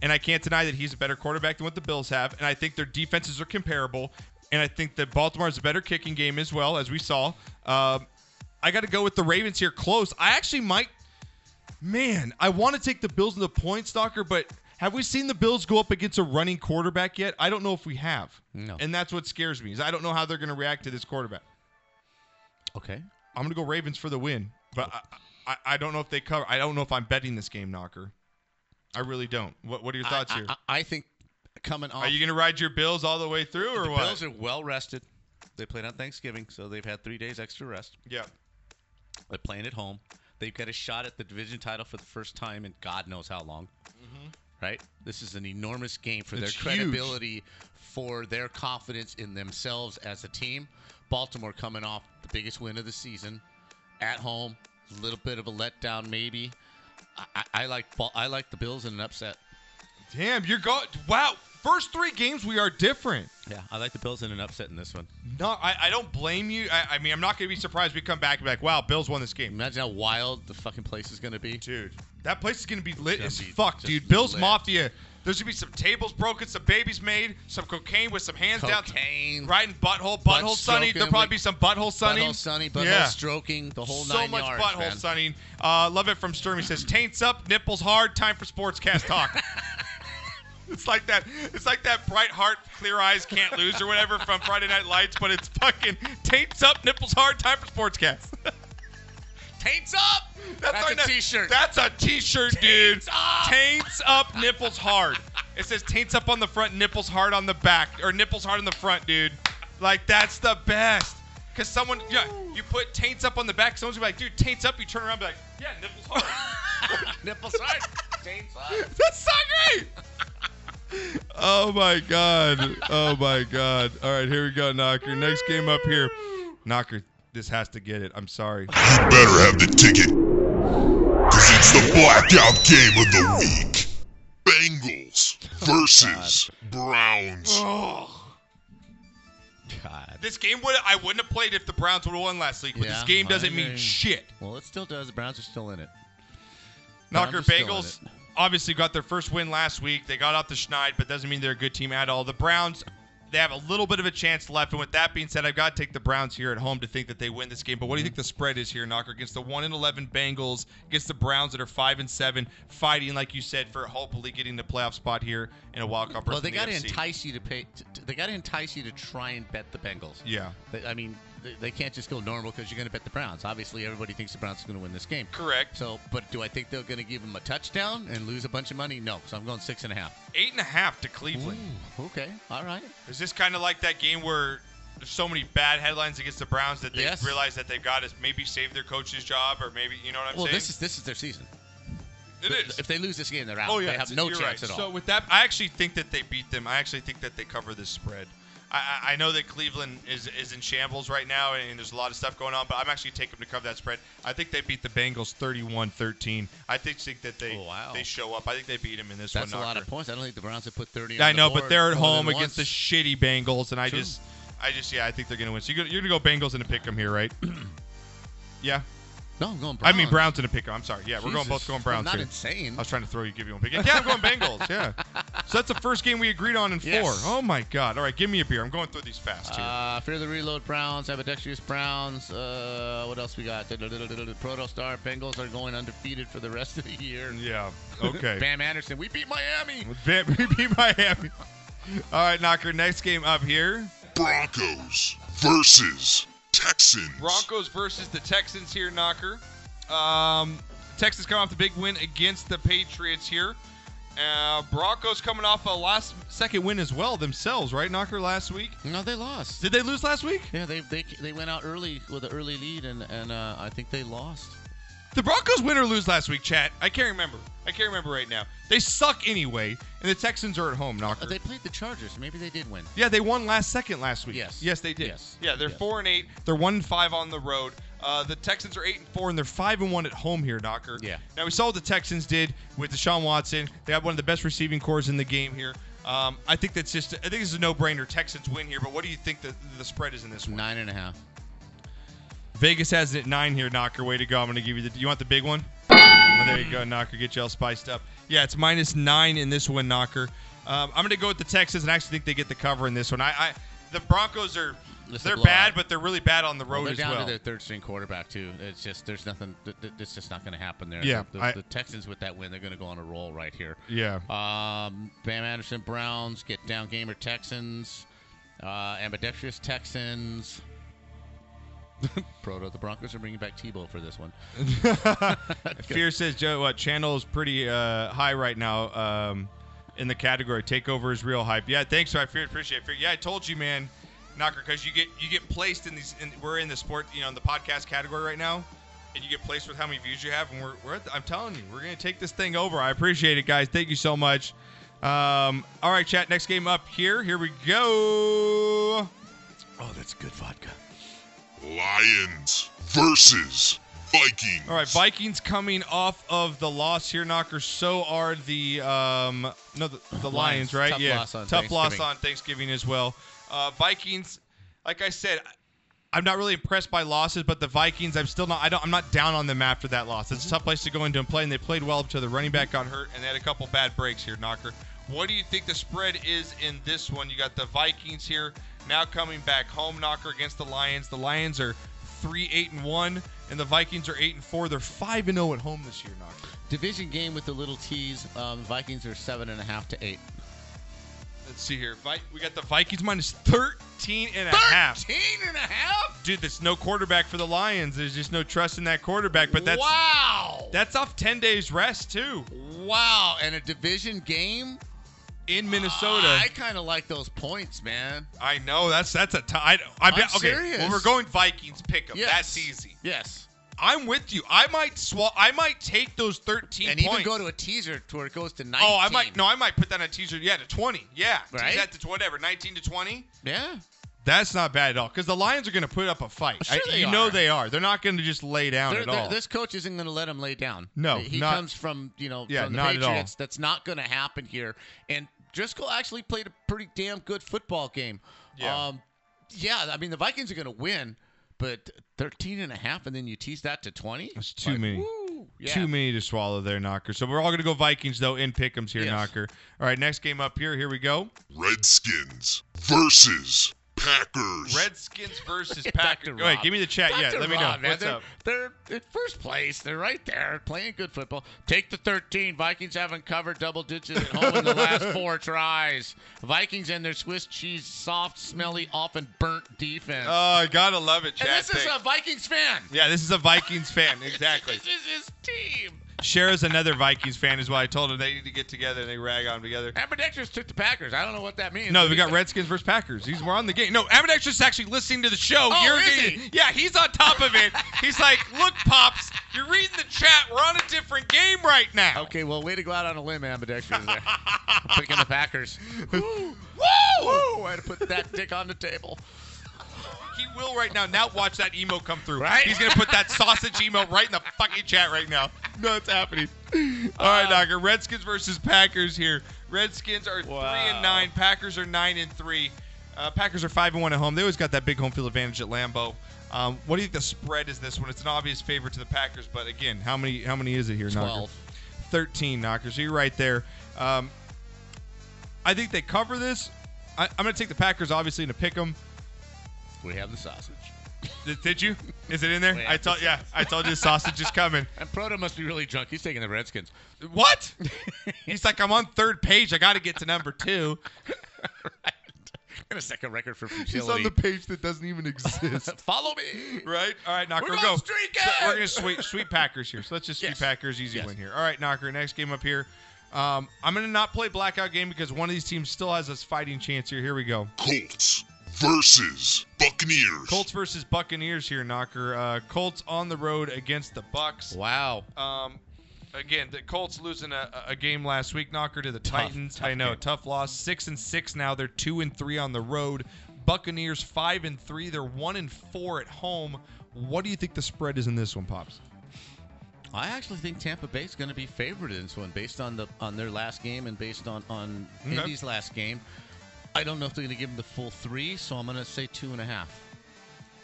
Speaker 2: and I can't deny that he's a better quarterback than what the Bills have, and I think their defenses are comparable, and I think that Baltimore's a better kicking game as well, as we saw. Um, I got to go with the Ravens here close. I actually might Man, I want to take the Bills in the point stalker, but have we seen the Bills go up against a running quarterback yet? I don't know if we have. No. And that's what scares me is I don't know how they're going to react to this quarterback.
Speaker 3: Okay.
Speaker 2: I'm going to go Ravens for the win, but I, I, I don't know if they cover. I don't know if I'm betting this game, Knocker. I really don't. What What are your
Speaker 3: I-
Speaker 2: thoughts
Speaker 3: I-
Speaker 2: here?
Speaker 3: I, I think coming off.
Speaker 2: are you going to ride your Bills all the way through, or
Speaker 3: the
Speaker 2: what?
Speaker 3: Bills are well rested. They played on Thanksgiving, so they've had three days extra rest.
Speaker 2: Yeah.
Speaker 3: They're playing at home. They've got a shot at the division title for the first time in God knows how long.
Speaker 2: Mm-hmm.
Speaker 3: Right? This is an enormous game for
Speaker 10: It's huge.
Speaker 3: their credibility, for their confidence in themselves as a team. Baltimore coming off the biggest win of the season at home, a little bit of a letdown maybe. I, I, I like Bal- I like the Bills in an upset.
Speaker 2: Damn, you're going. Wow, first three games we are different.
Speaker 3: Yeah, I like the Bills in an upset in this one.
Speaker 2: No, I, I don't blame you. I, I mean, I'm not going to be surprised if we come back and be like, wow, Bills won this game.
Speaker 3: Imagine how wild the fucking place is going to be.
Speaker 2: Dude, that place is going to be lit
Speaker 3: gonna
Speaker 2: as
Speaker 3: be
Speaker 2: fuck,
Speaker 3: just
Speaker 2: dude. Bill's
Speaker 3: lit.
Speaker 2: Mafia. There's gonna be some tables broken, some babies made, some cocaine with some hands down, right in butthole, butthole
Speaker 3: Butt
Speaker 2: sunny. There'll
Speaker 3: stroking.
Speaker 2: probably be some butthole sunny,
Speaker 3: Butthole sunny, butthole stroking, the whole
Speaker 2: so
Speaker 3: nine
Speaker 2: much
Speaker 3: yards,
Speaker 2: butthole
Speaker 3: man.
Speaker 2: sunning. Uh, love it from Sturm. He says, "Taints up, nipples hard. Time for sportscast talk." It's like that. It's like that bright heart, clear eyes can't lose or whatever from Friday Night Lights, but it's fucking taints up, nipples hard. Time for sportscast. Taints up. That's,
Speaker 3: That's
Speaker 2: our
Speaker 3: a
Speaker 2: ne-
Speaker 3: t-shirt.
Speaker 2: That's a t-shirt, dude. Taints up, nipples hard. It says taints up on the front, nipples hard on the back, or nipples hard on the front, dude. Like that's the best. Cause someone, you, know, you put taints up on the back, someone's gonna be like, dude, taints up. You turn around, and be like, yeah, nipples hard.
Speaker 3: nipples hard. Taints hard.
Speaker 2: That's so great. Oh my god. Oh my god. All right, here we go, Knocker. Next game up here. Knocker, this has to get it. I'm sorry.
Speaker 9: Better have the ticket. Cause it's the blackout game of the week. Bengals versus Browns.
Speaker 3: God.
Speaker 2: This game would I wouldn't have played if the Browns would have won last week, but this game doesn't mean shit.
Speaker 3: Well, it still does. The Browns are still in it.
Speaker 2: Knocker
Speaker 3: Browns are still in
Speaker 2: Bagels
Speaker 3: it.
Speaker 2: obviously got their first win last week. They got off the schneid, but doesn't mean they're a good team at all. The Browns, they have a little bit of a chance left. And with that being said, I've got to take the Browns here at home to think that they win this game. But what do you think
Speaker 3: Mm-hmm.
Speaker 2: the spread is here, Knocker, against the one and eleven Bengals, against the Browns that are five and seven, fighting like you said for hopefully getting the playoff spot here in a wild card. berth
Speaker 3: Well, they
Speaker 2: in the
Speaker 3: got to
Speaker 2: NFC.
Speaker 3: entice you to pay. t- t- they got to entice you to try and bet the Bengals.
Speaker 2: Yeah.
Speaker 3: They, I mean, they, they can't just go normal because you're going to bet the Browns. Obviously, everybody thinks the Browns are going to win this game.
Speaker 2: Correct.
Speaker 3: So, but do I think they're going to give them a touchdown and lose a bunch of money? No. So I'm going six and a half.
Speaker 2: eight and a half to Cleveland.
Speaker 3: Okay. All right.
Speaker 2: Is this kind of like that game where there's so many bad headlines against the Browns that they
Speaker 3: Yes.
Speaker 2: realize that they've got to maybe save their coach's job or maybe you know what I'm
Speaker 3: well,
Speaker 2: saying?
Speaker 3: this is this is their season.
Speaker 2: It is. Oh,
Speaker 3: If they lose this game, they're out. they have no
Speaker 2: you're
Speaker 3: chance
Speaker 2: right.
Speaker 3: at all.
Speaker 2: So with that, I actually think that they beat them. I actually think that they cover this spread. I I, I I know that Cleveland is, is in shambles right now, and there's a lot of stuff going on. But I'm actually taking them to cover that spread. I think they beat the Bengals 31-13. I think, think that they they show up. I think they beat them in this
Speaker 3: Oh, That's a
Speaker 2: one.
Speaker 3: lot
Speaker 2: Knocker.
Speaker 3: of points. I don't think the Browns have put 30.
Speaker 2: I
Speaker 3: on the
Speaker 2: know, but
Speaker 3: board
Speaker 2: they're at
Speaker 3: more
Speaker 2: home
Speaker 3: than
Speaker 2: against the
Speaker 3: once.
Speaker 2: shitty Bengals, and I
Speaker 3: True.
Speaker 2: just, I just, yeah, I think they're gonna win. So you're gonna, you're gonna go Bengals and a pick 'em here, right? yeah.
Speaker 3: No, I'm going.
Speaker 2: I mean
Speaker 3: Browns.
Speaker 2: Browns and a pick 'em. I'm sorry. Yeah, we're going
Speaker 3: Jesus.
Speaker 2: both going
Speaker 3: I'm
Speaker 2: Browns.
Speaker 3: not
Speaker 2: here.
Speaker 3: insane.
Speaker 2: I was trying to throw you, give you one pick. Yeah, I'm going Bengals. Yeah. So that's the first game we agreed on in four.
Speaker 3: Yes.
Speaker 2: Oh my God! All right, give me a beer. I'm going through these fast here.
Speaker 3: Uh, Fear the Reload Browns, Ambidextrous Browns. Uh, what else we got? Protostar Bengals are going undefeated for the rest of the year.
Speaker 2: Yeah. Okay.
Speaker 3: Bam Anderson, we beat Miami.
Speaker 2: Bam- we beat Miami. All right, Knocker. Next game up here.
Speaker 9: Broncos versus Texans.
Speaker 2: Broncos versus the Texans here, Knocker. Um, Texans come off the big win against the Patriots here. Uh, Broncos coming off a last second win as well themselves, right, Knocker? Last week.
Speaker 3: No, they lost.
Speaker 2: Did they lose last week?
Speaker 3: Yeah, they they, they went out early with an early lead, and and uh, I think they lost.
Speaker 2: The Broncos win or lose last week, chat. I can't remember. I can't remember right now. They suck anyway, and the Texans are at home, Knocker.
Speaker 3: They played the Chargers. Maybe they did win.
Speaker 2: Yeah, they won last second last week.
Speaker 3: Yes.
Speaker 2: Yes, they did.
Speaker 3: Yes.
Speaker 2: Yeah, they're four and eight. They're one and five on the road. Uh, the Texans are eight and four, and they're five and one at home here, Knocker. Yeah. Now we saw what the Texans did with Deshaun Watson. They have one of the best receiving cores in the game here. Um, I think that's just. I think this is a no-brainer. Texans win here. But what do you think the the spread is in this one?
Speaker 3: Nine and a half.
Speaker 2: Vegas has it at nine here, Knocker. Way to go. I'm going to give you the. You want the big one? Well, there you go, Knocker. Get you all spiced up. Yeah, it's minus nine in this one, Knocker. Um, I'm going to go with the Texans, and I actually think they get the cover in this one. I, I the Broncos are
Speaker 3: This is a
Speaker 2: they're
Speaker 3: blowout.
Speaker 2: bad, but they're really bad on the
Speaker 3: Well,
Speaker 2: road
Speaker 3: they're
Speaker 2: as
Speaker 3: down
Speaker 2: well.
Speaker 3: to their third string quarterback too. It's just there's nothing. th- th- It's just not going to happen there.
Speaker 2: Yeah,
Speaker 3: the,
Speaker 2: I-
Speaker 3: the Texans with that win, they're going to go on a roll right here.
Speaker 2: Yeah.
Speaker 3: Um, Bam Anderson Browns get down gamer Texans, uh, ambidextrous Texans. Proto, the Broncos are bringing back Tebow for this one.
Speaker 2: Fear says Joe, what channel is pretty uh, high right now um, in the category takeover is real hype. Yeah, thanks, I fear appreciate it. Fear- Yeah, I told you, man, Knocker, because you get you get placed in these. In, we're in the sport, you know, in the podcast category right now, and you get placed with how many views you have. And we're, we're at the, I'm telling you, we're gonna take this thing over. I appreciate it, guys. Thank you so much. Um, all right, chat. Next game up here. Here we go. Oh, that's good vodka.
Speaker 9: Lions versus Vikings.
Speaker 2: All right, Vikings coming off of the loss here, Knocker. So are the um no the, the
Speaker 10: Lions.
Speaker 2: Lions, right?
Speaker 10: Tough
Speaker 2: yeah,
Speaker 10: loss on
Speaker 2: tough loss
Speaker 10: Thanksgiving.
Speaker 2: on Thanksgiving as well. Uh, Vikings, like I said, I'm not really impressed by losses, but the Vikings, I'm still not. I don't. I'm not down on them after that loss. It's a tough place to go into and play, and they played well up to the running back got hurt, and they had a couple bad breaks here, Knocker. What do you think the spread is in this one? You got the Vikings here now coming back home, Knocker against the Lions. The Lions are three eight and one, and the Vikings are eight and four. They're five and zero at home this year, Knocker.
Speaker 3: Division game with the little T's. Um, Vikings are seven and a half to eight.
Speaker 2: Let's see here. Vi- We got the Vikings minus 13 and a half. 13
Speaker 3: and a half?
Speaker 2: Dude, there's no quarterback for the Lions. There's just no trust in that quarterback. But that's
Speaker 3: Wow.
Speaker 2: That's off 10 days rest too.
Speaker 3: Wow, and a division game
Speaker 2: in Minnesota.
Speaker 3: I kind of like those points, man.
Speaker 2: I know that's that's a t- I, I'm,
Speaker 3: I'm
Speaker 2: okay.
Speaker 3: serious.
Speaker 2: When we're going Vikings, pick them.
Speaker 3: Yes.
Speaker 2: That's easy.
Speaker 3: Yes.
Speaker 2: I'm with you. I might swap. I might take those 13
Speaker 3: And
Speaker 2: points.
Speaker 3: even go to a teaser to where it goes to nine.
Speaker 2: Oh, I might. No, I might put that on a teaser. Yeah, to 20. Yeah, Tease
Speaker 3: Right?
Speaker 2: that to whatever. 19 to 20.
Speaker 3: Yeah.
Speaker 2: That's not bad at all because the Lions are going to put up a fight.
Speaker 3: Sure
Speaker 2: I-
Speaker 3: they
Speaker 2: you know
Speaker 3: are.
Speaker 2: they are. They're not going to just lay down
Speaker 3: They're-
Speaker 2: at
Speaker 3: they're-
Speaker 2: all.
Speaker 3: This coach isn't going to let him lay down.
Speaker 2: No,
Speaker 3: he
Speaker 2: not-
Speaker 3: comes from you know
Speaker 2: Yeah,
Speaker 3: from the
Speaker 2: not at all.
Speaker 3: Patriots. That's not going to happen here. And Driscoll actually played a pretty damn good football game.
Speaker 2: Yeah.
Speaker 3: Um, yeah. I mean, the Vikings are going to win, but 13 and a half, and then you tease that to 20.
Speaker 2: That's too many.
Speaker 3: yeah.
Speaker 2: Too many to swallow there, Knocker. So we're all going to go Vikings though in pickems here, Knocker. All right, next game up here. Here we go.
Speaker 9: Redskins versus Packers.
Speaker 2: Redskins versus Packers. Go ahead, give me the chat. yeah,
Speaker 3: Dr.
Speaker 2: let me know
Speaker 3: Rob, man,
Speaker 2: what's
Speaker 3: they're,
Speaker 2: up.
Speaker 3: They're in first place. They're right there playing good football. Take the 13. Vikings haven't covered double digits at home in the last four tries. Vikings and their Swiss cheese, soft, smelly, often burnt defense.
Speaker 2: Oh, I gotta love it,
Speaker 3: and
Speaker 2: chat.
Speaker 3: this is
Speaker 2: Thanks.
Speaker 3: a Vikings fan.
Speaker 2: yeah, this is a Vikings fan exactly.
Speaker 3: This is his team.
Speaker 2: Shara's another Vikings fan is why I told him they need to get together and they rag on together.
Speaker 3: Ambidextrous took the Packers. I don't know what that means.
Speaker 2: No, we got Redskins versus Packers. He's we're on the game. No, Ambidextrous is actually listening to the show.
Speaker 3: Oh,
Speaker 2: You're
Speaker 3: is
Speaker 2: getting- Yeah, he's on top of it. He's like, look, pops, You're reading the chat. We're on a different game right now.
Speaker 3: Okay, well, way to go out on a limb, ambidextrous. There. Picking the Packers. Woo! Woo! I had to put that dick on the table.
Speaker 2: He will right now. Now watch that emo come through. Right? He's gonna put that sausage emo right in the fucking chat right now. No, it's happening. All right, Knocker. Redskins versus Packers here. Redskins are three and nine. Packers are nine and three. Uh, Packers are five and one at home. They always got that big home field advantage at Lambeau. Um, what do you think the spread is this one? It's an obvious favorite to the Packers, but again, how many how many is it here? Knocker?
Speaker 3: Twelve.
Speaker 2: Thirteen. Knocker. So you're right there. Um, I think they cover this. I, I'm going to take the Packers obviously and to pick them.
Speaker 3: We have the sausage.
Speaker 2: Did, did you? Is it in there?
Speaker 3: Wait,
Speaker 2: I
Speaker 3: I
Speaker 2: told
Speaker 3: just-
Speaker 2: yeah, I told you the sausage is coming.
Speaker 3: And Proto must be really drunk. He's taking the Redskins.
Speaker 2: What? He's like, I'm on third page. I got to get to number two.
Speaker 3: Gonna set a record for futility.
Speaker 10: He's on the page that doesn't even exist.
Speaker 3: Follow me.
Speaker 2: Right? All right, Knocker,
Speaker 3: We're
Speaker 2: go.
Speaker 3: going streaking!
Speaker 2: So we're gonna sweep sweep Packers here. So let's just sweep Packers easy
Speaker 3: Yes.
Speaker 2: win here. All right, Knocker, next game up here. Um, I'm gonna not play blackout game because one of these teams still has us fighting chance here. Here we go.
Speaker 9: Colts versus Buccaneers.
Speaker 2: Colts versus Buccaneers here, Knocker. Uh, Colts on the road against the Bucks.
Speaker 3: Wow.
Speaker 2: Um, again, the Colts losing a, a game last week, Knocker to the
Speaker 3: Tough,
Speaker 2: Titans.
Speaker 3: tough
Speaker 2: I know,
Speaker 3: game.
Speaker 2: tough loss. Six and six now. They're two and three on the road. Buccaneers five and three. They're one and four at home. What do you think the spread is in this one, Pops?
Speaker 3: I actually think Tampa Bay's going to be favored in this one, based on the on their last game and based on on
Speaker 2: Okay.
Speaker 3: Indy's last game. I don't know if they're going to give them the full three, so I'm going to say two and a half.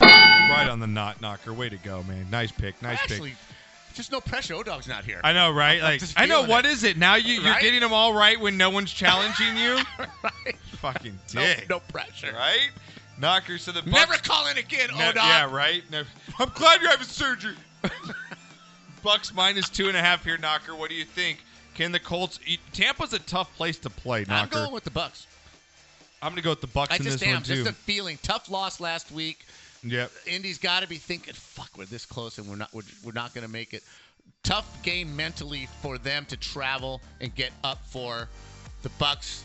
Speaker 2: Right on the knot, Knocker. Way to go, man. Nice pick. Nice
Speaker 3: actually,
Speaker 2: pick.
Speaker 3: just no pressure. O Dog's not here.
Speaker 2: I know, right?
Speaker 3: I'm
Speaker 2: Like,
Speaker 3: just
Speaker 2: I know.
Speaker 3: feeling
Speaker 2: What is it now? You, you're
Speaker 3: Right?
Speaker 2: getting them all right when no one's challenging you. Fucking
Speaker 3: No,
Speaker 2: dick.
Speaker 3: no pressure.
Speaker 2: Right? Knocker. So the Bucs,
Speaker 3: Never call in again,
Speaker 2: Ne-
Speaker 3: O Dog.
Speaker 2: Yeah, right. Never. I'm glad you're having surgery. Bucks minus two and a half here, Knocker. What do you think? Can the Colts? e- Tampa's a tough place to play,
Speaker 3: I'm
Speaker 2: Knocker.
Speaker 3: going with the Bucks.
Speaker 2: I'm gonna go with the Bucks
Speaker 3: I
Speaker 2: in
Speaker 3: just
Speaker 2: this
Speaker 3: am.
Speaker 2: one too.
Speaker 3: Just a feeling. Tough loss last week.
Speaker 2: yep.
Speaker 3: Indy's got to be thinking, "Fuck, we're this close, and we're not. We're, we're not going to make it." Tough game mentally for them to travel and get up for the Bucks,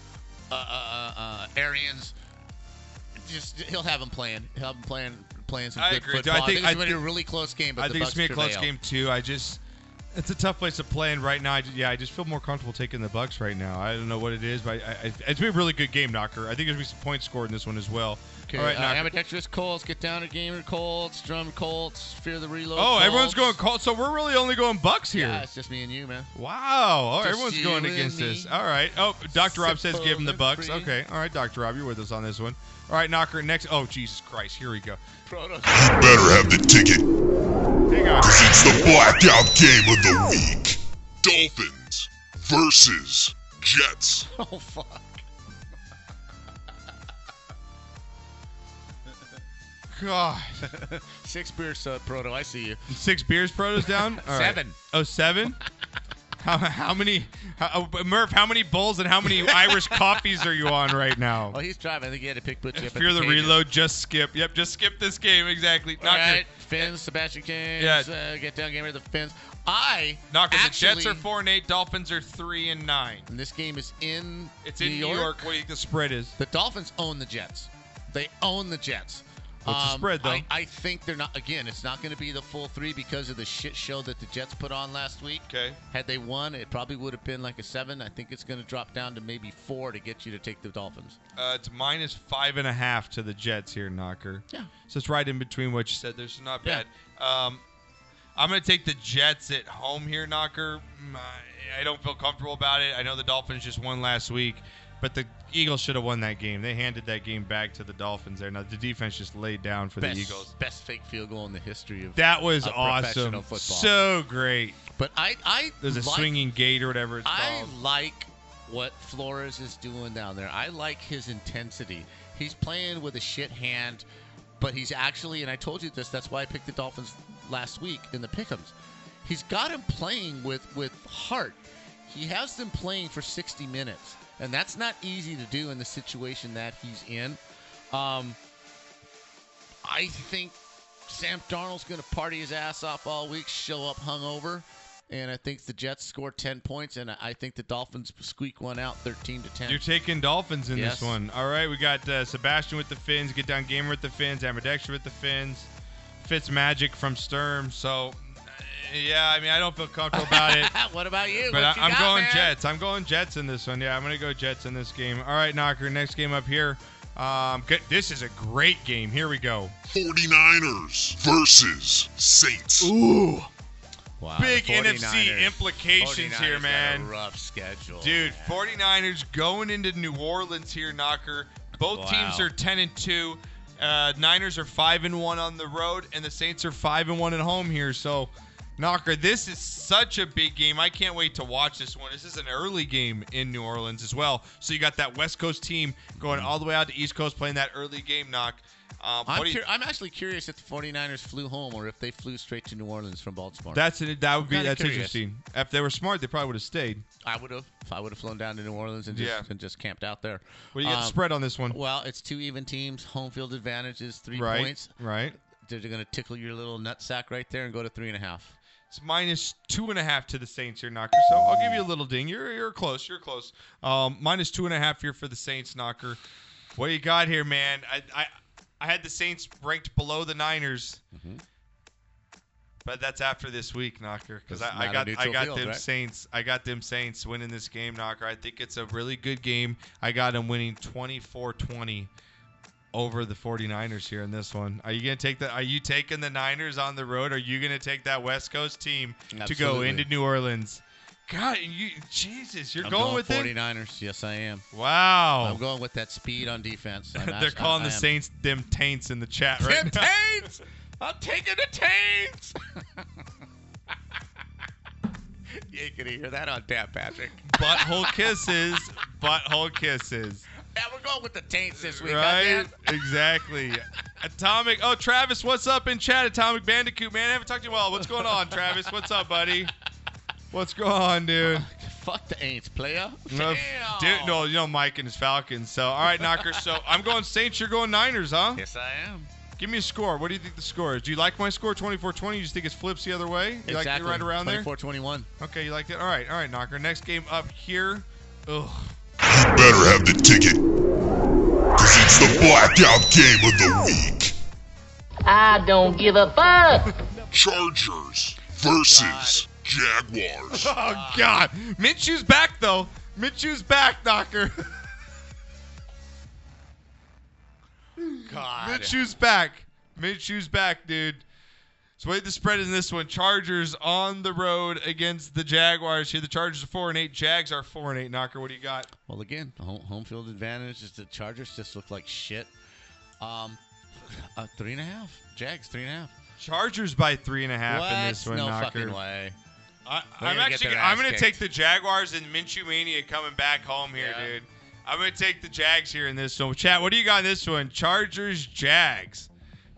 Speaker 3: uh, uh, uh, uh, Arians. Just he'll have them playing. He'll have them playing playing some
Speaker 2: I
Speaker 3: good
Speaker 2: agree. dude.
Speaker 3: football.
Speaker 2: I think
Speaker 3: it's
Speaker 2: I
Speaker 3: gonna be a
Speaker 2: think-
Speaker 3: really close game. But
Speaker 2: I
Speaker 3: the
Speaker 2: think
Speaker 3: Bucks
Speaker 2: it's gonna be a close
Speaker 3: prevail.
Speaker 2: game too. I just, it's a tough place to play, and right now, I, ju- yeah, I just feel more comfortable taking the Bucks right now. I don't know what it is, but I, I, it's been a really good game, Knocker. I think there's gonna be some points scored in this one as well.
Speaker 3: Okay,
Speaker 2: All right,
Speaker 3: uh,
Speaker 2: Knocker.
Speaker 3: ambidextrous Colts get down to gamer Colts, drum Colts, fear the reload.
Speaker 2: Oh, everyone's going Colts,
Speaker 3: Colts.
Speaker 2: so we're really only going Bucks here.
Speaker 3: Yeah, it's just me and you, man.
Speaker 2: Wow. Oh,
Speaker 3: Just
Speaker 2: everyone's
Speaker 3: you
Speaker 2: going
Speaker 3: and
Speaker 2: against
Speaker 3: me.
Speaker 2: this. All right. Oh, Dr. Rob says give him the bucks.
Speaker 3: Supposedly.
Speaker 2: Okay. All right, Dr. Rob, you're with us on this one. All right, Knocker, next. Oh, Jesus Christ. Here we go.
Speaker 9: You better have the ticket. Because it's the blackout game of the week. Dolphins versus Jets.
Speaker 3: Oh fuck.
Speaker 2: God.
Speaker 3: Six beers, uh, Proto. I see you.
Speaker 2: Six beers, Proto's down? All right.
Speaker 3: Seven.
Speaker 2: Oh, seven? How, how many, how, uh, Murph, how many bowls and how many Irish coffees are you on right now?
Speaker 3: Well, he's driving. I think he had to pick Butch up. at
Speaker 2: Fear the
Speaker 3: Cages.
Speaker 2: reload, just skip. Yep, just skip this game. Exactly.
Speaker 3: All
Speaker 2: Knocker,
Speaker 3: right, Finns, Sebastian Kings.
Speaker 2: Yeah.
Speaker 3: uh, get down, gamer. The Finns. I
Speaker 2: Knocker
Speaker 3: actually,
Speaker 2: the Jets are 4 and 8, Dolphins are 3 and 9.
Speaker 3: and This game is in.
Speaker 2: It's in New York. What do you think the spread is?
Speaker 3: The Dolphins own the Jets. They own the Jets. Um,
Speaker 2: What's the spread, though?
Speaker 3: I, I think they're not. Again, it's not going to be the full three because of the shit show that the Jets put on last week.
Speaker 2: Okay.
Speaker 3: Had they won, it probably would have been like a seven. I think it's going to drop down to maybe four to get you to take the Dolphins.
Speaker 2: Uh, it's minus five and a half to the Jets here, Knocker.
Speaker 3: Yeah.
Speaker 2: So it's right in between what you said. There's not
Speaker 3: Yeah.
Speaker 2: bad. Um, I'm going to take the Jets at home here, Knocker. Mm, I- I don't feel comfortable about it. I know the Dolphins just won last week, but the Eagles should have won that game. They handed that game back to the Dolphins there. Now, the defense just laid down for
Speaker 3: best,
Speaker 2: the Eagles.
Speaker 3: Best fake field goal in the history of
Speaker 2: That was
Speaker 3: of
Speaker 2: awesome.
Speaker 3: Professional football.
Speaker 2: So great.
Speaker 3: but I, I
Speaker 2: There's a
Speaker 3: like-
Speaker 2: swinging gate or whatever it's
Speaker 3: I
Speaker 2: called.
Speaker 3: like what Flores is doing down there. I like his intensity. He's playing with a shit hand, but he's actually, and I told you this, that's why I picked the Dolphins last week in the pick'ems. He's got him playing with with heart. He has them playing for 60 minutes, and that's not easy to do in the situation that he's in. Um, I think Sam Darnold's going to party his ass off all week, show up hungover, and I think the Jets score 10 points, and I think the Dolphins squeak one out 13 to 10.
Speaker 2: You're taking Dolphins in
Speaker 3: Yes.
Speaker 2: this one. All right, we got uh, Sebastian with the Fins, Get Down Gamer with the Fins, Ambidextrous with the Fins, Fitz Magic from Sturm. So uh, Yeah, I mean, I don't feel comfortable about it.
Speaker 3: what about you?
Speaker 2: But I,
Speaker 3: What you
Speaker 2: I'm
Speaker 3: got,
Speaker 2: going
Speaker 3: man?
Speaker 2: Jets. I'm going Jets in this one. Yeah, I'm going to go Jets in this game. All right, Knocker. Next game up here. Um, good, this is a great game. Here we go.
Speaker 9: 49ers versus Saints. Ooh.
Speaker 3: Wow,
Speaker 2: Big
Speaker 3: Uh, the 49ers.
Speaker 2: NFC implications
Speaker 3: 49ers
Speaker 2: here,
Speaker 3: got
Speaker 2: man.
Speaker 3: A rough schedule,
Speaker 2: Dude, 49ers going into New Orleans here, Knocker. Both
Speaker 3: Wow.
Speaker 2: teams are 10 and 2. Uh, Niners are 5 and 1 on the road, and the Saints are 5 and 1 at home here. So, Knocker, this is such a big game. I can't wait to watch this one. This is an early game in New Orleans as well. So, you got that West Coast team going all the way out to East Coast playing that early game, Knock. Um,
Speaker 3: Mm-hmm. I'm,
Speaker 2: what do you-
Speaker 3: cur- I'm actually curious if the 49ers flew home or if they flew straight to New Orleans from Baltimore.
Speaker 2: that's an, that would be
Speaker 3: I'm kinda
Speaker 2: that's
Speaker 3: curious.
Speaker 2: interesting. If they were smart, they probably would have stayed.
Speaker 3: I would have. If I would have flown down to New Orleans and just,
Speaker 2: Yeah.
Speaker 3: and just camped out there.
Speaker 2: What do you got the spread on this one?
Speaker 3: Um, Well, it's two even teams. Home field advantage is three
Speaker 2: Right,
Speaker 3: points.
Speaker 2: Right.
Speaker 3: They're going to tickle your little nutsack right there and go to three and a half.
Speaker 2: It's minus two and a half to the Saints here, Knocker. So I'll give you a little ding. You're you're close. You're close. Um, minus two and a half here for the Saints, Knocker. What do you got here, man? I I, I had the Saints ranked below the Niners,
Speaker 3: Mm-hmm.
Speaker 2: but that's after this week, Knocker. Because
Speaker 3: It's
Speaker 2: I, I
Speaker 3: not a
Speaker 2: got I
Speaker 3: neutral
Speaker 2: got
Speaker 3: field,
Speaker 2: them
Speaker 3: right?
Speaker 2: Saints. I got them Saints winning this game, Knocker. I think it's a really good game. I got them winning 24-20 over the 49ers here in this one. Are you going to take the are you taking the Niners on the road? Are you going to take that West Coast team to go
Speaker 3: Absolutely.
Speaker 2: into New Orleans? God, and you Jesus, you're
Speaker 3: I'm
Speaker 2: going, with it?
Speaker 3: 49ers. Yes, I am.
Speaker 2: Wow.
Speaker 3: I'm going with that speed on defense. I'm
Speaker 2: Oh. They're
Speaker 3: abs- I-
Speaker 2: calling
Speaker 3: I
Speaker 2: the
Speaker 3: am-
Speaker 2: Saints them taints in the chat right
Speaker 3: Them
Speaker 2: now.
Speaker 3: Taints! I'm taking the Taints! you ain't going to hear that on Dap Patrick.
Speaker 2: butthole kisses, butthole kisses.
Speaker 3: Yeah, we're going with the Taints this week.
Speaker 2: Right?
Speaker 3: goddamn.
Speaker 2: Exactly. Atomic. Oh, Travis, what's up in chat? Atomic Bandicoot, man. I haven't talked to you in a while. What's going on, Travis? What's up, buddy? What's going on, dude?
Speaker 3: Fuck the Aints, player.
Speaker 2: No,
Speaker 3: Damn.
Speaker 2: dude, no, you know Mike and his Falcons. So, all right, Knocker. So I'm going Saints. You're going Niners, huh?
Speaker 3: Yes, I am.
Speaker 2: Give me a score. What do you think the score is? Do you like my score, 24-20? You just think it flips the other way? You like it
Speaker 3: Exactly.
Speaker 2: right around there?
Speaker 3: 24-21.
Speaker 2: Okay, you liked it. All right, all right, Knocker. Next game up here. Ugh.
Speaker 9: Better have the ticket. Cause it's the blackout game of the week.
Speaker 20: I don't give a fuck.
Speaker 9: Chargers versus Jaguars.
Speaker 2: Oh God. Minshew's back though. Minshew's back, Knocker.
Speaker 3: God.
Speaker 2: Minshew's back. Minshew's back, dude. So wait, the spread in this one: Chargers on the road against the Jaguars. Here, the Chargers are four and eight. Jags are four and eight. Knocker, what do you got?
Speaker 3: Well, again, home, home field advantage is the Chargers just look like shit. Um, uh, three and a half. Jags, three and a half.
Speaker 2: Chargers by three and a half
Speaker 3: what?
Speaker 2: in this one,
Speaker 3: no
Speaker 2: Knocker.
Speaker 3: fucking way.
Speaker 2: I,
Speaker 3: They're
Speaker 2: I'm
Speaker 3: gonna get
Speaker 2: actually.
Speaker 3: their
Speaker 2: I'm
Speaker 3: ass
Speaker 2: gonna
Speaker 3: kicked.
Speaker 2: take the Jaguars and Minshew Mania coming back home here, dude. I'm gonna take the Jags here in this one. Chat, what do you got in this one? Chargers, Jags.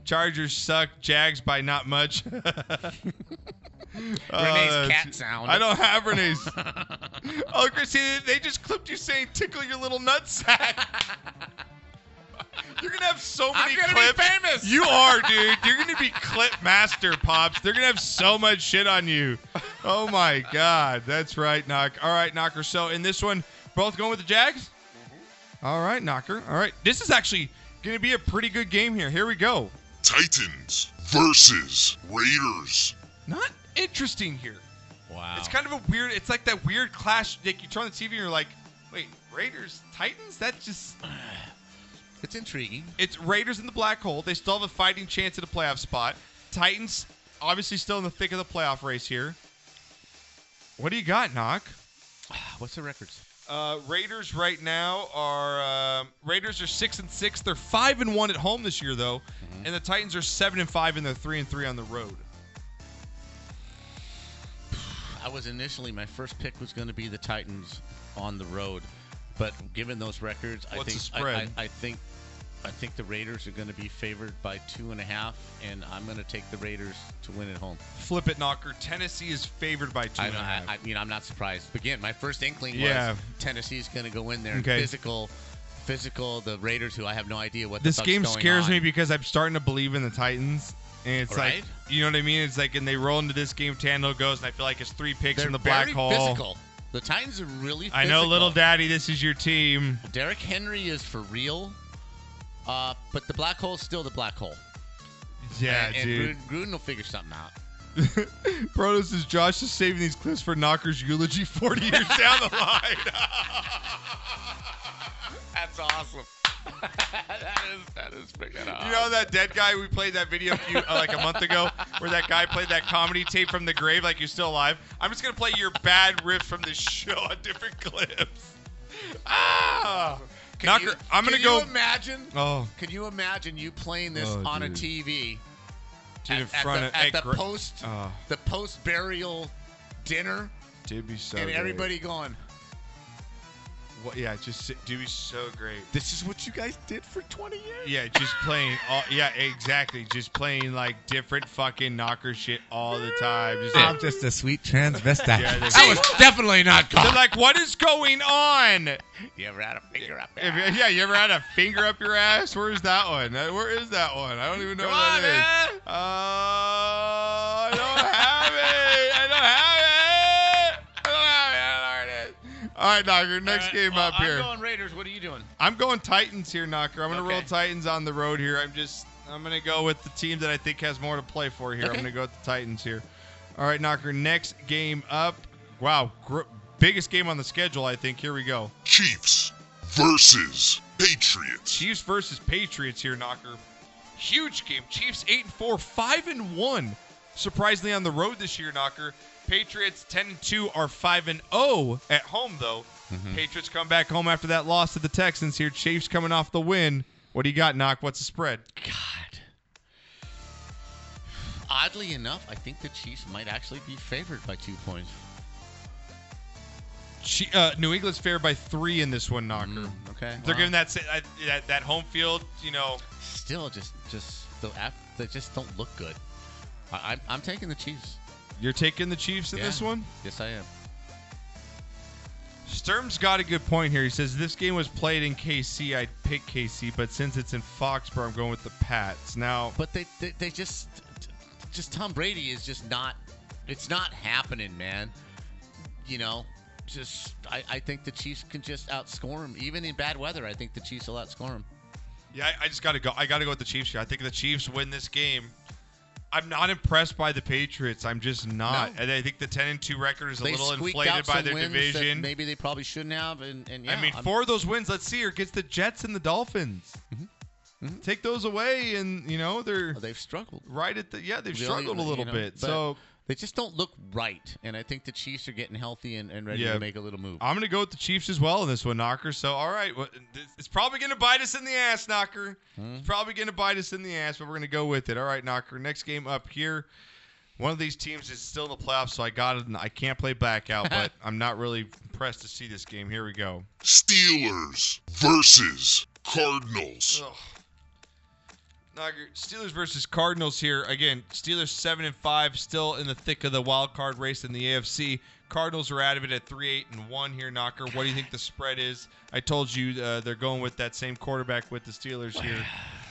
Speaker 2: Chargers suck. Jags by not much. Renee's
Speaker 3: cat sound.
Speaker 2: I don't have Renee's. oh, Christina, they just clipped you saying "tickle your little nutsack." You're gonna have so
Speaker 3: I'm
Speaker 2: many
Speaker 3: gonna be
Speaker 2: clips.
Speaker 3: famous.
Speaker 2: You are, dude. You're gonna be clip master, pops. They're gonna have so much shit on you. Oh my god, that's right, knock. All right, knocker. So in this one, both going with the Jags. All right, knocker. All right, this is actually gonna be a pretty good game here. Here we go.
Speaker 9: Titans versus Raiders.
Speaker 2: Not interesting here.
Speaker 3: Wow.
Speaker 2: It's kind of a weird. It's like that weird clash. Like you turn on the TV and you're like, wait, Raiders, Titans. That just.
Speaker 3: It's intriguing.
Speaker 2: It's Raiders in the black hole. They still have a fighting chance at a playoff spot. Titans, obviously, still in the thick of the playoff race here. What do you got, Knock?
Speaker 3: What's the records?
Speaker 2: Uh, Raiders right now are um, Raiders are six and six. They're five and one at home this year though, and the Titans are seven and five and they're three and three on the road.
Speaker 3: I was initially my first pick was going to be the Titans on the road, but given those records, I
Speaker 2: What's
Speaker 3: think
Speaker 2: the spread?
Speaker 3: I, I, I think I think the Raiders are going to be favored by two and a half, and I'm going to take the Raiders to win at home.
Speaker 2: Flip it, Knocker. Tennessee is favored by two
Speaker 3: I
Speaker 2: and a
Speaker 3: don't.
Speaker 2: half.
Speaker 3: I, I mean, I'm not surprised. Again, my first inkling was
Speaker 2: Yeah.
Speaker 3: Tennesse's going to go in there and
Speaker 2: Okay.
Speaker 3: physical, physical. The Raiders, who I have no idea what the
Speaker 2: this
Speaker 3: fuck's
Speaker 2: game
Speaker 3: going
Speaker 2: scares
Speaker 3: on.
Speaker 2: me because I'm starting to believe in the Titans. And it's
Speaker 3: Right?
Speaker 2: like, you know what I mean? It's like, and they roll into this game, Tando goes, and I feel like it's three picks
Speaker 3: They're
Speaker 2: in the black
Speaker 3: very
Speaker 2: hole.
Speaker 3: physical. The Titans are really. Physical.
Speaker 2: I know, little daddy, this is your team.
Speaker 3: Derrick Henry is for real, uh, but the black hole's still the black hole.
Speaker 2: Yeah,
Speaker 3: and, and
Speaker 2: dude.
Speaker 3: Gruden, Gruden will figure something out.
Speaker 2: Protos is Josh is saving these clips for Knocker's eulogy 40 years down the line.
Speaker 3: That's awesome. that is that is freaking awesome.
Speaker 2: You know that dead guy we played that video a few, uh, like a month ago, where that guy played that comedy tape from the grave, like you're still alive. I'm just gonna play your bad riff from this show on different clips. Ah,
Speaker 3: Can
Speaker 2: Knocker,
Speaker 3: you-
Speaker 2: I'm gonna
Speaker 3: can
Speaker 2: go.
Speaker 3: You imagine.
Speaker 2: Oh.
Speaker 3: Can you imagine you playing this
Speaker 2: Oh,
Speaker 3: on
Speaker 2: dude.
Speaker 3: a TV?
Speaker 2: Dude, in
Speaker 3: at, at
Speaker 2: front
Speaker 3: the,
Speaker 2: of-
Speaker 3: at
Speaker 2: at
Speaker 3: the
Speaker 2: gra-
Speaker 3: post
Speaker 2: Oh.
Speaker 3: the post burial dinner,
Speaker 2: Dude, be so.
Speaker 3: and
Speaker 2: great.
Speaker 3: everybody going.
Speaker 2: What, yeah, just sit- dude, be so great.
Speaker 10: This is what you guys did for 20 years.
Speaker 2: Yeah, just playing. All, yeah, exactly. Just playing like different fucking knocker shit all the time. Just like,
Speaker 19: I'm just a sweet transvestite.
Speaker 2: Yeah,
Speaker 19: I
Speaker 2: that's- That
Speaker 19: was definitely not
Speaker 2: They're like, what is going on?
Speaker 3: You ever had a finger up?
Speaker 2: If- yeah, you ever had a finger up your ass? Where's that one? Uh, Where is that one? I don't even know what that is. Uh, I don't have it. I don't have it. I don't have it. I don't have it. All right, Knocker, next game up
Speaker 3: I'm
Speaker 2: here.
Speaker 3: going Raiders. What are you doing?
Speaker 2: I'm going Titans here, Knocker. I'm going to roll
Speaker 3: Okay.
Speaker 2: Titans on the road here. I'm just I'm going to go with the team that I think has more to play for here. I'm
Speaker 3: Okay.
Speaker 2: going to go with the Titans here. All right, Knocker. Next game up. Wow, gr- biggest game on the schedule. I think. Here we go.
Speaker 9: Chiefs versus Patriots.
Speaker 2: Chiefs versus Patriots here, Knocker. Huge game. Chiefs eight and four, five and one. Surprisingly on the road this year, Knocker. Patriots ten and two are five and zero at home though. Patriots come back home after that loss to the Texans here. Chiefs coming off the win. What do you got, Knock? What's the spread?
Speaker 3: Oddly enough, I think the Chiefs might actually be favored by two points.
Speaker 2: Chi- uh, New England's favored by three in this one, Knocker.
Speaker 3: Mm, okay.
Speaker 2: Hmm. They're
Speaker 3: Wow.
Speaker 2: giving that, si- that that that home field, you know.
Speaker 3: Still, just just the app, they just don't look good. I, I'm I'm taking the Chiefs.
Speaker 2: You're taking the Chiefs in
Speaker 3: Yeah.
Speaker 2: this one.
Speaker 3: Yes, I am.
Speaker 2: Sturm's got a good point here. He says this game was played in KC. I'd pick KC, but since it's in Foxborough, I'm going with the Pats. Now,
Speaker 3: but they they, they just just Tom Brady is just not it's not happening, man. You know, just I, I think the Chiefs can just outscore him. Even in bad weather, I think the Chiefs will outscore him.
Speaker 2: yeah, I, I just got to go. I got to go with the Chiefs here. I think the Chiefs win this game. I'm not impressed by the Patriots. I'm just not. And I think the 10 and 2 record is a
Speaker 3: they
Speaker 2: little
Speaker 3: squeaked
Speaker 2: inflated
Speaker 3: out
Speaker 2: by
Speaker 3: some
Speaker 2: their
Speaker 3: wins that
Speaker 2: division.
Speaker 3: Maybe they probably shouldn't have. And, and yeah,
Speaker 2: I mean,
Speaker 3: I'm-
Speaker 2: four of those wins. Let's see here against the Jets and the Dolphins.
Speaker 3: Mm-hmm.
Speaker 2: Take those away, and you know they're
Speaker 3: they've struggled
Speaker 2: right at the yeah they've
Speaker 3: really,
Speaker 2: struggled a
Speaker 3: you
Speaker 2: little
Speaker 3: know,
Speaker 2: bit.
Speaker 3: but
Speaker 2: So
Speaker 3: they just don't look right. And I think the Chiefs are getting healthy and, and ready
Speaker 2: Yeah.
Speaker 3: to make a little move.
Speaker 2: I'm gonna go with the Chiefs as well in this one, Knocker. So all right, well, this- it's probably gonna bite us in the ass, Knocker. It's probably gonna bite us in the ass, but we're gonna go with it. All right, Knocker. Next game up here. One of these teams is still in the playoffs, so I got it. I can't play back out, but I'm not really impressed to see this game. Here we go.
Speaker 9: Steelers versus Cardinals.
Speaker 2: Ugh. Knocker, Steelers versus Cardinals here again. Steelers seven and five, still in the thick of the wild card race in the AFC. Cardinals are out of it at three eight and one here. Knocker, what do you think the spread is? I told you uh, they're going with that same quarterback with the Steelers here,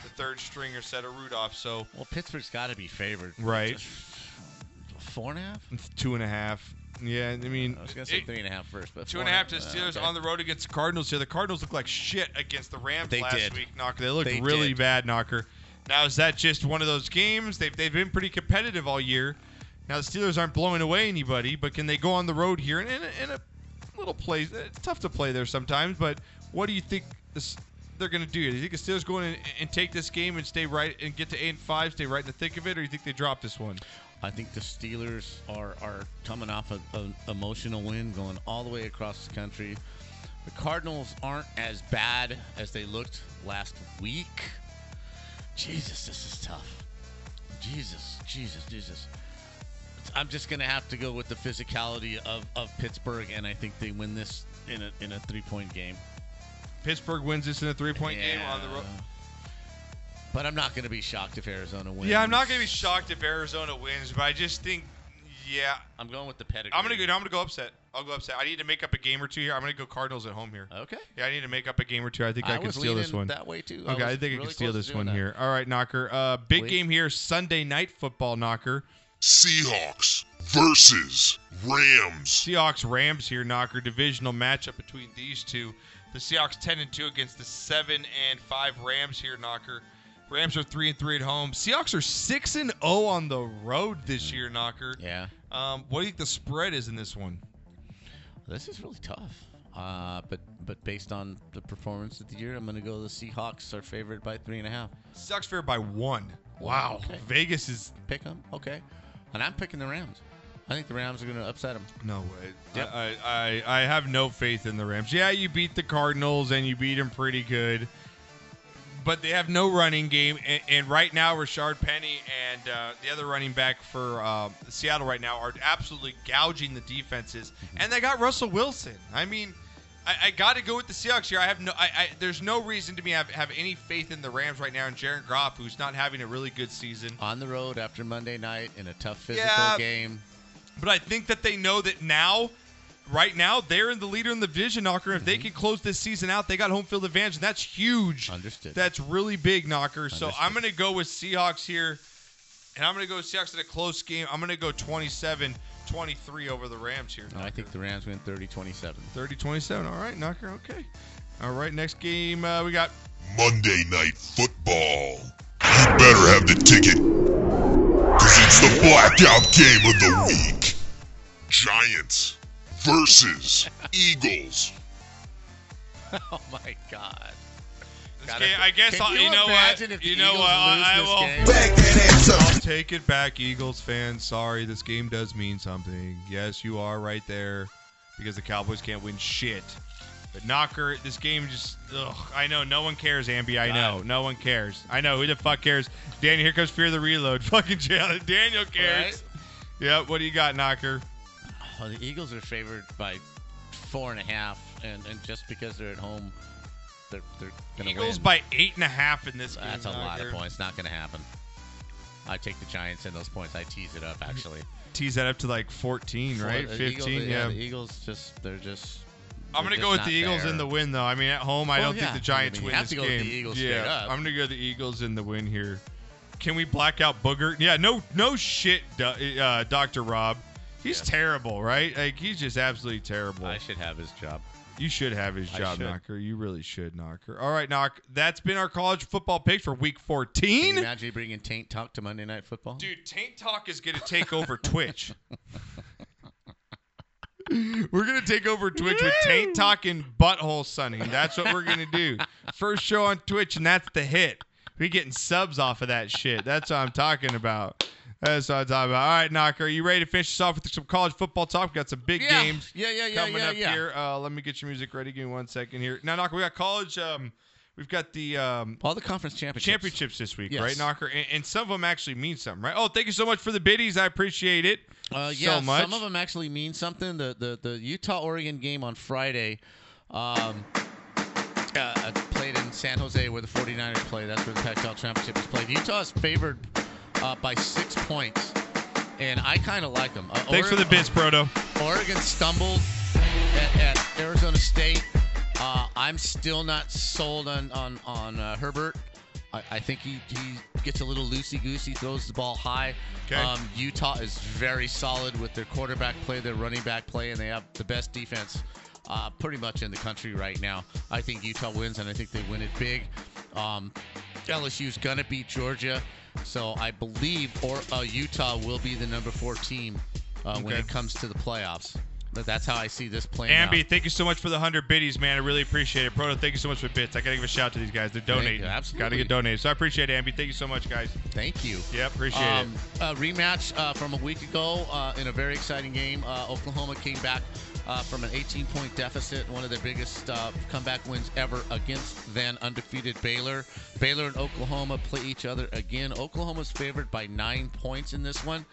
Speaker 2: the third stringer set of Rudolph. So
Speaker 3: well, Pittsburgh's got to be favored,
Speaker 2: right,
Speaker 3: Four and a half.
Speaker 2: two and a half. Yeah, I mean,
Speaker 3: I was gonna say
Speaker 2: it-
Speaker 3: three and a half first, but
Speaker 2: Two and a half to the Steelers on the road against the Cardinals here. The Cardinals look like shit against the Rams
Speaker 3: They
Speaker 2: last
Speaker 3: did.
Speaker 2: week, Knocker. They looked
Speaker 3: They
Speaker 2: really
Speaker 3: did.
Speaker 2: bad, Knocker. Now, is that just one of those games? They've, they've been pretty competitive all year. Now, the Steelers aren't blowing away anybody, but can they go on the road here? And in a, in a little place, it's tough to play there sometimes, but what do you think this, they're going to do? Do you think the Steelers go in and, and take this game and stay right and get to 8 and 5, stay right in the thick of it, or do you think they drop this one?
Speaker 3: I think the Steelers are are coming off a- an emotional win, going all the way across the country. The Cardinals aren't as bad as they looked last week. Jesus, this is tough. Jesus, Jesus, Jesus. I'm just gonna have to go with the physicality of, of Pittsburgh, and I think they win this in a in a three point game.
Speaker 2: Pittsburgh wins this in a three point game on the road.
Speaker 3: But I'm not gonna be shocked if Arizona wins.
Speaker 2: Yeah, I'm not gonna be shocked if Arizona wins, but I just think, yeah,
Speaker 3: I'm going with the pedigree.
Speaker 2: I'm gonna go. I'm gonna go upset. I'll go upset. I need to make up a game or two here. I'm gonna go Cardinals at home here.
Speaker 3: Okay.
Speaker 2: Yeah, I need to make up a game or two. I think I,
Speaker 3: Uh, I
Speaker 2: can
Speaker 3: was
Speaker 2: steal this
Speaker 3: leaning
Speaker 2: one.
Speaker 3: that way, too. I
Speaker 2: Okay, I,
Speaker 3: was
Speaker 2: think I
Speaker 3: really
Speaker 2: can steal
Speaker 3: close to
Speaker 2: this
Speaker 3: doing
Speaker 2: one
Speaker 3: that.
Speaker 2: here. All right, Knocker. Uh, big
Speaker 3: Wait.
Speaker 2: game here. Sunday night football, Knocker.
Speaker 9: Seahawks versus Rams.
Speaker 2: Seahawks Rams here, Knocker. Divisional matchup between these two. The Seahawks ten and two against the seven and five Rams here, Knocker. Rams are three and three at home. Seahawks are six and zero on the road this year. Knocker.
Speaker 3: Mm. Yeah.
Speaker 2: Um, what do you think the spread is in this one?
Speaker 3: This is really tough. Uh, but but based on the performance of the year, I'm going to go. The Seahawks are favored by three and a half.
Speaker 2: Seahawks favored by one. Wow. Vegas is
Speaker 3: pick them. Okay, and I'm picking the Rams. I think the Rams are going to upset them.
Speaker 2: No way. I, I I have no faith in the Rams. Yeah, you beat the Cardinals and you beat them pretty good, but they have no running game. And, and right now, Rashard Penny and uh, the other running back for uh, Seattle right now are absolutely gouging the defenses. And they got Russell Wilson. I mean, I, I got to go with the Seahawks here. I have no. I, I there's no reason to me have have any faith in the Rams right now. And Jaron Groff, who's not having a really good season.
Speaker 3: On the road after Monday night in a tough physical
Speaker 2: Yeah.
Speaker 3: game.
Speaker 2: But I think that they know that now, right now, they're in the leader in the division, Knocker. If
Speaker 3: Mm-hmm.
Speaker 2: they can close this season out, they got home field advantage, and that's huge.
Speaker 3: Understood.
Speaker 2: That's really big, Knocker. So
Speaker 3: Understood.
Speaker 2: I'm going to go with Seahawks here, and I'm going to go Seahawks in a close game. I'm going to go 27 23 over the Rams here.
Speaker 3: I think the Rams win 30-27.
Speaker 2: 30 27. All right, Knocker. Okay. All right, next game uh, we got.
Speaker 9: Monday Night Football. You better have the ticket. Cause it's the blackout game of the week. Giants versus Eagles.
Speaker 3: Oh my God.
Speaker 2: This game, I guess
Speaker 3: Can
Speaker 2: I'll,
Speaker 3: you
Speaker 2: you, know what?
Speaker 3: imagine if the
Speaker 2: you know
Speaker 3: Eagles
Speaker 2: what? I, I
Speaker 3: lose
Speaker 2: will.
Speaker 3: this game? Back that ass up.
Speaker 2: I'll take it back, Eagles fans. Sorry, this game does mean something. Yes, you are right there, because the Cowboys can't win shit. But Knocker, this game just. Ugh, I know no one cares, Ambi. I know no one cares. I know who the fuck cares. Daniel, here comes Fear the Reload. Fucking jail. Daniel cares. Yeah. What do you got, Knocker?
Speaker 3: Well, the Eagles are favored by four and a half, and, and just because they're at home, they're they're gonna
Speaker 2: Eagles
Speaker 3: win.
Speaker 2: by eight and a half in this game.
Speaker 3: That's a lot of
Speaker 2: Knocker.
Speaker 3: points. Not gonna happen. I take the Giants in those points. I tease it up actually.
Speaker 2: Tease that up to like 14, right?
Speaker 3: Well, the
Speaker 2: 15,
Speaker 3: Eagles-
Speaker 2: yeah.
Speaker 3: The Eagles just they're just.
Speaker 2: I'm
Speaker 3: they're
Speaker 2: gonna go
Speaker 3: just
Speaker 2: with the
Speaker 3: not
Speaker 2: Eagles
Speaker 3: there.
Speaker 2: in the win, though. I mean, at home, I
Speaker 3: Well,
Speaker 2: don't
Speaker 3: yeah.
Speaker 2: think the Giants
Speaker 3: I mean, you
Speaker 2: win
Speaker 3: have
Speaker 2: this
Speaker 3: to go with
Speaker 2: game.
Speaker 3: the Eagles
Speaker 2: yeah,
Speaker 3: straight up.
Speaker 2: I'm gonna go the Eagles in the win here. Can we black out Booger? Yeah, no, no shit, Do- uh, Doctor Rob. He's terrible, right? Like he's just absolutely terrible. I
Speaker 3: should have his job.
Speaker 2: You should have his
Speaker 3: I
Speaker 2: job,
Speaker 3: should.
Speaker 2: Knocker. You really should, Knocker. All right, Knock. That's been our college football picks for Week 14.
Speaker 3: Can you imagine bringing Taint Talk to Monday Night Football?
Speaker 2: Dude, Taint Talk is gonna take over Twitch. We're gonna take over Twitch with Taint Talk and Butthole Sunny. That's what we're gonna do. First show on Twitch, and that's the hit. We getting subs off of that shit. That's what I'm talking about. That's what I'm talking about. All right, Knocker, are you ready to finish this off with some college football talk? We got some big
Speaker 3: Yeah.
Speaker 2: games
Speaker 3: Yeah, yeah, yeah,
Speaker 2: coming
Speaker 3: yeah,
Speaker 2: up
Speaker 3: yeah.
Speaker 2: here. Uh, let me get your music ready. Give me one second here. Now, Knocker, we got college. Um, we've got the um,
Speaker 3: all the conference championships.
Speaker 2: championships this week,
Speaker 3: Yes.
Speaker 2: right, Knocker? And, and some of them actually mean something, right? Oh, thank you so much for the biddies. I appreciate it
Speaker 3: Uh, yeah,
Speaker 2: so much.
Speaker 3: some of them actually mean something. The the, the Utah Oregon game on Friday, um, uh, played in San Jose where the 49ers play. That's where the Pac-12 championship is played. Utah is favored uh, by six points, and I kind of like them. Uh,
Speaker 2: Thanks for the bits, Proto.
Speaker 3: Oregon stumbled at, at Arizona State. Uh, I'm still not sold on on on uh, Herbert. I, I think he, he gets a little loosey goosey, throws the ball high.
Speaker 2: Okay.
Speaker 3: Um, Utah is very solid with their quarterback play, their running back play, and they have the best defense uh, pretty much in the country right now. I think Utah wins, and I think they win it big. Um, LSU's gonna beat Georgia, so I believe or uh, Utah will be the number four team uh, when
Speaker 2: Okay.
Speaker 3: it comes to the playoffs. But that's how I see this playing out.
Speaker 2: Ambi, thank you so much for the 100 biddies, man. I really appreciate it. Proto, thank you so much for bits. I got to give a shout out to these guys. They're
Speaker 3: Thank you.
Speaker 2: donating.
Speaker 3: Absolutely.
Speaker 2: Got to get donated. So I appreciate it, Ambi. Thank you so much, guys.
Speaker 3: Thank you.
Speaker 2: Yeah, appreciate
Speaker 3: Um, a rematch uh, from a week ago uh, in a very exciting game. Uh, Oklahoma came back uh, from an 18 point deficit, one of their biggest uh, comeback wins ever against then undefeated Baylor. Baylor and Oklahoma play each other again. Oklahoma's favored by nine points in this one.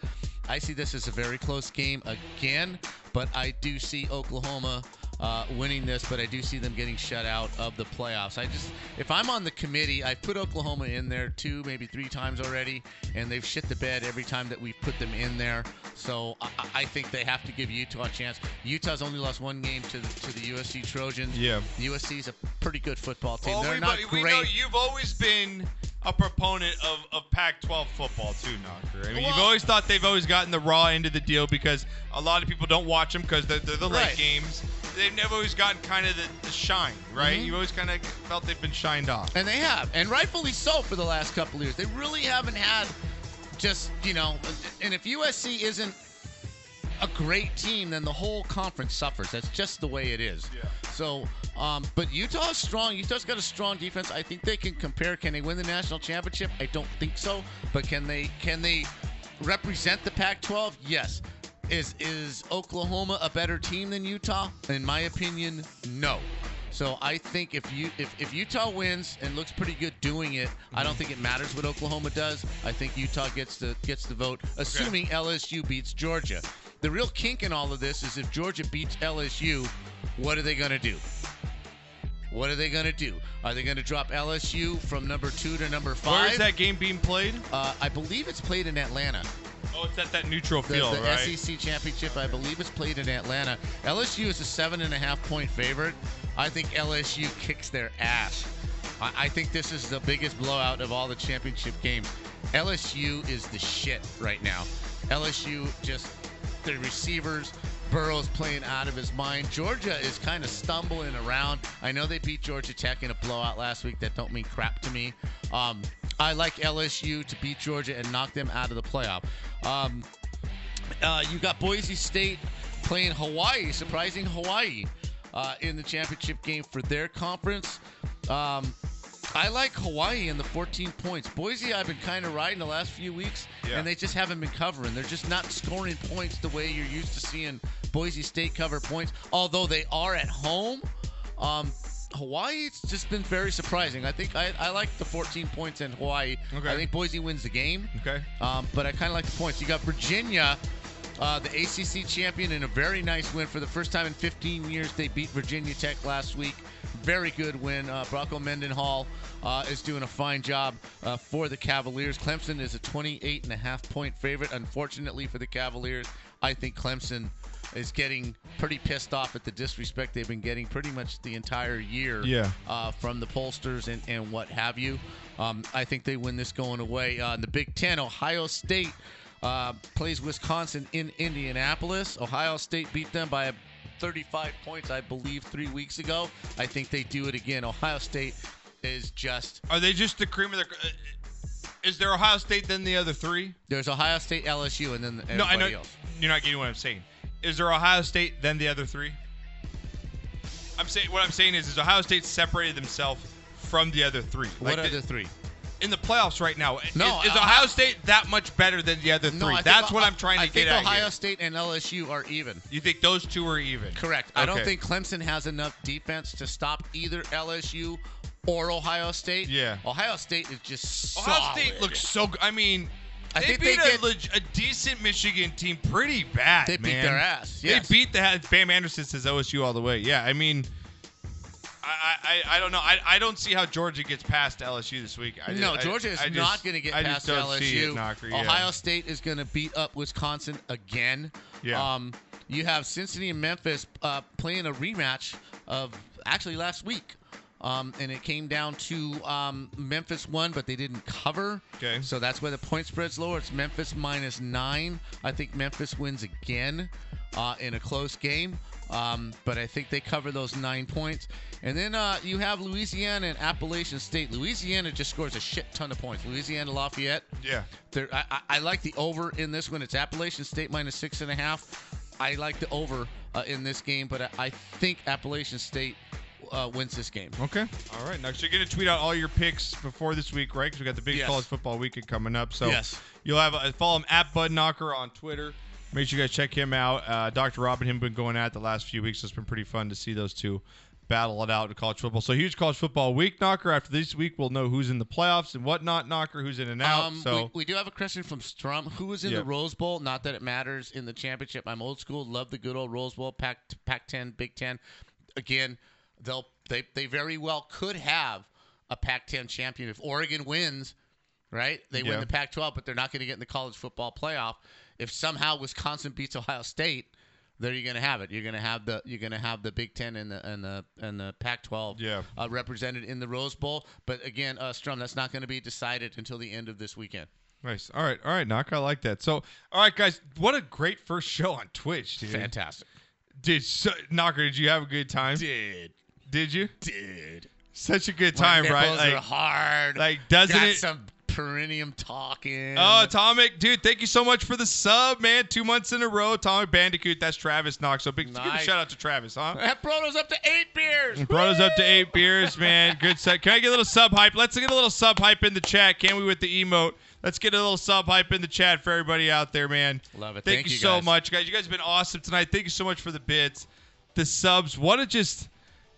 Speaker 3: I see this as a very close game again, but I do see Oklahoma uh, winning this, but I do see them getting shut out of the playoffs. I just, if I'm on the committee, I've put Oklahoma in there two, maybe three times already, and they've shit the bed every time that we've put them in there. So I, I think they have to give Utah a chance. Utah's only lost one game to the, to the USC Trojans.
Speaker 2: Yeah.
Speaker 3: USC's a pretty good football team.
Speaker 2: Well,
Speaker 3: They're
Speaker 2: we,
Speaker 3: not
Speaker 2: we
Speaker 3: great.
Speaker 2: know you've always been a proponent of, of Pac-12 football too, Knocker. I mean, you've
Speaker 10: Well-
Speaker 2: always thought they've always gotten the raw end of the deal because a lot of people don't watch them because they're, they're the late
Speaker 10: Right.
Speaker 2: games. They've never always gotten kind of the, the shine, right?
Speaker 3: Mhm.
Speaker 2: You've always kind of felt they've been shined off.
Speaker 3: And they have, and rightfully so for the last couple of years. They really haven't had just, you know, and if USC isn't a great team, then the whole conference suffers. That's just the way it is. So, um, but Utah is strong. Utah's got a strong defense. I think they can compare. Can they win the national championship? I don't think so. But can they? Can they represent the Pac-12? Yes. Is is Oklahoma a better team than Utah? In my opinion, no. So I think if you if, if Utah wins and looks pretty good doing it, I don't think it matters what Oklahoma does. I think Utah gets the gets the vote, assuming LSU beats Georgia. The real kink in all of this is if Georgia beats LSU, what are they going to do? What are they going to do? Are they going to drop LSU from number two to number five?
Speaker 2: Where is that game being played?
Speaker 3: Uh, I believe it's played in Atlanta.
Speaker 2: Oh, it's at that neutral
Speaker 3: The,
Speaker 2: field,
Speaker 3: the E
Speaker 2: right?
Speaker 3: SEC championship, I believe, is played in Atlanta. LSU is a seven and a half point favorite. I think LSU kicks their ass. I, I think this is the biggest blowout of all the championship games. LSU is the shit right now. LSU just the receivers. Burrow's playing out of his mind. Georgia is kind of stumbling around. I know they beat Georgia Tech in a blowout last week. That don't mean crap to me. Um, I like LSU to beat Georgia and knock them out of the playoff. Um, uh, you got Boise State playing Hawaii, surprising Hawaii uh, in the championship game for their conference. Um, I like Hawaii in the 14 points. Boise, I've been kind of riding the last few weeks,
Speaker 10: Yeah.
Speaker 3: and they just haven't been covering. They're just not scoring points the way you're used to seeing Boise State cover points, although they are at home. Um, Hawaii's just been very surprising. I think I, I like the 14 points in Hawaii.
Speaker 2: Okay.
Speaker 3: I think Boise wins the game.
Speaker 2: Okay.
Speaker 3: Um, but I kind of like the points. You got Virginia, uh, the ACC champion, in a very nice win for the first time in 15 years. They beat Virginia Tech last week. Very good win. Uh, Brocco Mendenhall uh, is doing a fine job uh, for the Cavaliers. Clemson is a 28 and a half point favorite. Unfortunately for the Cavaliers, I think Clemson is getting pretty pissed off at the disrespect they've been getting pretty much the entire year
Speaker 2: Yeah.
Speaker 3: uh, from the pollsters and, and what have you. Um, I think they win this going away. Uh, in the Big Ten, Ohio State uh, plays Wisconsin in Indianapolis. Ohio State beat them by 35 points, I believe, three weeks ago. I think they do it again. Ohio State is just.
Speaker 2: Are they just the cream of the? uh, Is there Ohio State then the other three?
Speaker 3: There's Ohio State, LSU, and then everybody
Speaker 2: no, I know
Speaker 3: else.
Speaker 2: you're not getting what I'm saying. Is there Ohio State then the other three? I'm saying what I'm saying is, is Ohio State separated themselves from the other three.
Speaker 3: What are
Speaker 2: the,
Speaker 3: the three?
Speaker 2: In the playoffs right now,
Speaker 3: No,
Speaker 2: is, is
Speaker 3: I-
Speaker 2: Ohio State that much better than the other
Speaker 3: No, I
Speaker 2: three?
Speaker 3: think
Speaker 2: That's
Speaker 3: O-
Speaker 2: what I'm trying to
Speaker 3: I
Speaker 2: get
Speaker 3: think
Speaker 2: at.
Speaker 3: Ohio
Speaker 2: here.
Speaker 3: State and LSU are even.
Speaker 2: You think those two are even?
Speaker 3: Correct. I don't
Speaker 2: Okay.
Speaker 3: think Clemson has enough defense to stop either LSU or Ohio State.
Speaker 2: Yeah.
Speaker 3: Ohio State is just
Speaker 2: Ohio
Speaker 3: solid.
Speaker 2: State looks so. good. I mean,
Speaker 3: I
Speaker 2: they
Speaker 3: think
Speaker 2: beat
Speaker 3: they
Speaker 2: a,
Speaker 3: get-
Speaker 2: leg- a decent Michigan team pretty bad.
Speaker 3: They beat
Speaker 2: man.
Speaker 3: their ass, yes.
Speaker 2: They beat the ha- Bam Anderson says OSU all the way. Yeah, I mean, I I, I I don't know. I, I don't see how Georgia gets past LSU this week. I,
Speaker 3: no,
Speaker 2: I-
Speaker 3: Georgia is
Speaker 2: I just-
Speaker 3: not going to get
Speaker 2: I just
Speaker 3: past
Speaker 2: don't
Speaker 3: LSU.
Speaker 2: see it, Knocker, yeah.
Speaker 3: Ohio State is going to beat up Wisconsin again.
Speaker 2: Yeah.
Speaker 3: Um, you have Cincinnati and Memphis uh, playing a rematch of actually last week. Um, and it came down to um, Memphis won, but they didn't cover. Okay. So that's why the point spread's lower. It's Memphis minus nine. I think Memphis wins again uh, in a close game. Um, but I think they cover those nine points. And then uh, you have Louisiana and Appalachian State. Louisiana just scores a shit ton of points. Louisiana Lafayette.
Speaker 2: Yeah.
Speaker 3: There, I, I- I like the over in this one. It's Appalachian State minus six and a half. I like the over uh, in this game, but I, I think Appalachian State uh, wins this game.
Speaker 2: Okay. All right, Knox. You're going to tweet out all your picks before this week, right? Because we got the big
Speaker 3: Yes.
Speaker 2: college football weekend coming up. So
Speaker 3: Yes.
Speaker 2: you'll have a, follow him at Bud Knocker on Twitter. Make sure you guys check him out. Uh, Dr. Rob and him been going at it the last few weeks. So it's been pretty fun to see those two battle it out in college football. So huge college football week, Knocker. After this week, we'll know who's in the playoffs and whatnot, Knocker, who's in and out.
Speaker 3: Um,
Speaker 2: so
Speaker 3: we, we do have a question from Strum. Who was in
Speaker 2: Yeah.
Speaker 3: the Rose Bowl? Not that it matters in the championship. I'm old school. Love the good old Rose Bowl. Pac Pac 10, Big 10. Again, they'll they they very well could have a Pac 10 champion if Oregon wins. Right? They
Speaker 10: Yeah.
Speaker 3: win the Pac 12, but they're not going to get in the college football playoff. If somehow Wisconsin beats Ohio State, there you're gonna have it. You're gonna have the you're gonna have the Big Ten and the and the and the Pac-12
Speaker 2: Yeah.
Speaker 3: uh, represented in the Rose Bowl. But again, uh, Strum, that's not going to be decided until the end of this weekend.
Speaker 2: Nice. All right. All right, Knock. I like that. So, all right, guys, what a great first show on Twitch, dude.
Speaker 3: Fantastic.
Speaker 2: Dude, so, Knocker, did you have a good time? Did. Did you? Did. Such a good time,
Speaker 3: My
Speaker 2: right?
Speaker 3: nipples are hard.
Speaker 2: like, doesn't
Speaker 3: Got
Speaker 2: it-
Speaker 3: some perineum talking?
Speaker 2: Oh, Atomic, dude, thank you so much for the sub, man. Two months in a row, Atomic Bandicoot. That's Travis Knox. So big give a
Speaker 3: Nice.
Speaker 2: shout out to Travis, huh?
Speaker 3: that brought us up to eight beers.
Speaker 2: Brought us up to eight beers, man. Good set. Can I get a little sub hype? Let's get a little sub hype in the chat, can we? With the emote, let's get a little sub hype in the chat for everybody out there, man.
Speaker 3: Love it.
Speaker 2: Thank,
Speaker 3: Thank
Speaker 2: you,
Speaker 3: you,
Speaker 2: so
Speaker 3: guys.
Speaker 2: much, guys. You guys have been awesome tonight. Thank you so much for the bits, the subs. What a just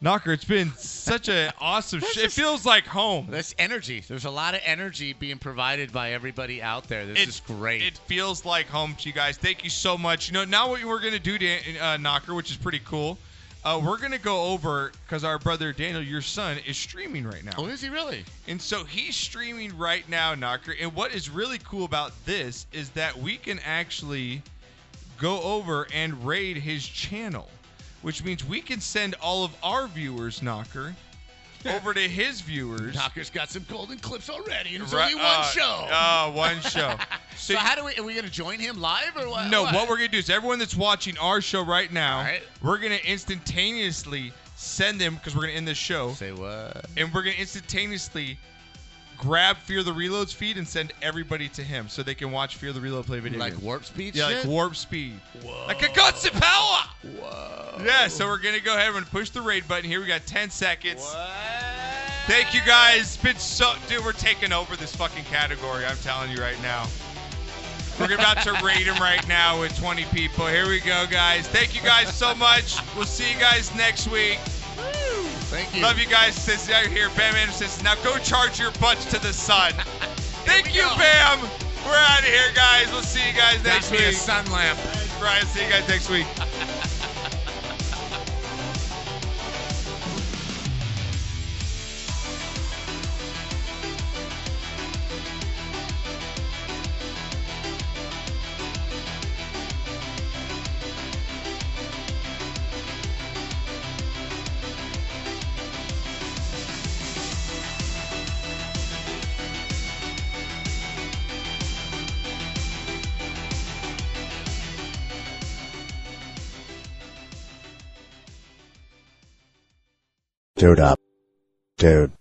Speaker 2: knocker! It's been such an awesome. Sh- it feels like home.
Speaker 3: That's energy. There's a lot of energy being provided by everybody out there. This
Speaker 2: It-
Speaker 3: is great.
Speaker 2: It feels like home to you guys. Thank you so much. You know, now what we're gonna do, Dan, uh, Knocker, which is pretty cool. Uh, we're gonna go over because our brother Daniel, your son, is streaming right now.
Speaker 3: Oh, is he really?
Speaker 2: And so he's streaming right now, Knocker. And what is really cool about this is that we can actually go over and raid his channel, which means we can send all of our viewers, Knocker, over to his viewers.
Speaker 3: Knocker's got some golden clips already, and it's
Speaker 2: Right,
Speaker 3: only one
Speaker 2: uh,
Speaker 3: show.
Speaker 2: uh, one show.
Speaker 3: so, how do we? Are we going to join him live or what?
Speaker 2: No, what? we're gonna do is everyone that's watching our show right now,
Speaker 3: right.
Speaker 2: we're gonna instantaneously send them because we're gonna end this show.
Speaker 3: Say what?
Speaker 2: And we're gonna instantaneously grab Fear the Reloads feed and send everybody to him so they can watch Fear the Reload play video.
Speaker 3: Like
Speaker 2: games.
Speaker 3: warp speed
Speaker 2: Yeah, like
Speaker 3: shit?
Speaker 2: warp speed. Like a concept power. Whoa. Yeah, so we're gonna go ahead and push the raid button here. We got 10 seconds. Thank you guys. It's been so dude, we're taking over this fucking category, I'm telling you right now. We're about to raid him right now with 20 people. Here we go, guys. Thank you guys so much. We'll see you guys next week.
Speaker 3: Thank you.
Speaker 2: Love you guys. Since you're here, Bam Anderson. Now go charge your butts to the sun. Thank you, Bam. We're out of here, guys. We'll see you guys next
Speaker 3: me a
Speaker 2: week.
Speaker 3: sun lamp.
Speaker 2: Brian, see you guys next week.
Speaker 21: Dude up. Dude.